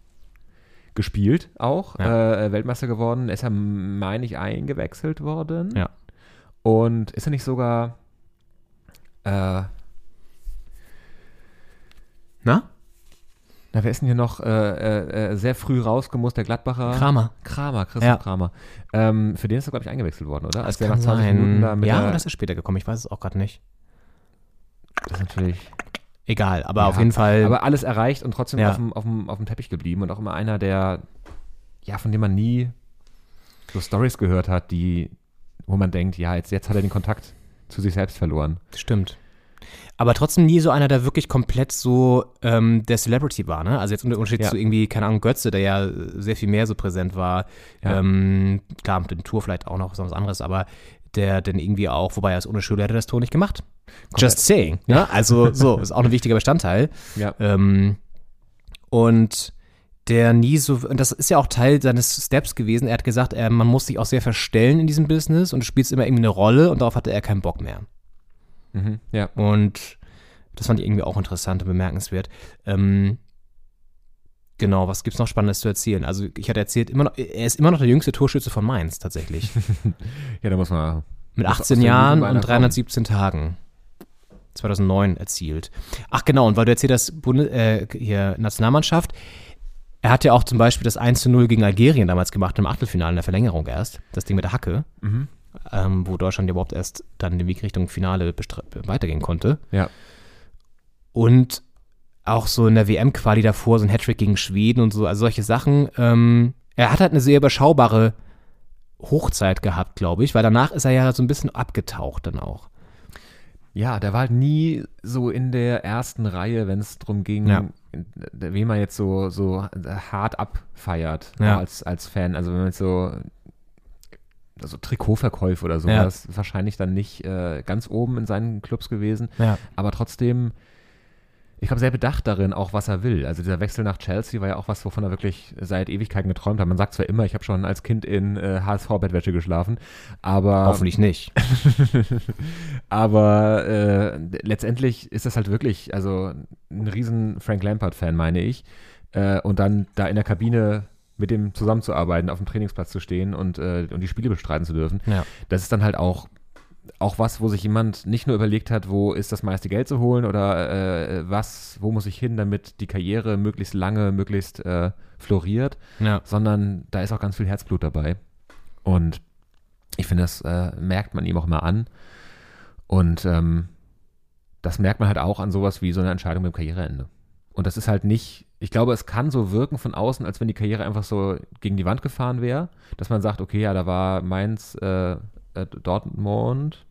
H: gespielt auch. Äh, Weltmeister geworden. Ist er, meine ich, eingewechselt worden.
G: Ja.
H: Und ist er nicht sogar äh, na,
G: Na?
H: wer ist denn hier noch äh, äh, äh, sehr früh rausgemusst, der Gladbacher?
G: Kramer.
H: Kramer, Christoph
G: Ja.
H: Kramer. Ähm, für den ist er, glaube ich, eingewechselt worden, oder?
G: Das
H: der
G: kann sein.
H: da mit
G: ja,
H: der,
G: oder ist er später gekommen? Ich weiß es auch gerade nicht.
H: das ist natürlich
G: Egal, aber auf
H: Ja,
G: jeden Fall.
H: Aber alles erreicht und trotzdem
G: Ja.
H: auf, dem, auf, dem, auf dem Teppich geblieben und auch immer einer, der, ja, von dem man nie so Stories gehört hat, die, wo man denkt, ja, jetzt, jetzt hat er den Kontakt zu sich selbst verloren.
G: stimmt. Aber trotzdem nie so einer, der wirklich komplett so ähm, der Celebrity war, ne? Also jetzt im Unterschied
H: Ja.
G: zu irgendwie, keine Ahnung, Götze, der ja sehr viel mehr so präsent war.
H: Ja.
G: Ähm, klar, mit dem Tour vielleicht auch noch so was anderes, aber der denn irgendwie auch, wobei er es ohne Schüler hätte das Tor nicht gemacht. Just saying. Ne? Also so, ist auch ein wichtiger Bestandteil.
H: Ja.
G: Ähm, und der nie so, und das ist ja auch Teil seines Steps gewesen, er hat gesagt, äh, man muss sich auch sehr verstellen in diesem Business und du spielst immer irgendwie eine Rolle und darauf hatte er keinen Bock mehr.
H: Mhm, ja.
G: Und das fand ich irgendwie auch interessant und bemerkenswert. Ähm, genau, was gibt's noch Spannendes zu erzählen? Also ich hatte erzählt, immer noch, er ist immer noch der jüngste Torschütze von Mainz tatsächlich.
H: Ja, da muss man.
G: Mit
H: muss aus
G: 18
H: der
G: Jahren
H: Jugend
G: und
H: einer
G: 317 Tagen. 2009 erzielt. Ach genau, und weil du erzählt hast, Bunde, äh, hier Nationalmannschaft, er hat ja auch zum Beispiel das 1 zu 0 gegen Algerien damals gemacht, im Achtelfinale in der Verlängerung erst. Das Ding mit der Hacke, ähm, wo Deutschland ja überhaupt erst dann den Weg Richtung Finale bestre- weitergehen konnte.
H: Ja.
G: Und auch so in der WM-Quali davor, so ein Hattrick gegen Schweden und so, also solche Sachen. Ähm, er hat halt eine sehr überschaubare Hochzeit gehabt, glaube ich, weil danach ist er ja so ein bisschen abgetaucht dann auch.
H: Ja, der war halt nie so in der ersten Reihe, wenn es darum ging, äh,
G: Ja.
H: wen man jetzt so, so äh, hart abfeiert
G: Ja.
H: auch als, als Fan. Also wenn man jetzt so also Trikotverkäufe oder sowas, wahrscheinlich dann nicht äh, ganz oben in seinen Clubs gewesen.
G: Ja.
H: Aber trotzdem, ich glaube, sehr bedacht darin, auch was er will. Also dieser Wechsel nach Chelsea war ja auch was, wovon er wirklich seit Ewigkeiten geträumt hat. Man sagt zwar immer, ich habe schon als Kind in äh, HSV-Bettwäsche geschlafen, aber
G: Hoffentlich nicht.
H: aber äh, letztendlich ist das halt wirklich, also ein riesen Frank Lampard-Fan, meine ich. Äh, und dann da in der Kabine mit dem zusammenzuarbeiten, auf dem Trainingsplatz zu stehen und, äh, und die Spiele bestreiten zu dürfen.
G: Ja.
H: Das ist dann halt auch, auch was, wo sich jemand nicht nur überlegt hat, wo ist das meiste Geld zu holen oder äh, was, wo muss ich hin, damit die Karriere möglichst lange, möglichst äh, floriert,
G: Ja.
H: sondern da ist auch ganz viel Herzblut dabei. Und ich finde, das äh, merkt man ihm auch immer an. Und ähm, das merkt man halt auch an sowas wie so einer Entscheidung mit dem Karriereende. Und das ist halt nicht, ich glaube, es kann so wirken von außen, als wenn die Karriere einfach so gegen die Wand gefahren wäre, dass man sagt, okay, ja, da war Mainz, äh, äh, Dortmund.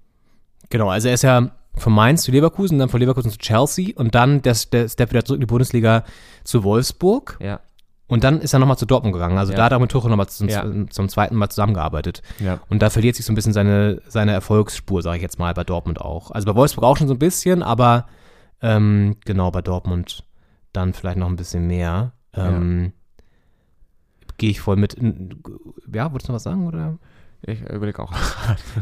G: Genau, also er ist ja von Mainz zu Leverkusen, dann von Leverkusen zu Chelsea und dann der, der Step wieder zurück in die Bundesliga zu Wolfsburg
H: Ja.
G: und dann ist er nochmal zu Dortmund gegangen. Also
H: Ja.
G: da hat er mit Tuchel nochmal zum,
H: Ja.
G: zum zweiten Mal zusammengearbeitet.
H: Ja.
G: Und da verliert sich so ein bisschen seine, seine Erfolgsspur, sage ich jetzt mal, bei Dortmund auch. Also bei Wolfsburg auch schon so ein bisschen, aber ähm, genau, bei Dortmund dann vielleicht noch ein bisschen mehr. Ähm, Gehe ich voll mit. in- Ja, wolltest du noch was sagen? Oder?
H: Ich überlege auch.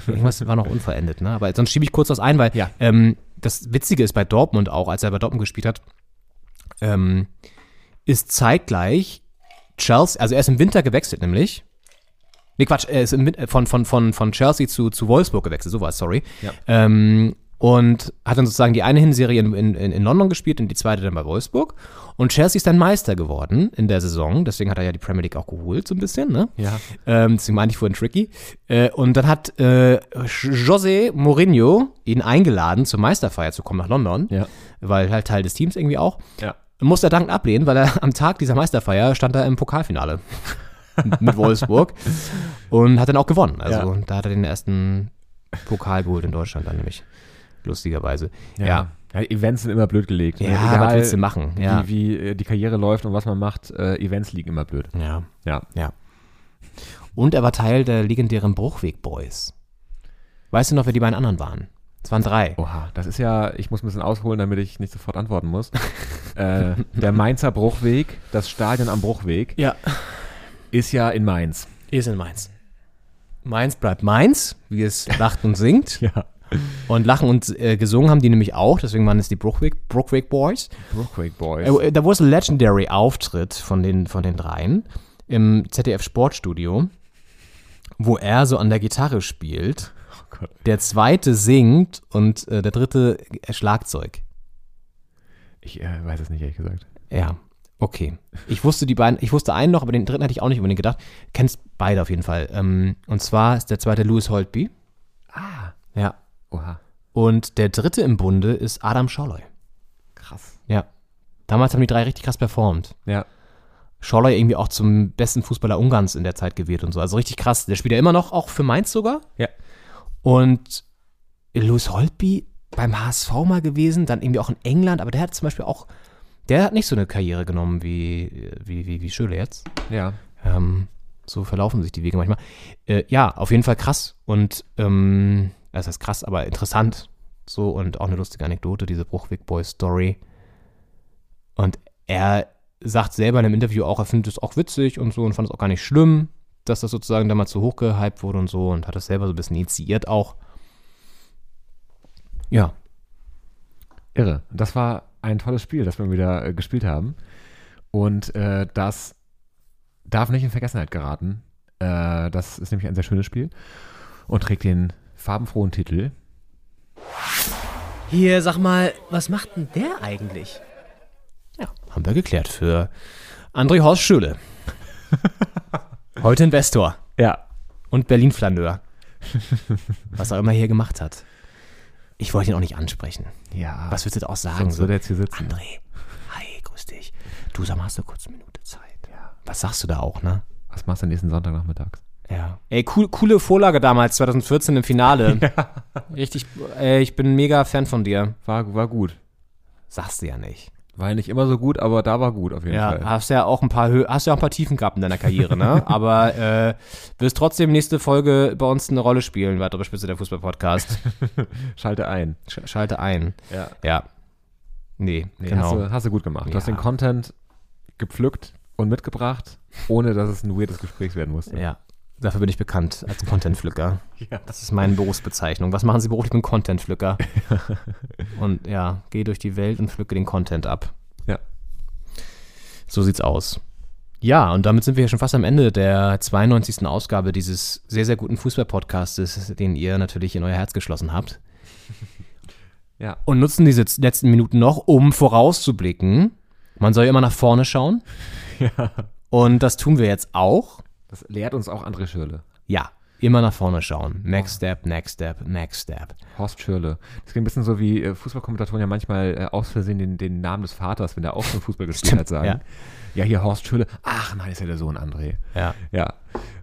G: Irgendwas war noch unverendet, ne? Aber sonst schiebe ich kurz was ein, weil
H: Ja.
G: ähm, das Witzige ist bei Dortmund auch, als er bei Dortmund gespielt hat, ähm, ist zeitgleich Chelsea, also er ist im Winter gewechselt, nämlich. Nee, Quatsch, er ist im, Win- äh, von, von, von, von Chelsea zu, zu Wolfsburg gewechselt, so war es, sorry.
H: Ja.
G: Ähm, und hat dann sozusagen die eine Hinserie in, in, in in London gespielt und die zweite dann bei Wolfsburg. Und Chelsea ist dann Meister geworden in der Saison, deswegen hat er ja die Premier League auch geholt, so ein bisschen, ne?
H: Ja.
G: Ähm, deswegen meinte ich vorhin tricky. Äh, und dann hat äh, José Mourinho ihn eingeladen, zur Meisterfeier zu kommen nach London,
H: Ja.
G: weil halt Teil des Teams irgendwie auch.
H: Ja.
G: Musste er dankend ablehnen, weil er am Tag dieser Meisterfeier stand er im Pokalfinale mit Wolfsburg und hat dann auch gewonnen. Also da hat er den ersten Pokal geholt in Deutschland dann nämlich. Lustigerweise. Ja. ja.
H: Ja, Events sind immer blöd gelegt. ne?
G: Ja, was willst du machen? Ja.
H: Wie, wie äh, die Karriere läuft und was man macht, äh, Events liegen immer blöd.
G: Ja.
H: Ja.
G: Und er war Teil der legendären Bruchweg-Boys. Weißt du noch, wer die beiden anderen waren? Es waren drei.
H: Oha, das ist ja, ich muss ein bisschen ausholen, damit ich nicht sofort antworten muss. äh, der Mainzer Bruchweg, das Stadion am Bruchweg,
G: Ja.
H: ist ja in Mainz.
G: Ist in Mainz. Mainz bleibt Mainz, wie es lacht und singt.
H: Ja.
G: Und lachen und äh, gesungen haben die nämlich auch, deswegen waren es die Bruchweg, Bruchweg Boys.
H: Bruchweg Boys.
G: Äh, da wurde ein legendary Auftritt von den, von den dreien im ZDF Sportstudio, wo er so an der Gitarre spielt,
H: Gott.
G: der zweite singt und äh, der dritte äh, Schlagzeug.
H: Ich äh, weiß es nicht, ehrlich gesagt.
G: Ja, okay. Ich wusste die beiden, ich wusste einen noch, aber den dritten hatte ich auch nicht unbedingt gedacht. Kennst beide auf jeden Fall. Ähm, und zwar ist der zweite Louis Holtby. Ah. Ja.
H: Oha,
G: Und der dritte im Bunde ist Adam Scholloy.
H: krass.
G: Ja. Damals haben die drei richtig krass performt.
H: Ja.
G: Scholloy irgendwie auch zum besten Fußballer Ungarns in der Zeit gewählt und so. Also richtig krass. Der spielt ja immer noch, auch für Mainz sogar.
H: Ja.
G: Und Louis Holtby beim HSV mal gewesen, dann irgendwie auch in England, aber der hat zum Beispiel auch, der hat nicht so eine Karriere genommen wie, wie, wie, wie Schöle jetzt.
H: Ja.
G: Ähm, so verlaufen sich die Wege manchmal. Äh, ja, auf jeden Fall krass und, ähm, das heißt krass, aber interessant. So und auch eine lustige Anekdote, diese Bruchweg Boys Story. Und er sagt selber in einem Interview auch, er findet es auch witzig und so und fand es auch gar nicht schlimm, dass das sozusagen damals so hochgehypt wurde und so und hat das selber so ein bisschen initiiert auch. Ja.
H: Irre. Das war ein tolles Spiel, das wir wieder äh, gespielt haben. Und äh, das darf nicht in Vergessenheit geraten. Äh, das ist nämlich ein sehr schönes Spiel und trägt den farbenfrohen Titel.
G: Hier, sag mal, was macht denn der eigentlich? Ja, haben wir geklärt für André Horst Schöle. Heute Investor.
H: Ja.
G: Und Berlin-Flaneur. Was er immer hier gemacht hat. Ich wollte ihn auch nicht ansprechen.
H: Ja.
G: Was würdest du da auch sagen?
H: sonst
G: So,
H: würde er jetzt hier sitzen?
G: André, hi, grüß dich. Du, sag mal, hast du kurz eine Minute Zeit? Ja. Was sagst du da auch, ne?
H: Was machst du nächsten Sonntag nachmittags?
G: Ja. Ey, cool, coole Vorlage damals, 2014 im Finale. Richtig, ey, ich bin mega Fan von dir.
H: War, war gut.
G: Sagst du ja nicht.
H: War nicht immer so gut, aber da war gut auf jeden
G: Ja,
H: Fall.
G: hast ja auch ein paar Hö hast ja auch ein paar Tiefen gehabt in deiner Karriere, ne? Aber äh, wirst trotzdem nächste Folge bei uns eine Rolle spielen, weitere Spitze der Fußball-Podcast.
H: Schalte ein.
G: Sch schalte ein.
H: Ja.
G: Ja. Nee,
H: Nee,
G: genau.
H: hast, du, hast du gut gemacht. Du hast
G: Ja.
H: den Content gepflückt und mitgebracht, ohne dass es ein weirdes Gespräch werden musste.
G: Ja. Dafür bin ich bekannt als Content-Pflücker. Das ist meine Berufsbezeichnung. Was machen Sie beruflich? Ich bin Content-Pflücker. und ja, gehe durch die Welt und pflücke den Content ab.
H: Ja.
G: So sieht's aus. Ja, und damit sind wir ja schon fast am Ende der 92. Ausgabe dieses sehr, sehr guten Fußball-Podcastes, den ihr natürlich in euer Herz geschlossen habt.
H: Ja.
G: Und nutzen diese letzten Minuten noch, um vorauszublicken. Man soll ja immer nach vorne schauen. Und das tun wir jetzt auch.
H: Das lehrt uns auch André Schürle.
G: Ja, immer nach vorne schauen. Next Step, Next Step, Next Step.
H: Horst Schürle. Das klingt ein bisschen so wie äh, Fußballkommentatoren ja manchmal äh, aus Versehen den, den Namen des Vaters, wenn der auch schon Fußball gespielt hat, sagen. Ja. hier Horst Schürle. Ach nein, ist ja der Sohn André.
G: Ja.
H: Ja.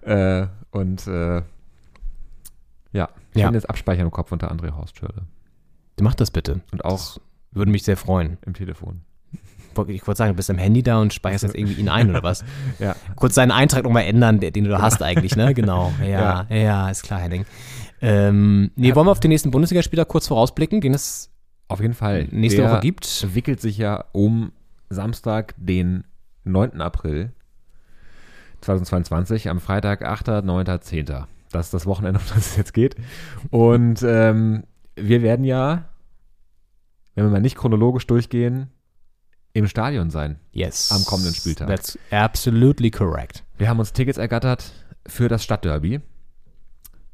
H: Äh, und äh, ja, ich
G: Ja.
H: ja. jetzt Abspeichern im Kopf unter André Horst Schürle.
G: Macht das bitte.
H: Und auch
G: Würde mich sehr freuen.
H: im Telefon.
G: Ich wollte sagen, du bist am Handy da und speicherst jetzt irgendwie ihn ein oder was?
H: Ja.
G: Kurz deinen Eintrag nochmal ändern, der- den du da hast eigentlich, ne? Genau. Ja, ja, ist klar, Henning. Ähm, nee, wollen wir auf den nächsten Bundesligaspieler kurz vorausblicken, den es
H: Auf jeden Fall.
G: nächste
H: Der
G: Woche gibt?
H: wickelt sich ja um Samstag, den 9. April 2022, am Freitag 8., 9., 10. Das ist das Wochenende, um das es jetzt geht. Und ähm, wir werden ja, wenn wir mal nicht chronologisch durchgehen, im Stadion sein.
G: Yes.
H: Am kommenden Spieltag.
G: That's absolutely correct.
H: Wir haben uns Tickets ergattert für das Stadtderby.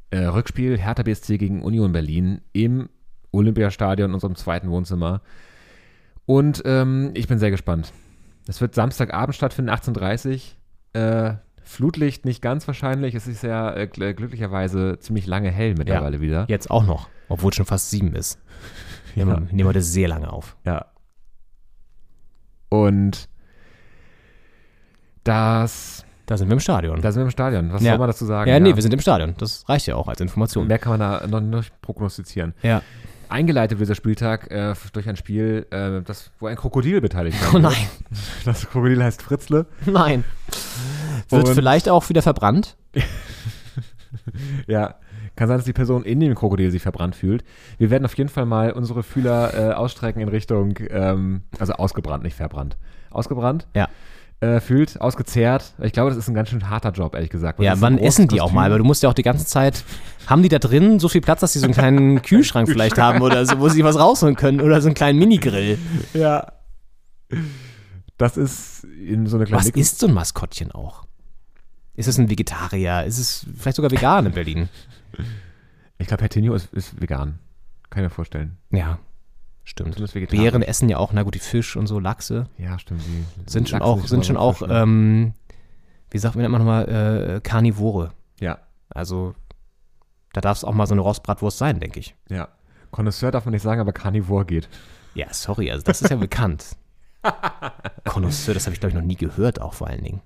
H: Äh, Rückspiel Hertha BSC gegen Union Berlin im Olympiastadion, unserem zweiten Wohnzimmer. Und ähm, ich bin sehr gespannt. Es wird Samstagabend stattfinden, 18.30 Uhr. Äh, Flutlicht nicht ganz wahrscheinlich. Es ist ja äh, gl- glücklicherweise ziemlich lange hell mittlerweile wieder.
G: Jetzt auch noch, obwohl es schon fast sieben ist. Wir
H: Ja.
G: nehmen heute sehr lange auf.
H: Ja. Und das,
G: Da sind wir im Stadion.
H: da sind wir im Stadion. Was
G: Ja.
H: soll man dazu sagen?
G: ja, nee, wir sind im Stadion. Das reicht ja auch als Information.
H: Mehr kann man da noch nicht prognostizieren.
G: Ja.
H: eingeleitet wird dieser Spieltag äh, durch ein Spiel, äh, das, wo ein Krokodil beteiligt war.
G: Oh nein,
H: Das Krokodil heißt Fritzle.
G: nein. Wird
H: Und-
G: vielleicht auch wieder verbrannt?
H: Ja, kann sein, dass die Person in dem Krokodil sich verbrannt fühlt. Wir werden auf jeden Fall mal unsere Fühler äh, ausstrecken in Richtung, ähm, also ausgebrannt, nicht verbrannt. Ausgebrannt?
G: Ja.
H: Äh, fühlt, ausgezehrt. Ich glaube, das ist ein ganz schön harter Job, ehrlich gesagt. weil das
G: Ja,
H: ist
G: wann
H: ein großes
G: essen die auch
H: Kostüm.
G: mal? Weil du musst ja auch die ganze Zeit, haben die da drin so viel Platz, dass die so einen kleinen Kühlschrank vielleicht haben oder so, wo sie was rausholen können oder so einen kleinen Minigrill.
H: Ja. Das ist in so eine kleine
G: Was
H: Mikro-
G: ist so ein Maskottchen auch? Ist es ein Vegetarier? Ist es vielleicht sogar vegan in Berlin?
H: Ich glaube, Herr Tenio ist, ist vegan. Kann ich mir vorstellen.
G: Ja, stimmt.
H: Zumindest vegetarisch.
G: Bären essen ja auch, na gut, die Fisch und so, Lachse.
H: Ja, stimmt. die
G: Sind schon
H: Lachse
G: auch,
H: nicht,
G: sind
H: aber
G: schon auch,
H: Fisch, ne?
G: ähm, wie sagt man immer nochmal, äh, Karnivore.
H: ja.
G: Also, da darf es auch mal so eine Rostbratwurst sein, denke ich.
H: Ja. Connoisseur darf man nicht sagen, aber Carnivore geht.
G: Ja, sorry, also das ist ja bekannt. Connoisseur, das habe ich, glaube ich, noch nie gehört, auch vor allen Dingen.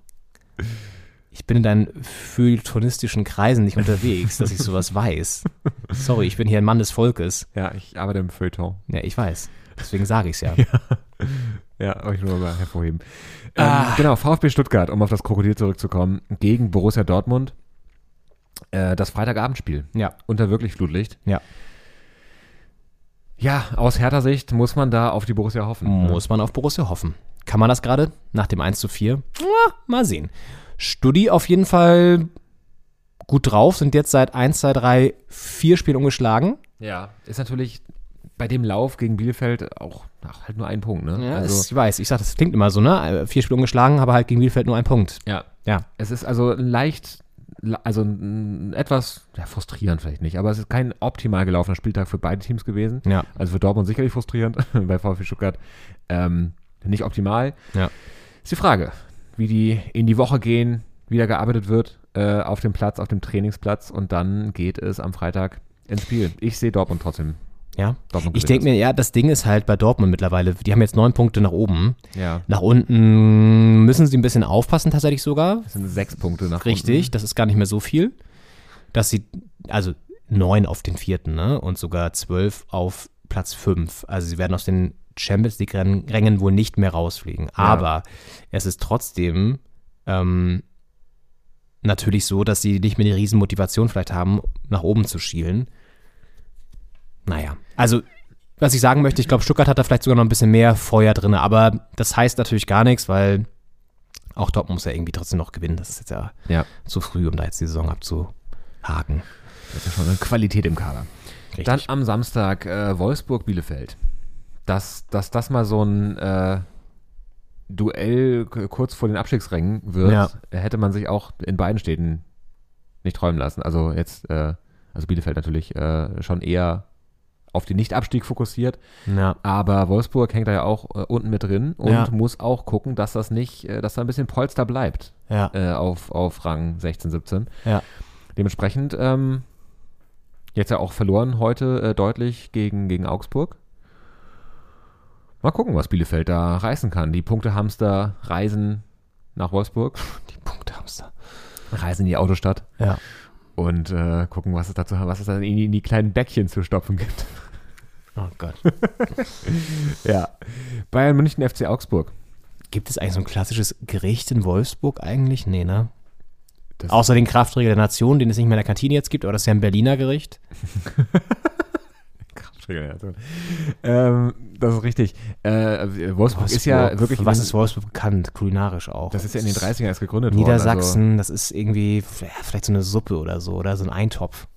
G: Ich bin in deinen feuilletonistischen Kreisen nicht unterwegs, dass ich sowas weiß. Sorry, ich bin hier ein Mann des Volkes.
H: Ja, ich arbeite im Feuilleton.
G: Ja, ich weiß. Deswegen sage ich es ja.
H: Ja, wollte ich nur mal hervorheben.
G: Ah.
H: Ähm, genau, VfB Stuttgart, um auf das Krokodil zurückzukommen, gegen Borussia Dortmund. Äh, das Freitagabendspiel.
G: Ja.
H: Unter wirklich Flutlicht.
G: Ja.
H: Ja, aus härter Sicht muss man da auf die Borussia hoffen.
G: Mhm. Muss man auf Borussia hoffen. Kann man das gerade? Nach dem 1 zu 4? Mua, Mal sehen. Studi auf jeden Fall gut drauf, sind jetzt seit 1, 2, 3, 4 Spielen ungeschlagen.
H: Ja, ist natürlich bei dem Lauf gegen Bielefeld auch ach, halt nur ein Punkt, ne?
G: Ja, also, ich weiß, ich sag, das klingt immer so, ne? Vier Spiele ungeschlagen, aber halt gegen Bielefeld nur ein Punkt.
H: ja.
G: Ja.
H: Es ist also ein leicht, also ein etwas, ja, frustrierend vielleicht nicht, aber es ist kein optimal gelaufener Spieltag für beide Teams gewesen.
G: Ja.
H: Also für Dortmund sicherlich frustrierend, bei VfB Stuttgart ähm, nicht optimal.
G: Ja.
H: Ist die Frage, wie die in die Woche gehen, wie da gearbeitet wird äh, auf dem Platz, auf dem Trainingsplatz und dann geht es am Freitag ins Spiel. Ich sehe Dortmund trotzdem.
G: Ja.
H: Dortmund
G: Ich
H: gewinnt
G: denke mir, ja, das Ding ist halt bei Dortmund mittlerweile, die haben jetzt neun Punkte nach oben.
H: Ja.
G: Nach unten müssen sie ein bisschen aufpassen, tatsächlich sogar.
H: Das sind sechs Punkte nach
G: Richtig, das ist gar nicht mehr so viel. Dass sie, also neun auf den vierten, ne? Und sogar zwölf auf Platz fünf. Also sie werden aus den Champions League-Rängen wohl nicht mehr rausfliegen. Aber es ist trotzdem ähm, natürlich so, dass sie nicht mehr die riesen Motivation vielleicht haben, nach oben zu schielen. Naja, also was ich sagen möchte, ich glaube, Stuttgart hat da vielleicht sogar noch ein bisschen mehr Feuer drin, aber das heißt natürlich gar nichts, weil auch Dortmund muss ja irgendwie trotzdem noch gewinnen. Das ist jetzt ja,
H: unten. Ja,
G: zu früh, um da jetzt die Saison abzuhaken.
H: das ist schon eine Qualität im Kader.
G: Richtig.
H: Dann am Samstag äh, Wolfsburg-Bielefeld. Dass, dass das mal so ein äh, Duell k- kurz vor den Abstiegsrängen wird,
G: Ja.
H: hätte man sich auch in beiden Städten nicht träumen lassen. Also jetzt, äh, also Bielefeld natürlich äh, schon eher auf den Nicht-Abstieg fokussiert,
G: ja.
H: aber Wolfsburg hängt da ja auch äh, unten mit drin und
G: Ja.
H: muss auch gucken, dass das nicht, äh, dass da ein bisschen Polster bleibt
G: Ja.
H: äh, auf, auf Rang 16, 17.
G: Ja.
H: Dementsprechend ähm, jetzt ja auch verloren heute äh, deutlich gegen, gegen Augsburg. Mal gucken, was Bielefeld da reißen kann. Die Punktehamster reisen nach Wolfsburg,
G: Die Punkte haben es da.
H: reisen in die Autostadt
G: Ja.
H: und äh, gucken, was es dazu was es da in die, in die kleinen Bäckchen zu stopfen gibt.
G: Oh Gott.
H: ja. Bayern München FC Augsburg.
G: Gibt es eigentlich so ein klassisches Gericht in Wolfsburg eigentlich? Nee, ne? Außer den Kraftregel der Nation, den es nicht mehr in der Kantine jetzt gibt, aber das ist ja ein Berliner Gericht.
H: Kraftregeneration. ähm, das ist richtig. Äh, Wolfsburg, ist ja
G: Wolfsburg,
H: wirklich.
G: für Was ist Wolfsburg bekannt? Kulinarisch auch.
H: Das ist ja in den 30ern erst gegründet worden. also
G: Niedersachsen, das ist irgendwie ja, vielleicht so eine Suppe oder so, oder so ein Eintopf.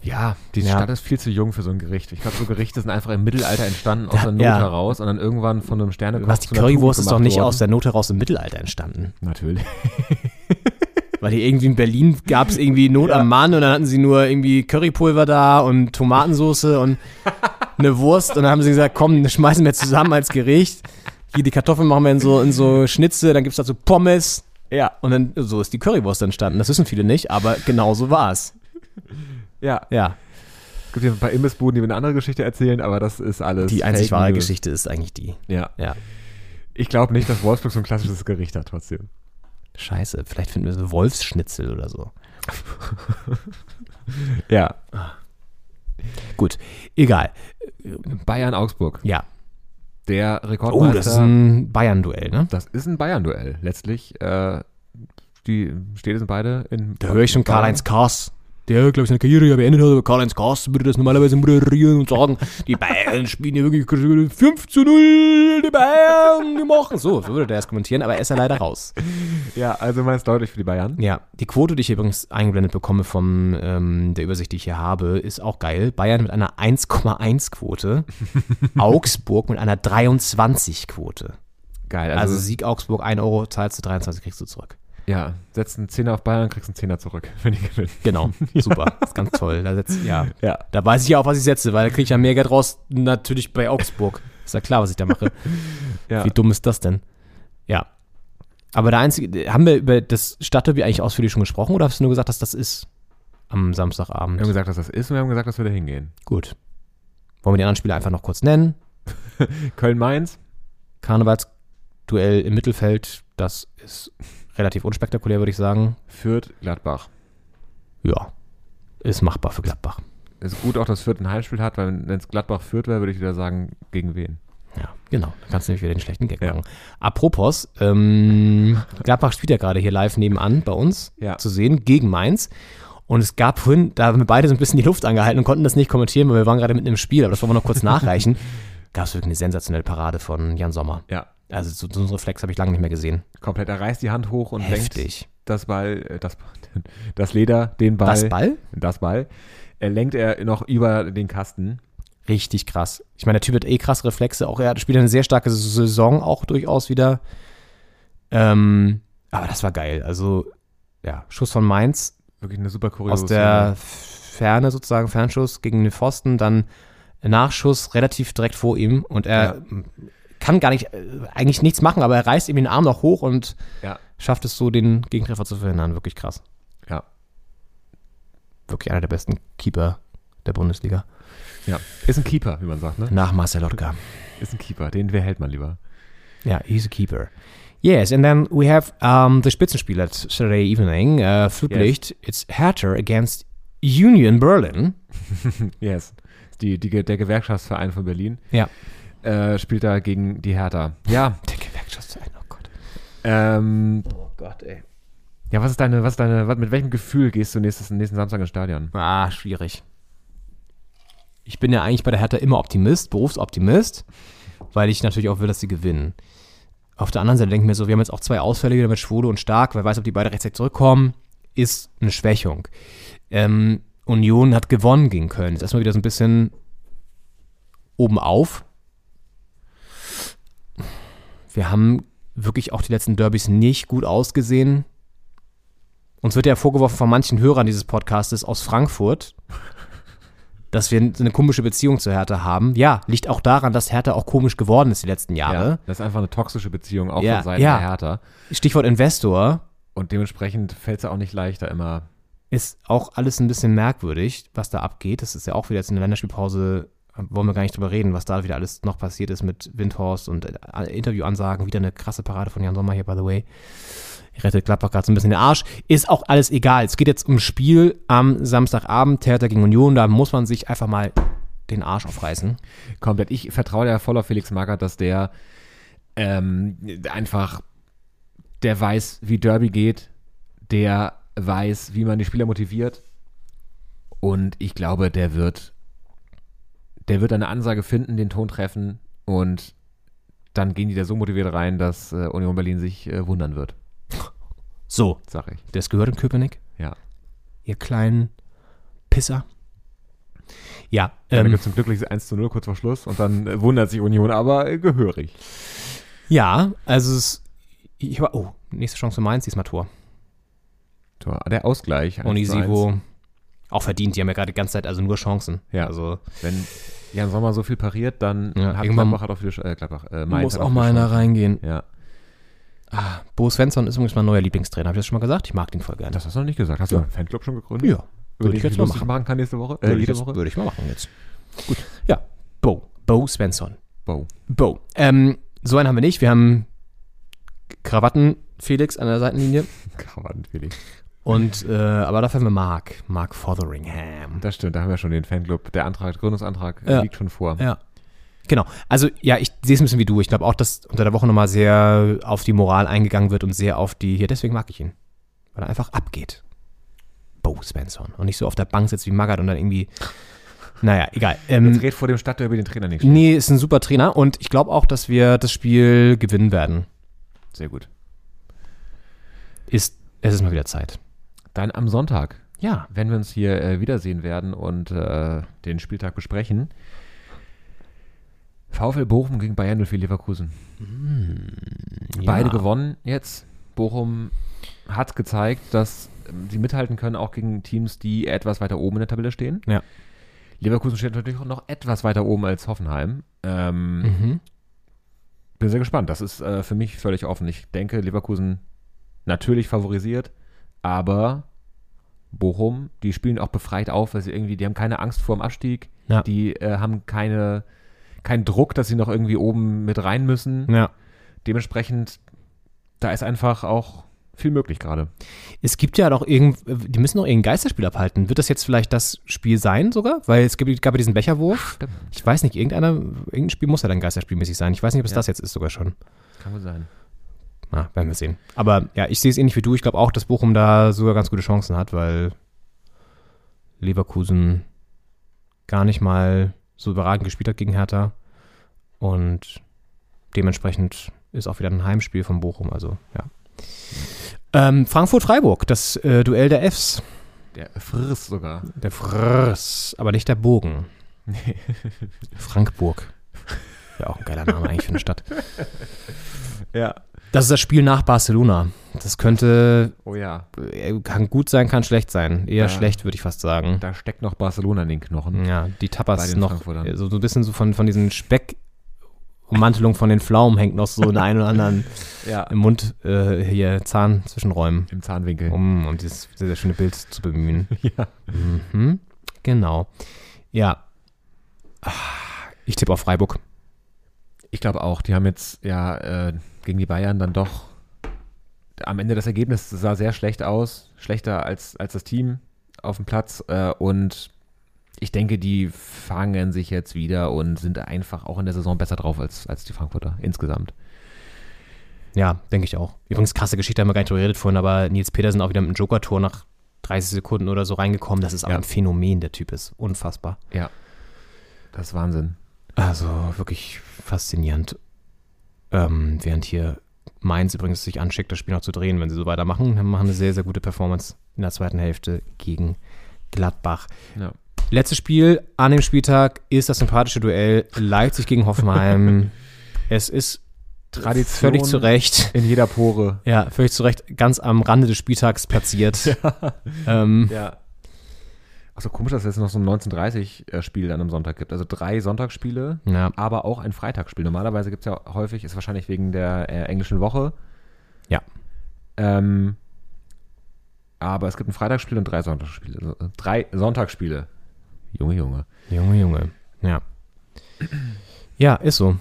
H: Also, ja, die
G: Ja.
H: Stadt ist viel zu jung für so ein Gericht. Ich glaube, so Gerichte sind einfach im Mittelalter entstanden, aus der Not
G: Ja.
H: heraus und dann irgendwann von einem Sternekoch.
G: Was, die
H: zu einer Tugend
G: Currywurst ist doch
H: gemacht
G: nicht
H: worden.
G: aus der Not heraus im Mittelalter entstanden.
H: Natürlich.
G: Weil hier irgendwie in Berlin gab es irgendwie Not am Mann und dann hatten sie nur irgendwie Currypulver da und Tomatensoße und eine Wurst und dann haben sie gesagt, komm, das schmeißen wir zusammen als Gericht. Hier die Kartoffeln machen wir in so, in so Schnitze, dann gibt es dazu Pommes. Ja. Und dann so ist die Currywurst entstanden. Das wissen viele nicht, aber genau so war es.
H: Ja.
G: Ja.
H: Es gibt ja ein paar Imbissbuden, die mir eine andere Geschichte erzählen, aber das ist alles.
G: Die einzig
H: Fake
G: wahre
H: News.
G: Geschichte ist eigentlich die.
H: Ja.
G: Ja.
H: Ich glaube nicht, dass Wolfsburg so ein klassisches Gericht hat, trotzdem.
G: Scheiße, vielleicht finden wir so Wolfsschnitzel oder so.
H: Ja.
G: Gut, egal.
H: Bayern-Augsburg.
G: Ja.
H: Der
G: Oh,
H: Rekordmeister.
G: das ist ein Bayern-Duell, ne?
H: Das ist ein Bayern-Duell. Letztlich, äh, die Städte sind beide in.
G: Da höre ich schon Karl-Heinz Kaas, der, glaube ich, seine Karriere ja beendet hat, aber Karl-Heinz Kaas würde das normalerweise moderieren und sagen, die Bayern spielen hier wirklich 5 zu 0, die Bayern, die machen. So, so würde der es kommentieren, aber er ist ja leider raus.
H: Ja, also man ist deutlich für die Bayern.
G: Ja, die Quote, die ich hier übrigens eingeblendet bekomme von ähm, der Übersicht, die ich hier habe, ist auch geil. Bayern mit einer 1,1-Quote, Augsburg mit einer 23-Quote.
H: Geil.
G: Also, Sieg Augsburg, 1 Euro, zahlst du 23, kriegst du zurück.
H: ja, setzt einen Zehner auf Bayern, kriegst einen Zehner zurück, wenn die gewinnen.
G: Genau, super, ist ganz toll. Da setzt, ja.
H: Ja.
G: Da weiß ich ja auch, was ich setze, weil da kriege ich ja mehr Geld raus, natürlich bei Augsburg. Ist ja klar, was ich da mache.
H: Ja.
G: Wie dumm ist das denn? Ja. Aber der einzige, haben wir über das Stadtderby eigentlich ausführlich schon gesprochen oder hast du nur gesagt, dass das ist am Samstagabend?
H: Wir haben gesagt, dass das ist und wir haben gesagt, dass wir da hingehen.
G: Gut. Wollen wir die anderen Spiele einfach noch kurz nennen?
H: Köln-Mainz.
G: Karnevalsduell im Mittelfeld, das ist relativ unspektakulär, würde ich sagen.
H: Fürth, Gladbach.
G: Ja, ist machbar für Gladbach.
H: Ist gut auch, dass Fürth ein Heimspiel hat, weil wenn es Gladbach Fürth wäre, würde ich wieder sagen, gegen wen?
G: Ja, genau. Da kannst du nämlich wieder den schlechten Gag
H: Ja.
G: machen. Apropos, ähm, Gladbach spielt ja gerade hier live nebenan bei uns
H: Ja.
G: zu sehen gegen Mainz. Und es gab vorhin, da haben wir beide so ein bisschen die Luft angehalten und konnten das nicht kommentieren, weil wir waren gerade mitten im Spiel, aber das wollen wir noch kurz nachreichen. gab es wirklich eine sensationelle Parade von Jan Sommer.
H: Ja.
G: Also so, so einen Reflex habe ich lange nicht mehr gesehen.
H: Komplett. Er reißt die Hand hoch und
G: Heftig.
H: lenkt das Ball, äh, das, das Leder, den Ball.
G: Das Ball?
H: Das Ball. Er lenkt er noch über den Kasten.
G: Richtig krass. Ich meine, der Typ hat eh krass Reflexe. Auch er spielt eine sehr starke Saison auch durchaus wieder. Ähm, aber das war geil. Also, ja, Schuss von Mainz,
H: Wirklich eine super kuriose
G: aus der Ferne sozusagen, Fernschuss gegen den Pfosten, dann Nachschuss relativ direkt vor ihm und er kann gar nicht, äh, eigentlich nichts machen, aber er reißt ihm den Arm noch hoch und
H: Ja.
G: schafft es so, den Gegentreffer zu verhindern. Wirklich krass.
H: Ja.
G: Wirklich einer der besten Keeper der Bundesliga.
H: Ja. Ist ein Keeper, wie man sagt, ne?
G: Nach Marcel Lotka.
H: Ist ein Keeper. Den behält man lieber.
G: Yeah, he's a keeper. Yes, and then we have um, the Spitzenspiel at Saturday evening, uh, Flutlicht. It's Hertha against Union Berlin.
H: Yes. Die, die, der Gewerkschaftsverein von Berlin
G: Ja.
H: äh, spielt da gegen die Hertha. Ja.
G: Der Gewerkschaftsverein, oh Gott.
H: Ähm,
G: Oh Gott, ey.
H: ja, was ist deine, was ist deine, was, mit welchem Gefühl gehst du nächstes, nächsten Samstag ins Stadion?
G: Ah, schwierig. Ich bin ja eigentlich bei der Hertha immer Optimist, Berufsoptimist, weil ich natürlich auch will, dass sie gewinnen. Auf der anderen Seite denke ich mir so, wir haben jetzt auch zwei Ausfälle wieder mit Schwule und Stark, wer weiß, ob die beide rechtzeitig zurückkommen, ist eine Schwächung. Ähm, Union hat gewonnen gegen Köln. Ist erstmal wieder so ein bisschen oben auf. Wir haben wirklich auch die letzten Derbys nicht gut ausgesehen. Uns wird ja vorgeworfen von manchen Hörern dieses Podcastes aus Frankfurt, dass wir so eine komische Beziehung zu Hertha haben. Ja, liegt auch daran, dass Hertha auch komisch geworden ist die letzten Jahre.
H: Das ist einfach eine toxische Beziehung auch
G: Ja,
H: von Seiten
G: ja.
H: der Hertha.
G: Stichwort Investor
H: Und dementsprechend fällt es auch nicht leichter immer.
G: ist auch alles ein bisschen merkwürdig, was da abgeht. Das ist ja auch wieder jetzt in der Länderspielpause, wollen wir gar nicht drüber reden, was da wieder alles noch passiert ist mit Windhorst und äh, Interviewansagen. Wieder eine krasse Parade von Jan Sommer hier, by the way. Rettet Gladbach gerade so ein bisschen den Arsch. Ist auch alles egal. Es geht jetzt um Spiel am Samstagabend, Theater gegen Union. Da muss man sich einfach mal den Arsch aufreißen.
H: Komplett. Ich vertraue ja voll auf Felix Magath, dass der ähm, einfach, der weiß, wie Derby geht, der weiß, wie man die Spieler motiviert. Und ich glaube, der wird, der wird eine Ansage finden, den Ton treffen und dann gehen die da so motiviert rein, dass äh, Union Berlin sich äh, wundern wird,
G: So,
H: sag ich.
G: das gehört in Köpenick,
H: Ja.
G: ihr kleinen Pisser. Ja,
H: Dann
G: ähm,
H: gibt es zum Glückliches 1 zu 0 kurz vor Schluss und dann äh, wundert sich Union aber äh, gehörig.
G: Ja, also es, ich war, oh, nächste Chance für Mainz, diesmal Tor.
H: Tor. Der Ausgleich. 1 zu 1.
G: Onisivo, auch verdient, die haben ja gerade die ganze Zeit also nur Chancen.
H: Ja.
G: Also
H: Wenn Jan Sommer so viel pariert, dann
G: Ja,
H: hat
G: irgendwann-
H: Gladbach hat auch viele Sch- äh, Gladbach, äh, Mainz
G: muss
H: hat
G: auch
H: viele
G: mal einer
H: Chancen.
G: reingehen.
H: Ja,
G: Bo Svensson ist übrigens mein neuer Lieblingstrainer, habe ich das schon mal gesagt? Ich mag den voll gerne.
H: das hast du noch nicht gesagt. Hast du einen Fanclub schon gegründet?
G: ja,
H: Würde
G: würde
H: ich
G: ich
H: mich
G: jetzt mal
H: lustig
G: machen.
H: machen kann nächste Woche? Äh,
G: Würde ich,
H: jede
G: jetzt,
H: Woche?
G: würde ich mal machen jetzt. Gut. Ja, Bo, Bo Svensson.
H: Wow.
G: Bo. Ähm, so einen haben wir nicht, wir haben Krawatten Felix an der Seitenlinie
H: Krawatten, Felix.
G: und, äh, aber dafür haben wir Mark, Mark Fotheringham.
H: Das stimmt, da haben wir schon den Fanclub. Der Antrag, Gründungsantrag äh,
G: Ja.
H: liegt schon vor.
G: Ja. Genau. Also ja, ich sehe es ein bisschen wie du. Ich glaube auch, dass unter der Woche nochmal sehr auf die Moral eingegangen wird und sehr auf die hier. Deswegen mag ich ihn. Weil er einfach abgeht. Bo Svensson. Und nicht so auf der Bank sitzt wie Magath und dann irgendwie. Naja, egal.
H: Jetzt
G: Ähm,
H: red vor dem Stadtderby den Trainer nicht.
G: nee, ist ein super Trainer und ich glaube auch, dass wir das Spiel gewinnen werden.
H: Sehr gut.
G: Ist, es ist mal wieder Zeit.
H: Dann am Sonntag,
G: Ja.
H: wenn wir uns hier äh, wiedersehen werden und äh, den Spieltag besprechen. VfL Bochum gegen Bayern 04 Leverkusen.
G: Mm,
H: Beide gewonnen jetzt. Bochum hat gezeigt, dass ähm, sie mithalten können, auch gegen Teams, die etwas weiter oben in der Tabelle stehen.
G: Ja.
H: Leverkusen steht natürlich auch noch etwas weiter oben als Hoffenheim. Ähm,
G: Mhm.
H: Bin sehr gespannt. Das ist äh, für mich völlig offen. Ich denke, Leverkusen natürlich favorisiert, aber Bochum, die spielen auch befreit auf, weil sie irgendwie, die haben keine Angst vor dem Abstieg.
G: Ja.
H: Die äh, haben keine, keinen Druck, dass sie noch irgendwie oben mit rein müssen
G: Ja.
H: dementsprechend, da ist einfach auch viel möglich gerade.
G: Es gibt ja doch irgend, die müssen doch irgendein Geisterspiel abhalten. Wird das jetzt vielleicht das Spiel sein sogar? Weil es gibt, gab ja diesen Becherwurf. Ich weiß nicht, irgendeiner, irgendein Spiel muss ja dann geisterspielmäßig sein. Ich weiß nicht, ob es
H: Ja.
G: das jetzt ist sogar schon.
H: Kann wohl sein.
G: Na, werden wir sehen. Aber ja, ich sehe es ähnlich wie du. Ich glaube auch, dass Bochum da sogar ganz gute Chancen hat, weil Leverkusen gar nicht mal so überragend gespielt hat gegen Hertha. Und dementsprechend ist auch wieder ein Heimspiel von Bochum, also ja. Ähm, Frankfurt-Freiburg, das äh, Duell der Fs.
H: Der Friss sogar.
G: Der Frrrs, aber nicht der Bogen. Frankburg. Ja, auch ein geiler Name eigentlich für eine Stadt.
H: Ja.
G: Das ist das Spiel nach Barcelona. Das könnte,
H: Oh ja,
G: äh, kann gut sein, kann schlecht sein. Eher
H: Ja.
G: schlecht, würde ich fast sagen.
H: da steckt noch Barcelona in den Knochen.
G: Ja, die
H: Bei
G: Tapas
H: den
G: noch,
H: Frankfurtern.
G: äh, so, so ein bisschen so von, von diesen Speckmantelung von den Pflaumen hängt noch so in der einen oder anderen
H: Ja,
G: im Mund äh, hier Zahn zwischenräumen,
H: im Zahnwinkel.
G: um, um dieses sehr, sehr schöne Bild zu bemühen.
H: Ja.
G: Mhm, genau. Ja. Ah, Ich tippe auf Freiburg.
H: Ich glaube auch, die haben jetzt ja äh, gegen die Bayern dann doch am Ende das Ergebnis sah sehr schlecht aus, schlechter als, als das Team auf dem Platz. Äh, und ich denke, die fangen sich jetzt wieder und sind einfach auch in der Saison besser drauf als, als die Frankfurter insgesamt.
G: Ja, denke ich auch. Übrigens, krasse Geschichte, haben wir gar nicht drüber geredet vorhin, aber Nils Petersen auch wieder mit einem Joker-Tor nach 30 Sekunden oder so reingekommen. Das ist aber
H: Ja.
G: ein Phänomen, der Typ ist. Unfassbar.
H: Das ist Wahnsinn.
G: Also wirklich faszinierend. Ähm, während hier Mainz übrigens sich anschickt, das Spiel noch zu drehen, wenn sie so weitermachen, dann machen eine sehr, sehr gute Performance in der zweiten Hälfte gegen Gladbach.
H: Ja.
G: Letztes Spiel an dem Spieltag ist das sympathische Duell Leipzig gegen Hoffenheim. es ist
H: Tradition.
G: völlig zu Recht.
H: In jeder Pore.
G: Ja, völlig zu Recht ganz am Rande des Spieltags platziert. Ähm,
H: Ja. Also komisch, dass es jetzt noch so ein 1930-Spiel dann am Sonntag gibt. Also drei Sonntagsspiele,
G: Ja.
H: aber auch ein Freitagsspiel. Normalerweise gibt es ja häufig, ist wahrscheinlich wegen der äh, englischen Woche.
G: Ja.
H: Ähm, aber es gibt ein Freitagsspiel und drei Sonntagsspiele. Also, äh, drei Sonntagsspiele. Junge, Junge.
G: Junge, Junge. Ja. Ja, ist so.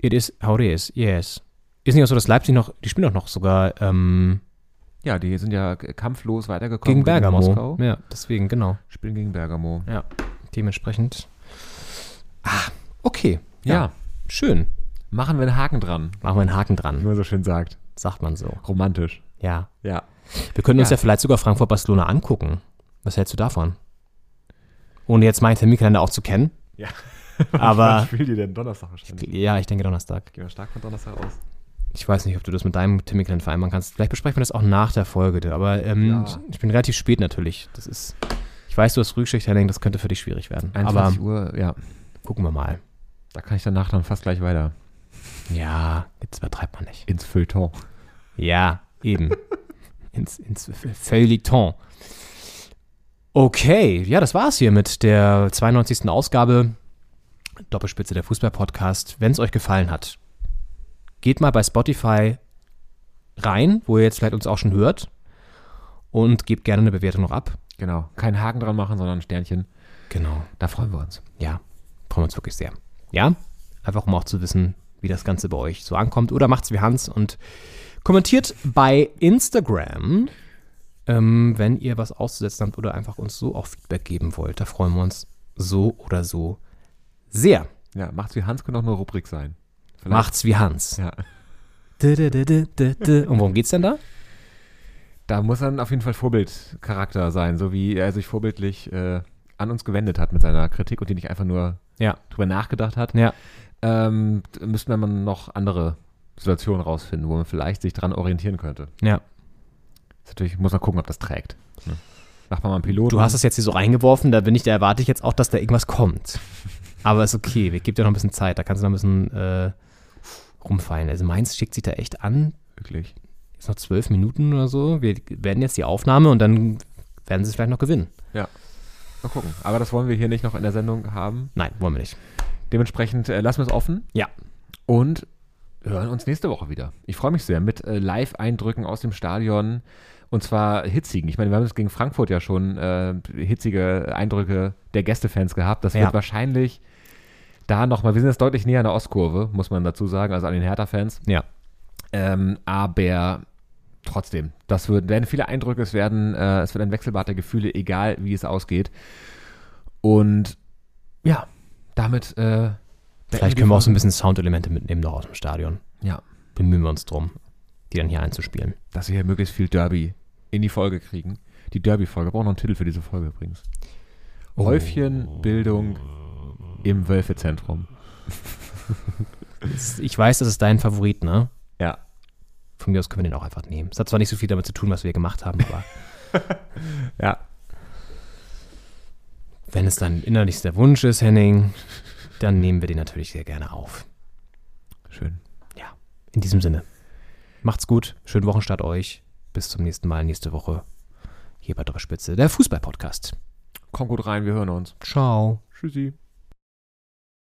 G: It is how it is, yes. Ist nicht auch so, dass Leipzig noch, die spielen doch noch sogar ähm,
H: Ja, die sind ja k- kampflos weitergekommen.
G: gegen Bergamo.
H: Moskau.
G: Ja, deswegen, genau.
H: Spielen gegen Bergamo.
G: Dementsprechend. Ah, okay.
H: Ja.
G: Schön.
H: Machen wir einen Haken dran.
G: Machen wir einen Haken
H: Wie
G: dran,
H: man so schön sagt.
G: sagt man so.
H: Romantisch.
G: Ja.
H: Ja.
G: Wir können uns ja,
H: Ja.
G: vielleicht sogar Frankfurt-Barcelona angucken. Was hältst du davon? Ohne jetzt meinen Terminkalender auch zu kennen.
H: Ja.
G: Aber
H: spielt ihr denn Donnerstag wahrscheinlich?
G: ja, ich denke Donnerstag.
H: Gehen wir stark von Donnerstag aus.
G: Ich weiß nicht, ob du das mit deinem Terminkalender vereinbaren kannst. Vielleicht besprechen wir das auch nach der Folge. Aber ähm,
H: Ja.
G: ich bin relativ spät natürlich. Das ist. Ich weiß, du hast Rückschicht, Henning, das könnte für dich schwierig werden.
H: 21
G: Aber
H: Uhr, ja.
G: gucken wir mal.
H: Da kann ich danach dann fast gleich weiter.
G: Ja, jetzt übertreibt man nicht.
H: Ins Feuilleton.
G: Ja, eben. ins, ins Feuilleton. Okay, ja, das war's hier mit der 92. Ausgabe Doppelspitze der Fußball-Podcast. Wenn es euch gefallen hat, geht mal bei Spotify rein, wo ihr jetzt vielleicht uns auch schon hört und gebt gerne eine Bewertung noch ab.
H: Genau. Keinen Haken dran machen, sondern ein Sternchen.
G: Genau.
H: Da freuen wir uns.
G: Ja, freuen wir uns wirklich sehr. Ja, einfach um auch zu wissen, wie das Ganze bei euch so ankommt. Oder macht's wie Hans und kommentiert bei Instagram, ähm, wenn ihr was auszusetzen habt oder einfach uns so auch Feedback geben wollt. Da freuen wir uns so oder so sehr.
H: Ja, macht's wie Hans, könnte auch eine Rubrik sein. Vielleicht.
G: Macht's wie Hans.
H: Ja.
G: Dö, dö, dö, dö, dö, dö. Und worum geht's denn da?
H: Da muss dann auf jeden Fall Vorbildcharakter sein, so wie er sich vorbildlich äh, an uns gewendet hat mit seiner Kritik und die nicht einfach nur
G: Ja.
H: drüber nachgedacht hat.
G: Ja.
H: Ähm, d- müssten wir mal noch andere Situationen rausfinden, wo man vielleicht sich dran orientieren könnte.
G: Ja.
H: Ist natürlich, muss man gucken, ob das trägt. Ne? Macht man mal einen Piloten.
G: Du hast es jetzt hier so reingeworfen, da bin ich, da erwarte ich jetzt auch, dass da irgendwas kommt. Aber ist okay, wir geben dir noch ein bisschen Zeit, da kannst du noch ein bisschen äh, rumfallen. Also Mainz schickt sich da echt an,
H: wirklich.
G: jetzt noch zwölf Minuten oder so. Wir werden jetzt die Aufnahme und dann werden sie es vielleicht noch gewinnen.
H: Mal gucken. Aber das wollen wir hier nicht noch in der Sendung haben.
G: Nein, wollen wir nicht.
H: Dementsprechend äh, lassen wir es offen.
G: Ja.
H: Und hören uns nächste Woche wieder. Ich freue mich sehr mit äh, Live-Eindrücken aus dem Stadion. Und zwar hitzigen. Ich meine, wir haben es gegen Frankfurt ja schon äh, hitzige Eindrücke der Gästefans gehabt. Das
G: Ja.
H: wird wahrscheinlich da nochmal, wir sind jetzt deutlich näher an der Ostkurve, muss man dazu sagen, also an den Hertha-Fans.
G: Ja.
H: Ähm, aber trotzdem, das wird, werden viele Eindrücke, es werden, äh, es wird ein Wechselbad der Gefühle, egal wie es ausgeht. Und ja, damit äh,
G: Vielleicht können wir auch so ein bisschen Soundelemente mitnehmen noch aus dem Stadion.
H: Ja.
G: Bemühen wir uns drum, die dann hier einzuspielen.
H: dass wir hier möglichst viel Derby in die Folge kriegen. Die Derby-Folge. Wir brauchen noch einen Titel für
G: Oh.
H: diese Folge übrigens. Häufchenbildung im Wölfezentrum.
G: Ich weiß, das ist dein Favorit, ne?
H: Ja.
G: Von mir aus können wir den auch einfach nehmen. Es hat zwar nicht so viel damit zu tun, was wir gemacht haben, aber
H: Ja.
G: wenn es dein innerlichster Wunsch ist, Henning, dann nehmen wir den natürlich sehr gerne auf.
H: Schön.
G: Ja, in diesem Sinne. Macht's gut, schönen Wochenstart euch. Bis zum nächsten Mal, nächste Woche. Hier bei Doppelspitze, der Fußball-Podcast.
H: Komm gut rein, wir hören uns.
G: Ciao.
H: Tschüssi.